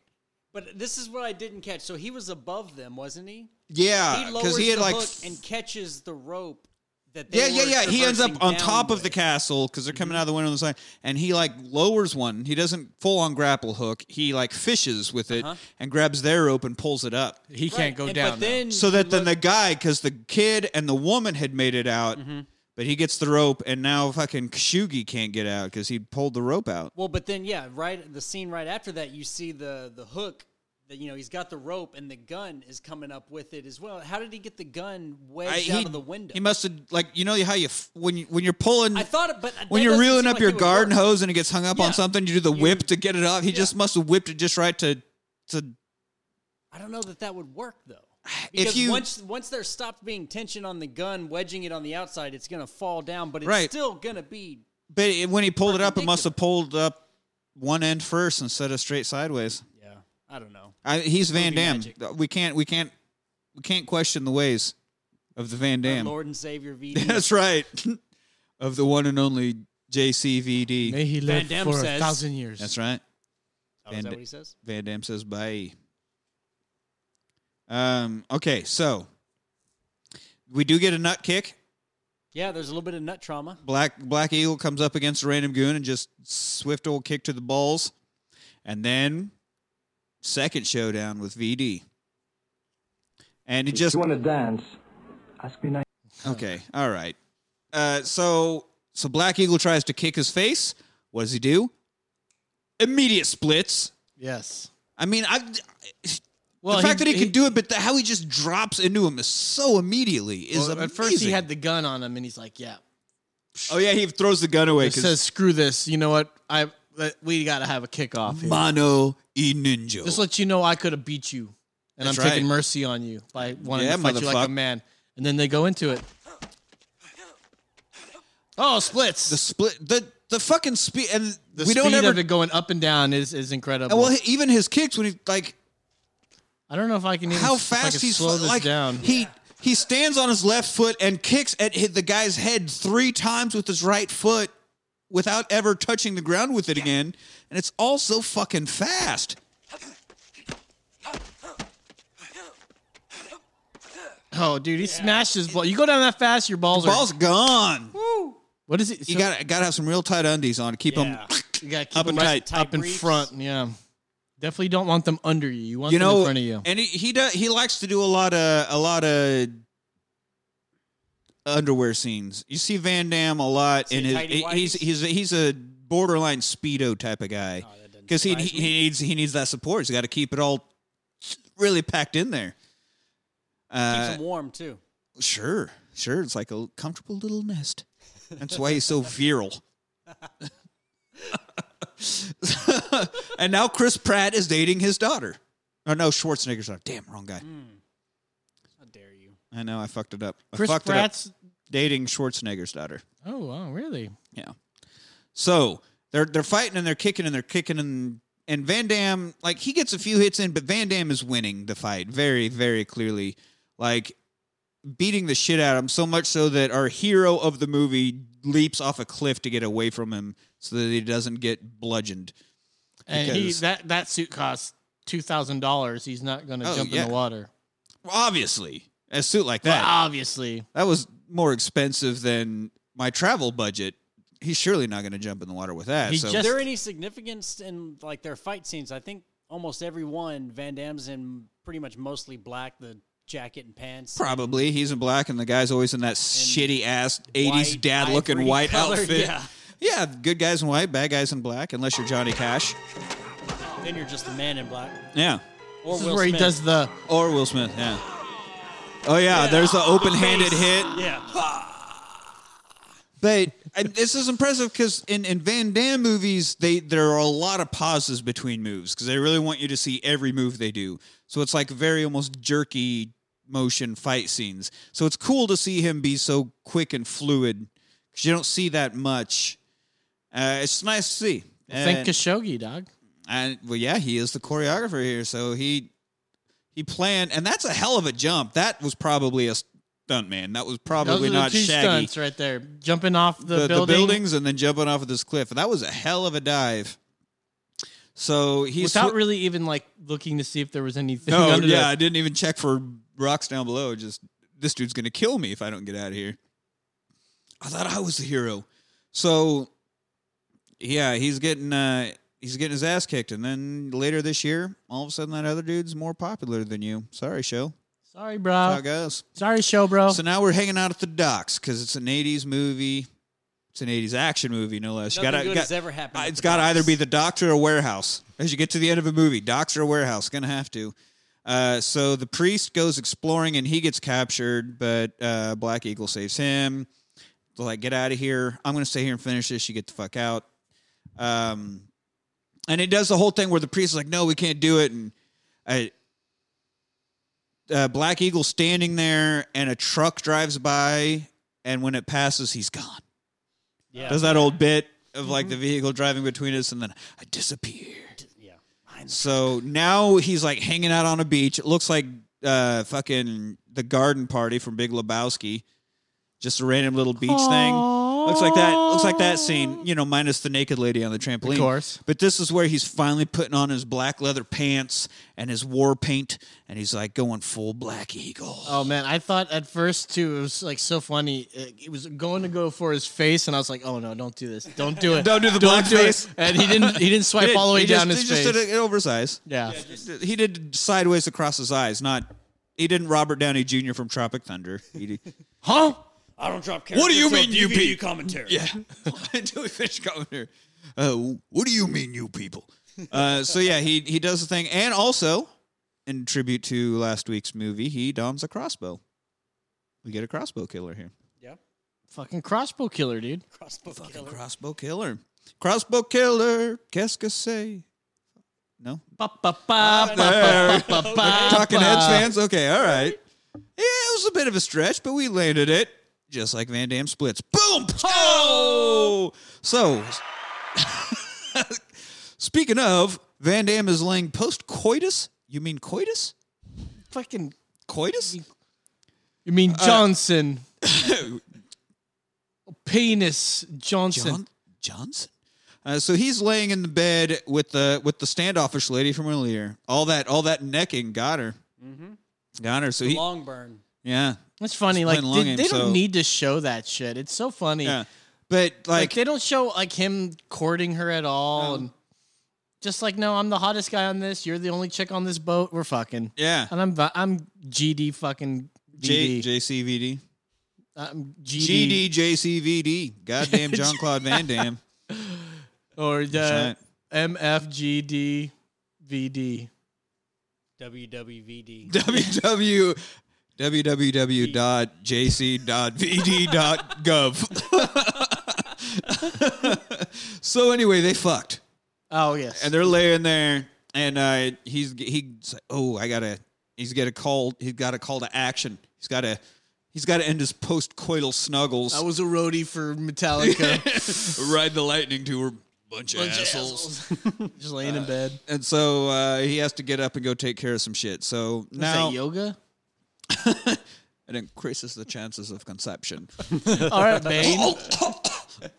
D: But this is what I didn't catch. So he was above them, wasn't he?
A: yeah,
D: he
A: because
D: lowers
A: Uh, he, had
D: the
A: like
D: hook and catches the rope that they
A: Yeah, yeah,
D: were
A: yeah. He ends up
D: traversing
A: on
D: down Mm-hmm.
A: top of the
D: with.
A: castle because they're coming out of the window on the side, and he like lowers one. He doesn't full on grapple hook. He like fishes with it
D: Uh-huh.
A: and grabs their rope and pulls it up,
C: he can't go
D: And-
C: down.
D: But
C: though.
D: then
A: so that
D: you
A: then the
D: look-
A: guy, because the kid and the woman had made it out,
D: Mm-hmm.
A: but he gets the rope, and now fucking Kshugi can't get out because he pulled the rope out.
D: well, but then yeah, right. The scene right after that, you see the the hook. That you know he's got the rope and the gun is coming up with it as well. How did he get the gun wedged
A: I-
D: out
A: he,
D: of the window?
A: He must have like you know how you f- when you, when you're pulling.
D: I thought, it, but
A: when
D: that
A: you're
D: doesn't
A: reeling
D: seem
A: up
D: like
A: your
D: it would
A: garden
D: work.
A: hose and it gets hung up on
D: Yeah.
A: something, you do the
D: You-
A: whip to get it off. He just must have whipped it just right to to
D: I don't know that that would work though.
A: If
D: Because
A: you-
D: once once there's stopped being tension on the gun, wedging it on the outside, it's gonna fall down, but it's
A: Right.
D: still gonna be
A: But it, when he pulled it up, it must have pulled up one end first instead of straight sideways.
D: yeah. I don't know.
A: I, he's Van
D: Movie
A: Damme.
D: magic.
A: We can't we can't we can't question the ways of the Van
D: Our
A: Damme.
D: Lord and Savior V.
A: That's right. of the one and only JCVD.
C: May he
D: live Van Damme for a says- thousand
C: years.
A: That's right.
D: Oh, is that what he says?
A: Van Damme says bye. Um, okay, so we do get a nut kick.
D: Yeah, there's a little bit of nut trauma.
A: Black Black Eagle comes up against a random goon and just swift old kick to the balls. And then second showdown with VD. And he just
F: you want to dance? Ask me now.
A: Okay. All right. Uh, so so Black Eagle tries to kick his face. What does he do? Immediate splits.
C: Yes.
A: I mean, I.
C: Well,
A: the fact
C: he-
A: that he,
C: he-
A: can do it, but the, how he just drops into him is so immediately is
C: Well,
A: amazing.
C: at first he had the gun on him, and he's like, "Yeah."
A: oh yeah, he throws the gun away
C: It says,
A: because
C: "Screw this." You know what? I let- we got to have a kickoff here.
A: Mono e Ninja.
C: Just let you know, I could have beat you, and
A: That's
C: I'm taking
A: right.
C: mercy on you by wanting
A: Yeah,
C: to fight you like
A: motherfuck-
C: a man. And then they go into it. Oh, splits.
A: The split. The the fucking speed and
C: The
A: we
C: speed
A: don't ever.
C: of it going up and down is is incredible.
A: and well, he- even his kicks when he like
C: I don't know if I can even
A: how
C: if I
A: fast
C: can
A: he's
C: slow
A: fu-
C: this
A: like
C: down.
A: he he stands on his left foot and kicks at hit the guy's head three times with his right foot without ever touching the ground with it again and it's all so fucking fast
C: Oh, dude, he smashed his ball. You go down that fast, your balls
A: ball's
C: are
A: gone
C: What is it?
A: you
C: So-
A: gotta gotta have some real tight undies on to keep them
C: You gotta keep
A: Up and
C: them
A: tight.
C: up in
D: briefs.
C: front. Yeah, definitely don't want them under you. You want
A: you
C: them
A: know
C: in front of you.
A: and he he, does, he likes to do a lot of a lot of underwear scenes you see van damme a lot
D: See
A: in his
D: tighty
A: he's he's he's a borderline speedo type of guy because he, he he needs he needs that support he's got to keep it all really packed in there
D: Keeps
A: uh,
D: him warm too.
A: sure sure it's like a comfortable little nest that's why he's so virile and now chris pratt is dating his daughter oh no schwarzenegger's daughter damn wrong guy
D: How dare you?
A: I know I fucked it up. I
C: Chris
A: fucked
C: Pratt's.
A: it up. dating Schwarzenegger's daughter.
C: Oh wow, really?
A: Yeah. So they're they're fighting and they're kicking and they're kicking and and Van Dam like he gets a few hits in, but Van Dam is winning the fight very very clearly, like beating the shit out of him so much so that our hero of the movie leaps off a cliff to get away from him so that he doesn't get bludgeoned.
C: And he
A: Because-
C: that that suit costs two thousand dollars. He's not gonna
A: Oh,
C: jump
A: yeah.
C: in the water.
A: Obviously, a suit like that.
C: Well, obviously,
A: That was more expensive than my travel budget. He's surely not going to jump in the water with that.
C: He
A: so
D: Is
C: just-
D: there any significance in like their fight scenes? I think almost every one, Van Damme's in pretty much mostly black, the jacket and pants.
A: probably he's in black, and the guy's always in that shitty ass '80s
D: White,
A: dad looking
D: ivory
A: white
D: colored,
A: outfit.
D: yeah.
A: Yeah, good guys in white, bad guys in black, unless you're Johnny Cash.
D: Then you're just the man in black.
A: Yeah,
D: Or
C: this is
D: Will
C: where he
D: Smith.
C: does the
A: or Will Smith. Yeah. Oh yeah, there's the open-handed
D: Face.
A: hit.
D: Yeah.
A: But I, this is impressive because in, in Van Damme movies, they there are a lot of pauses between moves because they really want you to see every move they do. So it's like very almost jerky motion fight scenes. So it's cool to see him be so quick and fluid because you don't see that much. Uh, it's nice to see.
C: thank
A: And-
C: Khashoggi, dog.
A: and well, yeah, he is the choreographer here, so he he planned, and that's a hell of a jump. That was probably a stunt man. That was probably
C: Those are
A: not
C: the two
A: Shaggy
C: stunts right there, jumping off the,
A: the, the
C: building.
A: buildings and then jumping off of this cliff. That was a hell of a dive. So he's
C: without really even like looking to see if there was anything.
A: no,
C: under
A: yeah, I
C: the,
A: didn't even check for rocks down below. Just this dude's gonna kill me if I don't get out of here. I thought I was the hero. So yeah, he's getting uh he's getting his ass kicked, and then later this year, all of a sudden that other dude's more popular than you. Sorry, show.
C: sorry,
A: That's how
C: bro.
A: it goes.
C: Sorry, show, bro.
A: So now we're hanging out at the docks because it's an '80s movie. It's an '80s action movie, no less. You
D: Nothing
A: gotta-
D: good
A: got-
D: has ever happened
A: uh,
D: at
A: It's
D: the
A: got to
D: docks.
A: either be the doctor or warehouse. As you get to the end of a movie, doctor or warehouse, gonna have to. Uh, so the priest goes exploring and he gets captured, but uh, Black Eagle saves him. They're like, "Get out of here! I'm gonna stay here and finish this. You get the fuck out." Um, and it does the whole thing where the priest is like, "No, we can't do it," and I, uh, Black Eagle standing there, and a truck drives by, and when it passes, he's gone.
D: Yeah.
A: Does that old bit of like the vehicle driving between us, and then I disappear.
D: Yeah.
A: So now he's like hanging out on a beach. It looks like uh, fucking the garden party from Big Lebowski. Just a random little beach thing. Looks like that. Looks like that scene. You know, minus the naked lady on the trampoline.
C: Of course.
A: But this is where he's finally putting on his black leather pants and his war paint, and he's like going full Black Eagle.
C: Oh man, I thought at first too it was like so funny. It it was going to go for his face, and I was like, "Oh no, don't do this! Don't do it!
A: Don't do the black
C: it."
A: face.
C: And he didn't. He didn't swipe all the way
A: He
C: down
A: just,
C: his
A: he
C: face.
A: just did it oversized.
C: Yeah.
A: he did sideways across his eyes. Not he didn't Robert Downey Jr. from Tropic Thunder. He did- huh?
D: I don't drop characters.
A: What do you mean,
D: you
A: you
D: DVD
A: peep?
D: commentary?
A: Yeah. Until we finish going here. Uh, what do you mean, you people? Uh, so yeah, he he does the thing, and also in tribute to last week's movie, he dons a crossbow. We get a crossbow killer here.
C: Fucking crossbow killer, dude.
D: Crossbow
A: killer. Crossbow killer. Crossbow killer. Qu'est-ce que c'est? No.
C: Uh,
A: There. Talking Heads fans. Okay, all right. Yeah, it was a bit of a stretch, but we landed it. Just like Van Damme splits. Boom! Oh! So, speaking of, Van Damme is laying post coitus. You mean coitus?
C: Fucking
A: coitus?
C: You mean
A: Uh,
C: Johnson? Penis Johnson.
A: John- Johnson. Uh, so he's laying in the bed with the with the standoffish lady from earlier. All that all that necking got her.
D: Mm-hmm.
A: Got her. So he,
D: long burn.
A: yeah.
C: That's funny.
A: He's
C: Like
A: playing
C: they,
A: long game,
C: they don't
A: so-
C: need to show that shit. It's so funny.
A: Yeah. But
C: like,
A: like,
C: they don't show like him courting her at all, and just like, no, I'm the hottest guy on this. You're the only chick on this boat. We're fucking.
A: Yeah.
C: And I'm vi- I'm GD fucking
A: J-
C: GD.
A: JCVD.
C: I'm GD,
A: GDJCVD. Goddamn John Claude Van Damme.
C: or the
A: That's
C: MFGD VD.
D: WWVD.
A: www www.jc.vd.gov. so anyway, they fucked.
C: Oh yes.
A: And they're laying there, and uh, he's he's like, oh, I gotta. He's got a call. He's got a call to action. He's got to. He's got to end his post-coital snuggles.
C: I was a roadie for Metallica.
A: Ride the lightning to her bunch, of assholes. Uh,
C: Just laying in bed.
A: And so uh, he has to get up and go take care of some shit. So
C: Was
A: now
C: that yoga?
A: it increases the chances of conception.
C: All right,
A: Oh.
C: Bane.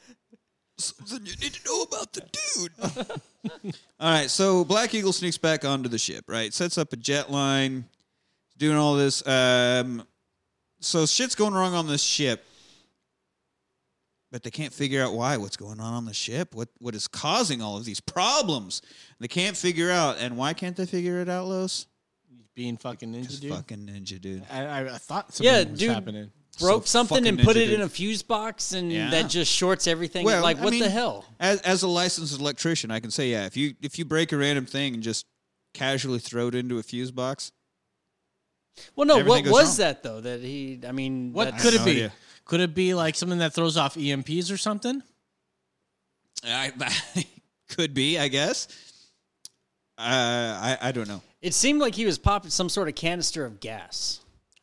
A: Something you need to know about the dude. All right, so Black Eagle sneaks back onto the ship, right? Sets up a jet line, doing all this. Um, so shit's going wrong on this ship, but they can't figure out why. What's going on on the ship? What what is causing all of these problems? They can't figure out, and why can't they figure it out, Los?
C: Being fucking ninja dude.
A: Fucking ninja dude.
C: I, I, I thought something
D: Yeah,
C: was
D: dude
C: happening.
D: broke
A: So
D: something and
A: fucking
D: put
A: ninja
D: it in
A: dude.
D: a fuse box, and
A: Yeah.
D: that just shorts everything.
A: Well,
D: like,
A: I
D: what the
A: mean,
D: hell?
A: As as a licensed electrician, I can say yeah. If you if you break a random thing and just casually throw it into a fuse box,
D: Well, no,
A: everything
D: what
A: goes
D: was
A: wrong.
D: that though? That he, I mean,
C: What
D: that's-
C: could
A: no
C: it be?
A: idea.
C: Could it be like something that throws off EMPs or something?
A: I, could be, I guess. Uh, I I don't know.
D: It seemed like he was popping some sort of canister of gas.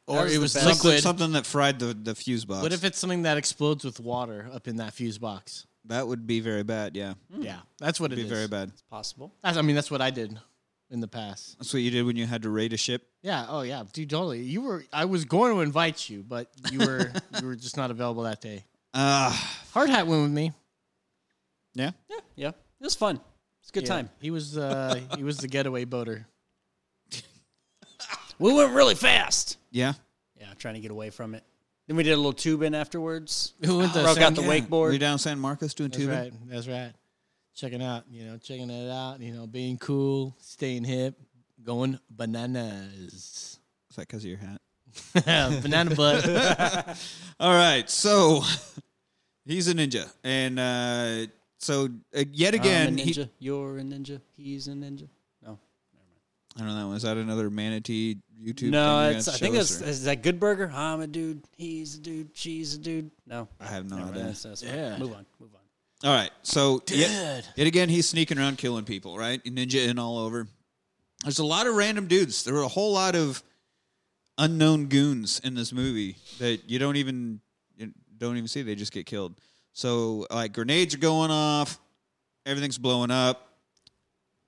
C: Or it was
D: best.
A: Something,
C: liquid.
A: something that fried the, the fuse box.
C: What if it's something that explodes with water up in that fuse box?
A: that would be very bad. Yeah,
D: Mm.
C: Yeah, that's what
A: would
C: it
A: be
C: is.
A: very bad.
D: possible.
C: That's- I mean, that's what I did in the past.
A: That's what you did when you had to raid a ship.
C: Yeah. Oh, yeah, dude. Totally. You were. I was going to invite you, but you were you were just not available that day.
A: Uh,
C: Hard hat went with me.
A: yeah.
D: Yeah, yeah, it was fun. It's a good
C: Yeah,
D: time.
C: He was uh he was the getaway boater.
D: We went really fast.
A: Yeah.
D: Yeah, trying to get away from it. Then we did a little tubing afterwards.
C: We went to
D: broke
C: San-
D: out the
A: yeah.
D: wakeboard.
A: We down San Marcos doing
C: That's
A: tubing.
C: right. That's right. Checking out, you know, checking it out, you know, being cool, staying hip, going bananas.
A: Is that because of your hat?
C: Banana butt.
A: All right, so he's a ninja, and uh, so uh, yet again,
D: I'm a
A: he-
D: ninja. You're a ninja. He's a ninja. No,
A: I don't know. Is that another manatee YouTube?
D: no.
A: thing
D: It's, I think
A: it's.
D: it's is that Good Burger. I'm a dude. He's a dude. She's a dude. No,
A: I have no
D: Never mind.
A: idea.
D: That's- that's fine.
C: Yeah.
D: Move on. Move on.
A: All right, so yet,
C: Dad.
A: yet again, he's sneaking around killing people, right? Ninja in all over. There's a lot of random dudes. There were a whole lot of unknown goons in this movie that you don't even you don't even see. They just get killed. So like grenades are going off, everything's blowing up,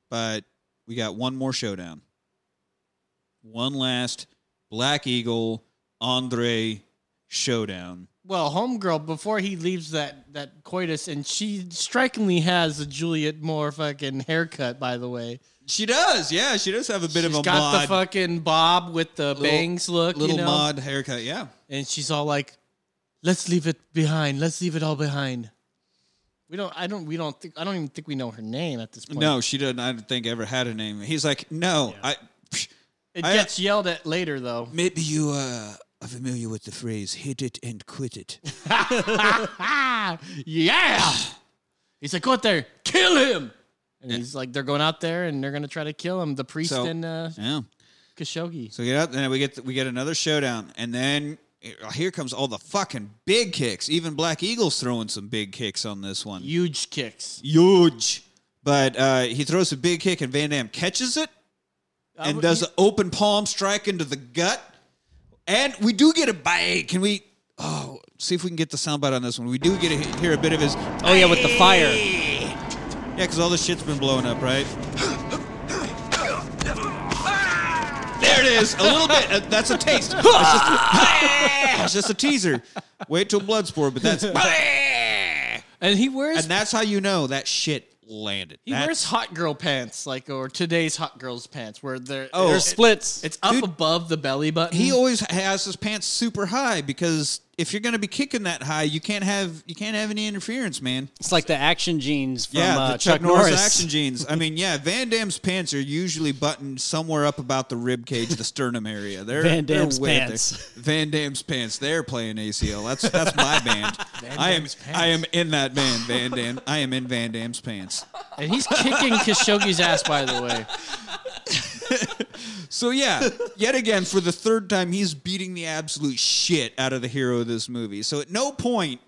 A: but we got one more showdown. One last Black Eagle Andre showdown.
C: Well, homegirl, before he leaves that that coitus, and she strikingly has a Juliet Moore fucking haircut. By the way,
A: She does, yeah. She does have a bit of
C: she's
A: a
C: got
A: mod,
C: the fucking bob with the
A: Little-
C: bangs look,
A: little
C: you know?
A: mod haircut, yeah.
C: and she's all like, "Let's leave it behind. Let's leave it all behind." We don't. I don't. We don't think. I don't even think we know her name at this point.
A: No, she doesn't. I don't think ever had a name. He's like, no, I. psh,
C: it
A: I-
C: gets yelled at later though.
A: Maybe you uh, are familiar with the phrase "hit it and quit it."
C: Ah, yeah. He's like, go out there, kill him. And he's like, they're going out there and they're going to try to kill him. The priest
A: So-
C: and uh,
A: yeah.
C: Khashoggi.
A: So we get up, and then we get we get another showdown, and then uh, here comes all the fucking big kicks. Even Black Eagle's throwing some big kicks on this one.
C: Huge kicks.
A: Huge. But uh, he throws a big kick, and Van Dam catches it and
C: would-
A: does an open palm strike into the gut. And we do get a bite. Can we? Oh, see if we can get the soundbite on this one. We do get to hear a bit of his.
D: Oh, yeah, with the fire.
A: Yeah, because all this shit's been blowing up, right? There it is. A little bit. Uh, that's a taste. It's just, it's just a teaser. Wait till Bloodsport, but that's.
C: And he wears.
A: And that's how you know that shit landed.
C: He
A: That's-
C: wears hot girl pants, like, or today's hot girl's pants, where they're,
A: Oh. They're
D: splits.
C: It's up above the belly button.
A: he always has his pants super high because if you're going to be kicking that high, you can't have you can't have any interference, man.
D: It's like the action genes from
A: yeah,
D: uh,
A: the Chuck, Norris. action jeans. I mean, yeah, Van Damme's pants are usually buttoned somewhere up about the rib cage, the sternum area. They're
D: Van
A: they're
D: Damme's
A: way up there.
D: pants.
A: Van Damme's pants. They're playing ACL. That's that's my band.
C: Van
A: I am
C: Damme's
A: I am in that band. Van Dam. I am in Van Damme's pants.
C: and he's kicking Khashoggi's ass, by the way.
A: So yeah, yet again for the third time, he's beating the absolute shit out of the hero of this movie. So at no point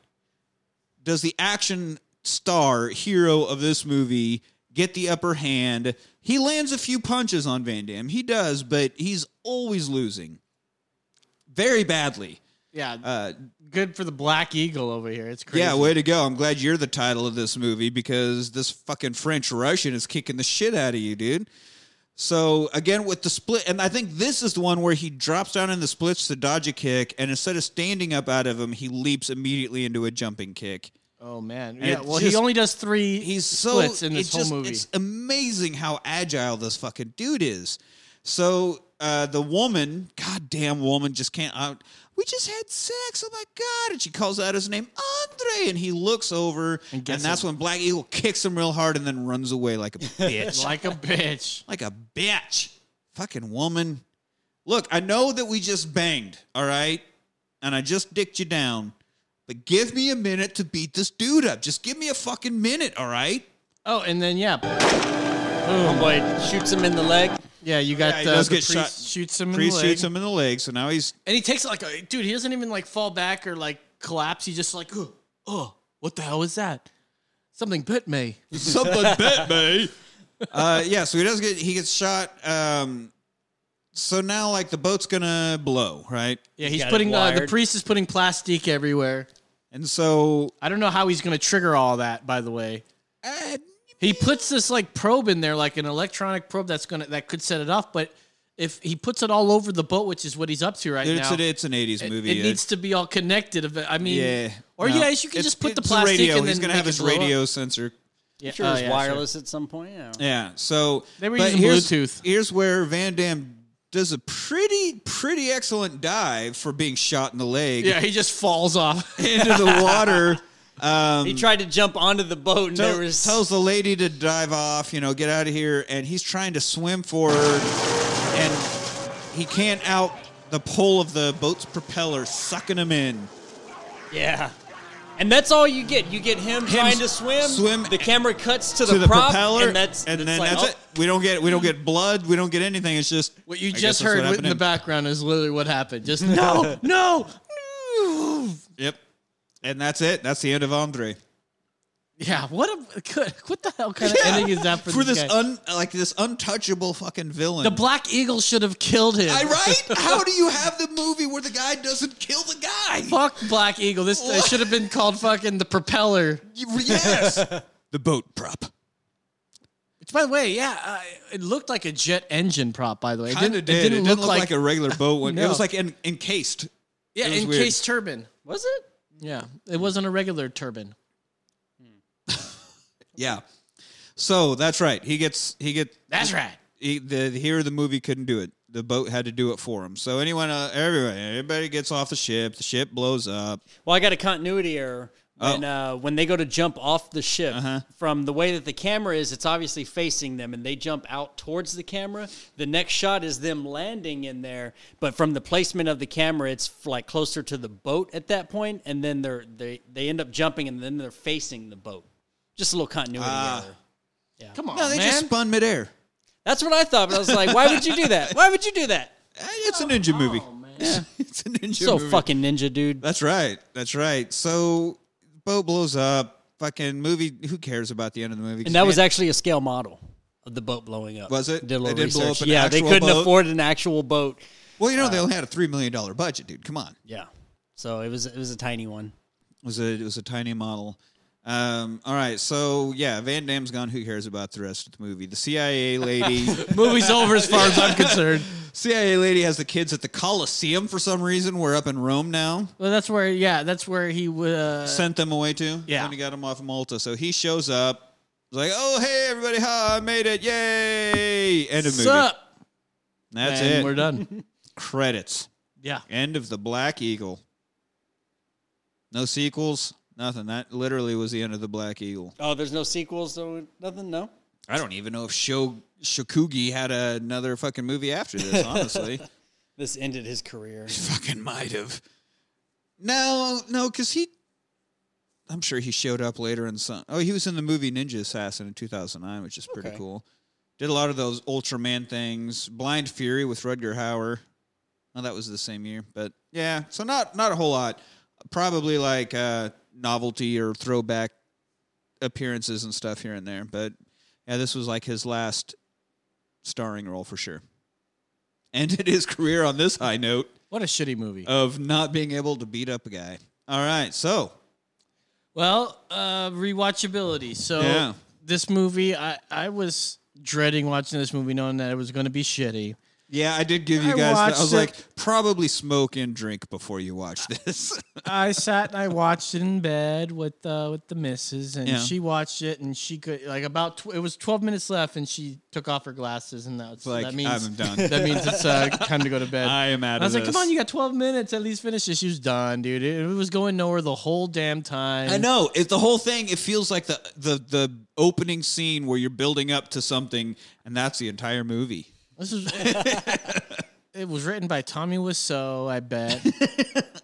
A: does the action star hero of this movie get the upper hand. He lands a few punches on Van Damme. He does, but he's always losing. Very badly.
C: Yeah.
A: Uh,
C: good for the Black Eagle over here. It's crazy.
A: yeah, way to go. I'm glad you're the title of this movie because this fucking French Russian is kicking the shit out of you, dude. So again with the split, and I think this is the one where he drops down in the splits to dodge a kick, and instead of standing up out of him, he leaps immediately into a jumping kick.
C: Oh man.
A: And
C: Yeah.
A: it
C: Well, he
A: just-
C: only does three.
A: He's so
C: splits in this
A: it's
C: whole
A: just-
C: movie.
A: It's amazing how agile this fucking dude is. So uh, the woman, goddamn woman, just can't. I, we just had sex. Oh my god! And she calls out his name, Andre, and he looks over, and,
C: gets
A: that's when Black Eagle kicks him real hard and then runs away like a bitch,
C: like a bitch.
A: like a bitch. Fucking woman. Look, I know that we just banged, all right, and I just dicked you down, but give me a minute to beat this dude up. Just give me a fucking minute, all right?
C: Oh, and then yeah,
D: Homeboy shoots him in the leg.
C: yeah. You got
A: Yeah, he
C: the,
A: does
C: the
A: get
C: priest
A: shot-
C: shoots him.
A: Priest
C: in the leg.
A: shoots him in the leg, so now he's
C: And he takes like a dude. He doesn't even like fall back or like collapse. He just like, oh, oh what the hell is that? Something bit me.
A: something bit me. Uh, yeah, so he does get he gets shot. Um, so now like the boat's gonna blow, right?
C: Yeah, he's
D: got it
C: putting uh, the
D: wired.
C: priest is putting plastic everywhere.
A: And so
C: I don't know how he's gonna trigger all that. By the way, Uh, he puts this like probe in there, like an electronic probe that's gonna that could set it off. But if he puts it all over the boat, which is what he's up to right
A: it's
C: now,
A: an, it's an '80s
C: it,
A: movie.
C: it needs to be all connected. I mean,
A: yeah.
C: or
A: no.
C: yes, you can
A: It's-
C: just put the
A: it's a
C: plastic
A: radio.
C: and
A: He's
C: then
A: gonna
C: make
A: have
C: it
A: his
C: blow up.
A: radio sensor.
C: Yeah,
D: Sure,
C: oh,
D: it's
C: yeah,
D: wireless at some point. Yeah.
A: Yeah. So
C: They were
A: but
C: using
A: here's-
C: Bluetooth.
A: Here's where Van Damme does a pretty pretty excellent dive for being shot in the leg
C: Yeah, he just falls off.
A: into the water. Um,
D: He tried to jump onto the boat, and
A: Tell-
D: there was
A: tells the lady to dive off, you know, get out of here, and he's trying to swim for her, and he can't out the pull of the boat's propeller sucking him in.
D: yeah. And that's all you get. You get him, trying to swim.
A: swim
D: The camera cuts to,
A: To the,
D: prop,
A: propeller,
D: and that's it's
A: then
D: like,
A: that's
D: oh,
A: it. We don't get we don't get blood. We don't get anything. It's just
C: What you
A: I guess
C: just
A: that's
C: heard
A: what
C: in the
A: happened
C: background is literally what happened. Just no, no, no.
A: to him. Yep, and that's it. That's the end of Andre.
C: Yeah, what a good. What the hell kind of ending is that for,
A: for
C: this,
A: this
C: guy?
A: un, like this untouchable fucking villain?
C: the Black Eagle should have killed him.
A: I, right? How do you have the movie where the guy doesn't kill the guy?
C: Fuck Black Eagle. This uh, should have been called fucking the propeller.
A: Yes. the boat prop.
C: Which, by the way, yeah, uh, it looked like a jet engine prop. By the way, It
A: Kind
C: didn't-
A: of did. It didn't, look, like, a regular boat. When, It
C: No.
A: was like en- encased.
C: yeah,
A: it was weird.
C: encased turbine.
D: Was it?
C: Yeah, it wasn't a regular turbine.
A: Yeah. So that's right. He gets he gets.
C: That's right.
A: He, the, the hero of the movie couldn't do it. The boat had to do it for him. So anyone, uh, everyone, everybody gets off the ship. The ship blows up.
D: Well, I got a continuity error. When,
A: Oh.
D: uh, when they go to jump off the ship,
A: Uh-huh.
D: from the way that the camera is, it's obviously facing them, and they jump out towards the camera. The next shot is them landing in there, but from the placement of the camera, it's f- like closer to the boat at that point, and then they're they they end up jumping, and then they're facing the boat. Just a little continuity
A: Ah.
D: error. Yeah.
C: Come on,
A: no, they just spun midair.
D: That's what I thought, but I was like, why would you do that? Why would you do that?
A: Eh, It's a ninja movie. Yeah, it's a ninja.
D: So
A: movie.
D: fucking ninja, dude.
A: That's right. That's right. So boat blows up. Fucking movie. Who cares about the end of the movie?
D: And that was
A: Man,
D: actually a scale model of the boat blowing up.
A: Was it?
D: Did a little
A: They did blow
D: research.
A: up an
D: yeah, they
A: actual
D: couldn't
A: boat?
D: afford an actual boat.
A: Well, you know they only had a three million dollar budget, dude. Come on.
D: Yeah. So it was it was a tiny one.
A: It was a it was a tiny model. Um, all right, so yeah, Van Damme's gone. Who cares about the rest of the movie? The CIA lady,
C: Movie's over as far as I'm concerned.
A: CIA lady has the kids at the Coliseum for some reason. We're up in Rome now.
C: Well, that's where. Yeah, that's where he would. Uh,
A: Sent them away to.
C: Yeah.
A: when he got them off Malta, so he shows up. He's like, "Oh hey everybody, hi, I made it! Yay!" End of movie.
C: sup?
A: That's
C: And
A: it.
C: We're done.
A: Credits.
C: yeah.
A: End of the Black Eagle. No sequels. Nothing. That literally was the end of the Black Eagle.
D: Oh, there's no sequels, so nothing. No.
A: I don't even know if Sho Shokugi had another fucking movie after this, honestly.
D: This ended his career.
A: fucking might have. No, no, because he. I'm sure he showed up later in some. Oh, he was in the movie Ninja Assassin in 2009, which is pretty
D: Okay.
A: cool. Did a lot of those Ultraman things. Blind Fury with Rudger Hauer. Well, that was the same year, but yeah. So not not a whole lot. Probably like uh, novelty or throwback appearances and stuff here and there. But yeah, this was like his last starring role for sure. Ended his career on this high note
C: What a shitty movie.
A: of not being able to beat up a guy. All right, so
C: Well, uh, rewatchability. So
A: Yeah.
C: this movie, I, I was dreading watching this movie, knowing that it was going to be shitty.
A: yeah, I did give you
C: I
A: guys. the- I
C: watched
A: was
C: it.
A: like, probably smoke and drink before you watch this.
C: I sat and I watched it in bed with uh, with the missus, and
A: Yeah.
C: she watched it, and she could like about tw- it was twelve minutes left, and she took off her glasses, and that was,
A: like,
C: that means
A: I'm done.
C: That means it's uh, time to go to bed.
A: I am out
C: And I was
A: of
C: like,
A: this.
C: come on, you got twelve minutes, at least finish this. She was done, dude. It, it was going nowhere the whole damn time.
A: I know it, the whole thing. It feels like the the the opening scene where you're building up to something, and that's the entire movie.
C: This is. It was written by Tommy Wiseau, I bet.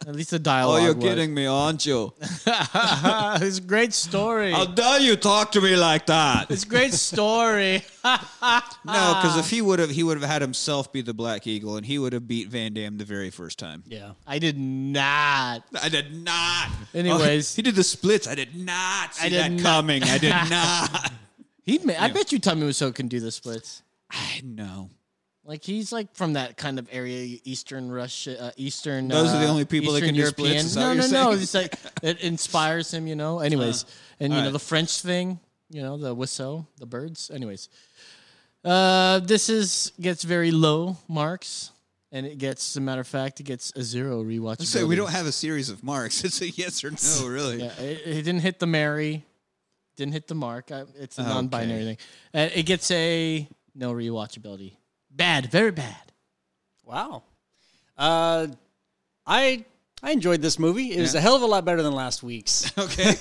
C: At least the
A: Oh,
C: dialogue.
A: you're
C: was.
A: kidding me, aren't you?
C: it's Ah, a great story.
A: How dare you talk to me like that?
C: It's ah. a great story.
A: No, because if he would have, he would have had himself be the Black Eagle, and he would have beat Van Damme the very first time.
D: Yeah.
C: I did not.
A: I did not.
C: Anyways.
A: Oh, he did the splits. I did not see
C: I did
A: that
C: not.
A: coming. I did not.
C: He, ma- I bet you Tommy Wiseau can do the splits.
A: I know.
C: Like he's like from that kind of area, e, Eastern Russia, uh, Eastern.
A: Those are the
C: uh,
A: only people that
C: Eastern
A: can do splits,
C: European.
A: is that
C: no,
A: what
C: no,
A: you're
C: no.
A: saying? Uh,
C: It's like it inspires him, you know. Anyways, and you
A: all
C: know
A: right.
C: the French thing, you know the Wiseau, the birds. Anyways, uh, this is gets very low marks, and it gets, as a matter of fact, it gets a zero rewatch.
A: Let's say we don't have a series of marks. It's a yes or no, really.
C: Yeah, it, it didn't hit the Mary, didn't hit the mark. I, it's a
A: Okay.
C: non-binary thing. Uh, it gets a no rewatchability. Bad, very bad.
D: Wow. Uh, I I enjoyed this movie. It was a hell of a lot better than last week's.
A: Okay.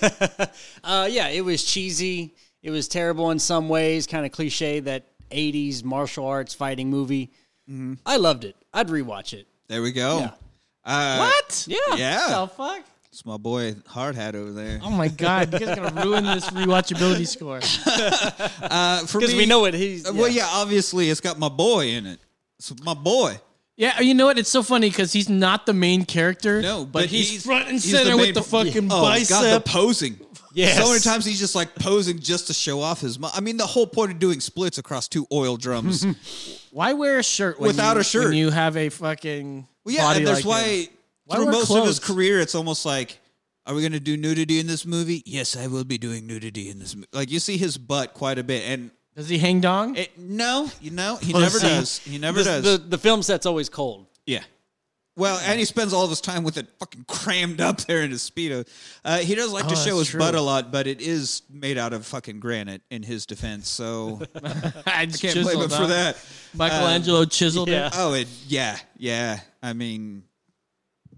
D: uh, yeah, it was cheesy. It was terrible in some ways, kind of cliche that '80s martial arts fighting movie.
A: Mm-hmm.
D: I loved it. I'd rewatch it.
A: There we go.
D: Yeah.
A: Uh,
C: What?
D: Yeah.
A: Yeah.
C: The fuck?
A: It's my boy Hard Hat over there.
C: Oh my god, you guys are gonna ruin this rewatchability score.
A: Uh, for
D: Because
A: me-
C: Oh,
D: we know it. He's
A: Uh, Well, yeah, obviously it's got my boy in it. It's my boy.
C: Yeah, you know what? It's so funny because he's not the main character. No, but, he's, front and
A: he's
C: center
A: main
C: with the
A: pro-
C: fucking
A: oh,
C: bicep.
A: God, the posing.
C: Yes.
A: So many times he's just like posing just to show off his. Mu- I mean, the whole point of doing splits across two oil drums.
C: Why wear a shirt when
A: Without
C: you,
A: a shirt.
C: When you have a fucking
A: Well, yeah,
C: body
A: and that's
C: like
A: why
C: his? Why
A: through
C: wear
A: most of his
C: clothes?
A: career, it's almost like, are we going to do nudity in this movie? Yes, I will be doing nudity in this movie. Like you see his butt quite a bit, and
C: does he hang dong?
A: no, you know he never
D: Pussy.
A: does. He never
D: The-
A: does.
D: The, the film set's always cold.
A: Yeah. Well, and he spends all of his time with it fucking crammed up there in his speedo. Uh, he does like
D: Oh,
A: to show
D: that's
A: his
D: true.
A: butt a lot, but it is made out of fucking granite. In his defense, so I
C: It's
A: can't blame him
C: chiseled,
A: for
C: huh?
A: that.
C: Michelangelo
A: Um,
C: chiseled it.
A: Oh, it yeah, yeah. I mean,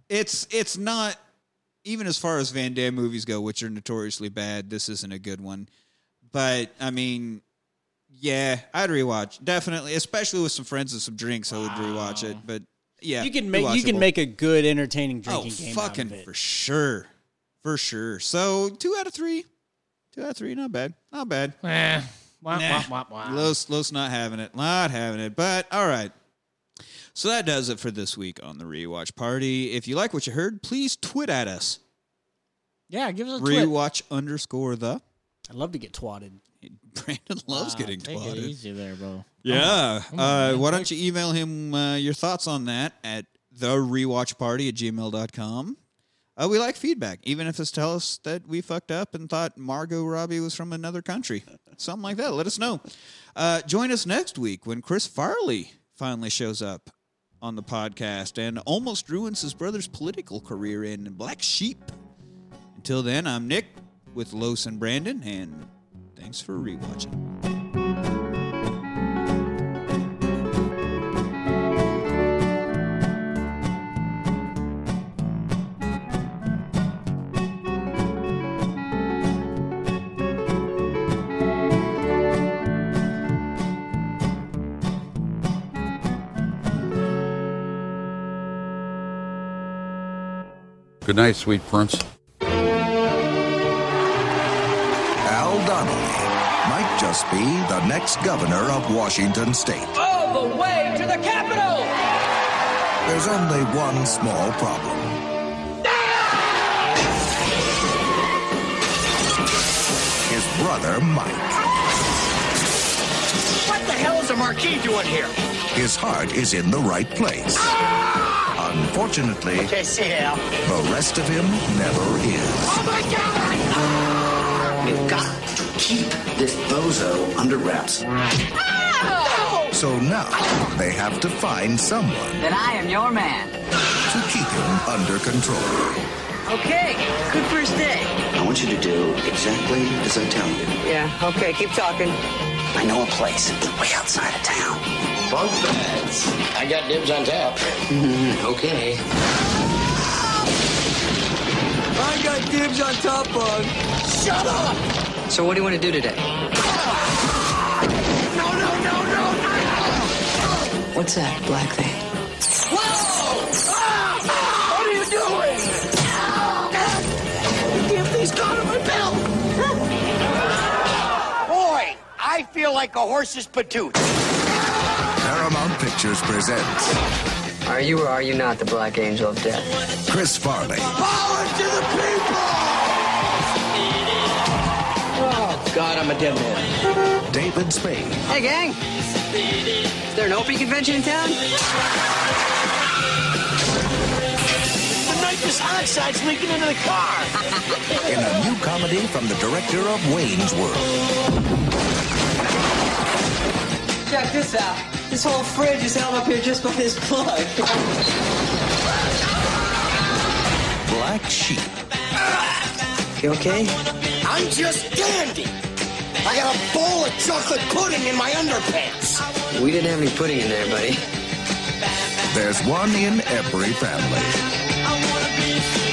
A: it's it's not even as far as Van Damme movies go, which are notoriously bad. This isn't a good one, but I mean, yeah, I'd rewatch definitely, especially with some friends and some drinks. I would rewatch it, but yeah,
D: you can make you can
A: rewatchable.
D: make a good entertaining
A: Oh,
D: drinking game. out of
A: fucking
D: it.
A: for sure, for sure. So two out of three, two out of three, not bad, not bad.
C: Eh. Wah,
A: Nah.
C: wah, wah, wah.
A: Los, Los not having it. Not having it. But all right. So that does it for this week on the rewatch party. If you like what you heard, please twit at us.
C: Yeah, give us a twit.
A: Rewatch underscore the.
D: I'd love to get twatted.
A: Brandon loves
C: Wow,
A: getting
C: take it
A: twatted.
C: easy there, bro.
A: Yeah.
C: Come on,
A: uh,
C: man.
A: why don't you email him uh, your thoughts on that at the rewatch party at gmail.com? Uh, we like feedback, even if it's tell us that we fucked up and thought Margot Robbie was from another country. Something like that. Let us know. Uh, join us next week when Chris Farley finally shows up on the podcast and almost ruins his brother's political career in Black Sheep. Until then, I'm Nick with Los and Brandon, and thanks for rewatching.
N: Good night, sweet prince.
G: Al Donnelly might just be the next governor of Washington State.
K: all the way to the Capitol.
G: There's only one small problem. His brother Mike.
K: What the hell is a marquee doing here?
G: His heart is in the right place.
K: Ah!
G: Unfortunately, the rest of him never is.
K: Oh my God! You've got to keep.
G: This bozo under wraps. So now they have to find someone
K: Then I am your man.
G: to keep him under control.
K: Okay, good first day.
G: I want you to do exactly as I tell you.
K: Yeah, okay, keep talking.
G: I know a place way outside of town. Bunk beds. I got dibs on tap. okay.
K: I got dibs on top of. Shut up! So what do you want to do today? No, no, no, no, no! What's that black thing? Whoa! Ah! What are you doing? Give these God my belt! Boy, I feel like a horse's patoot.
G: Paramount Pictures presents
K: Are you or are you not the Black Angel of Death?
G: Chris Farley,
K: Power to the people! Oh, God, I'm a dead man.
G: David Spade,
K: Hey, gang. Is there an Opie convention in town? The nitrous oxide's leaking into the car.
G: in a new comedy from the director of Wayne's World.
K: Check this out. This whole fridge is held up here just by this plug.
G: Black Sheep.
K: You okay? I'm just dandy. I got a bowl of chocolate pudding in my underpants. We didn't have any pudding in there, buddy.
G: There's one in every family.
K: I wanna be free.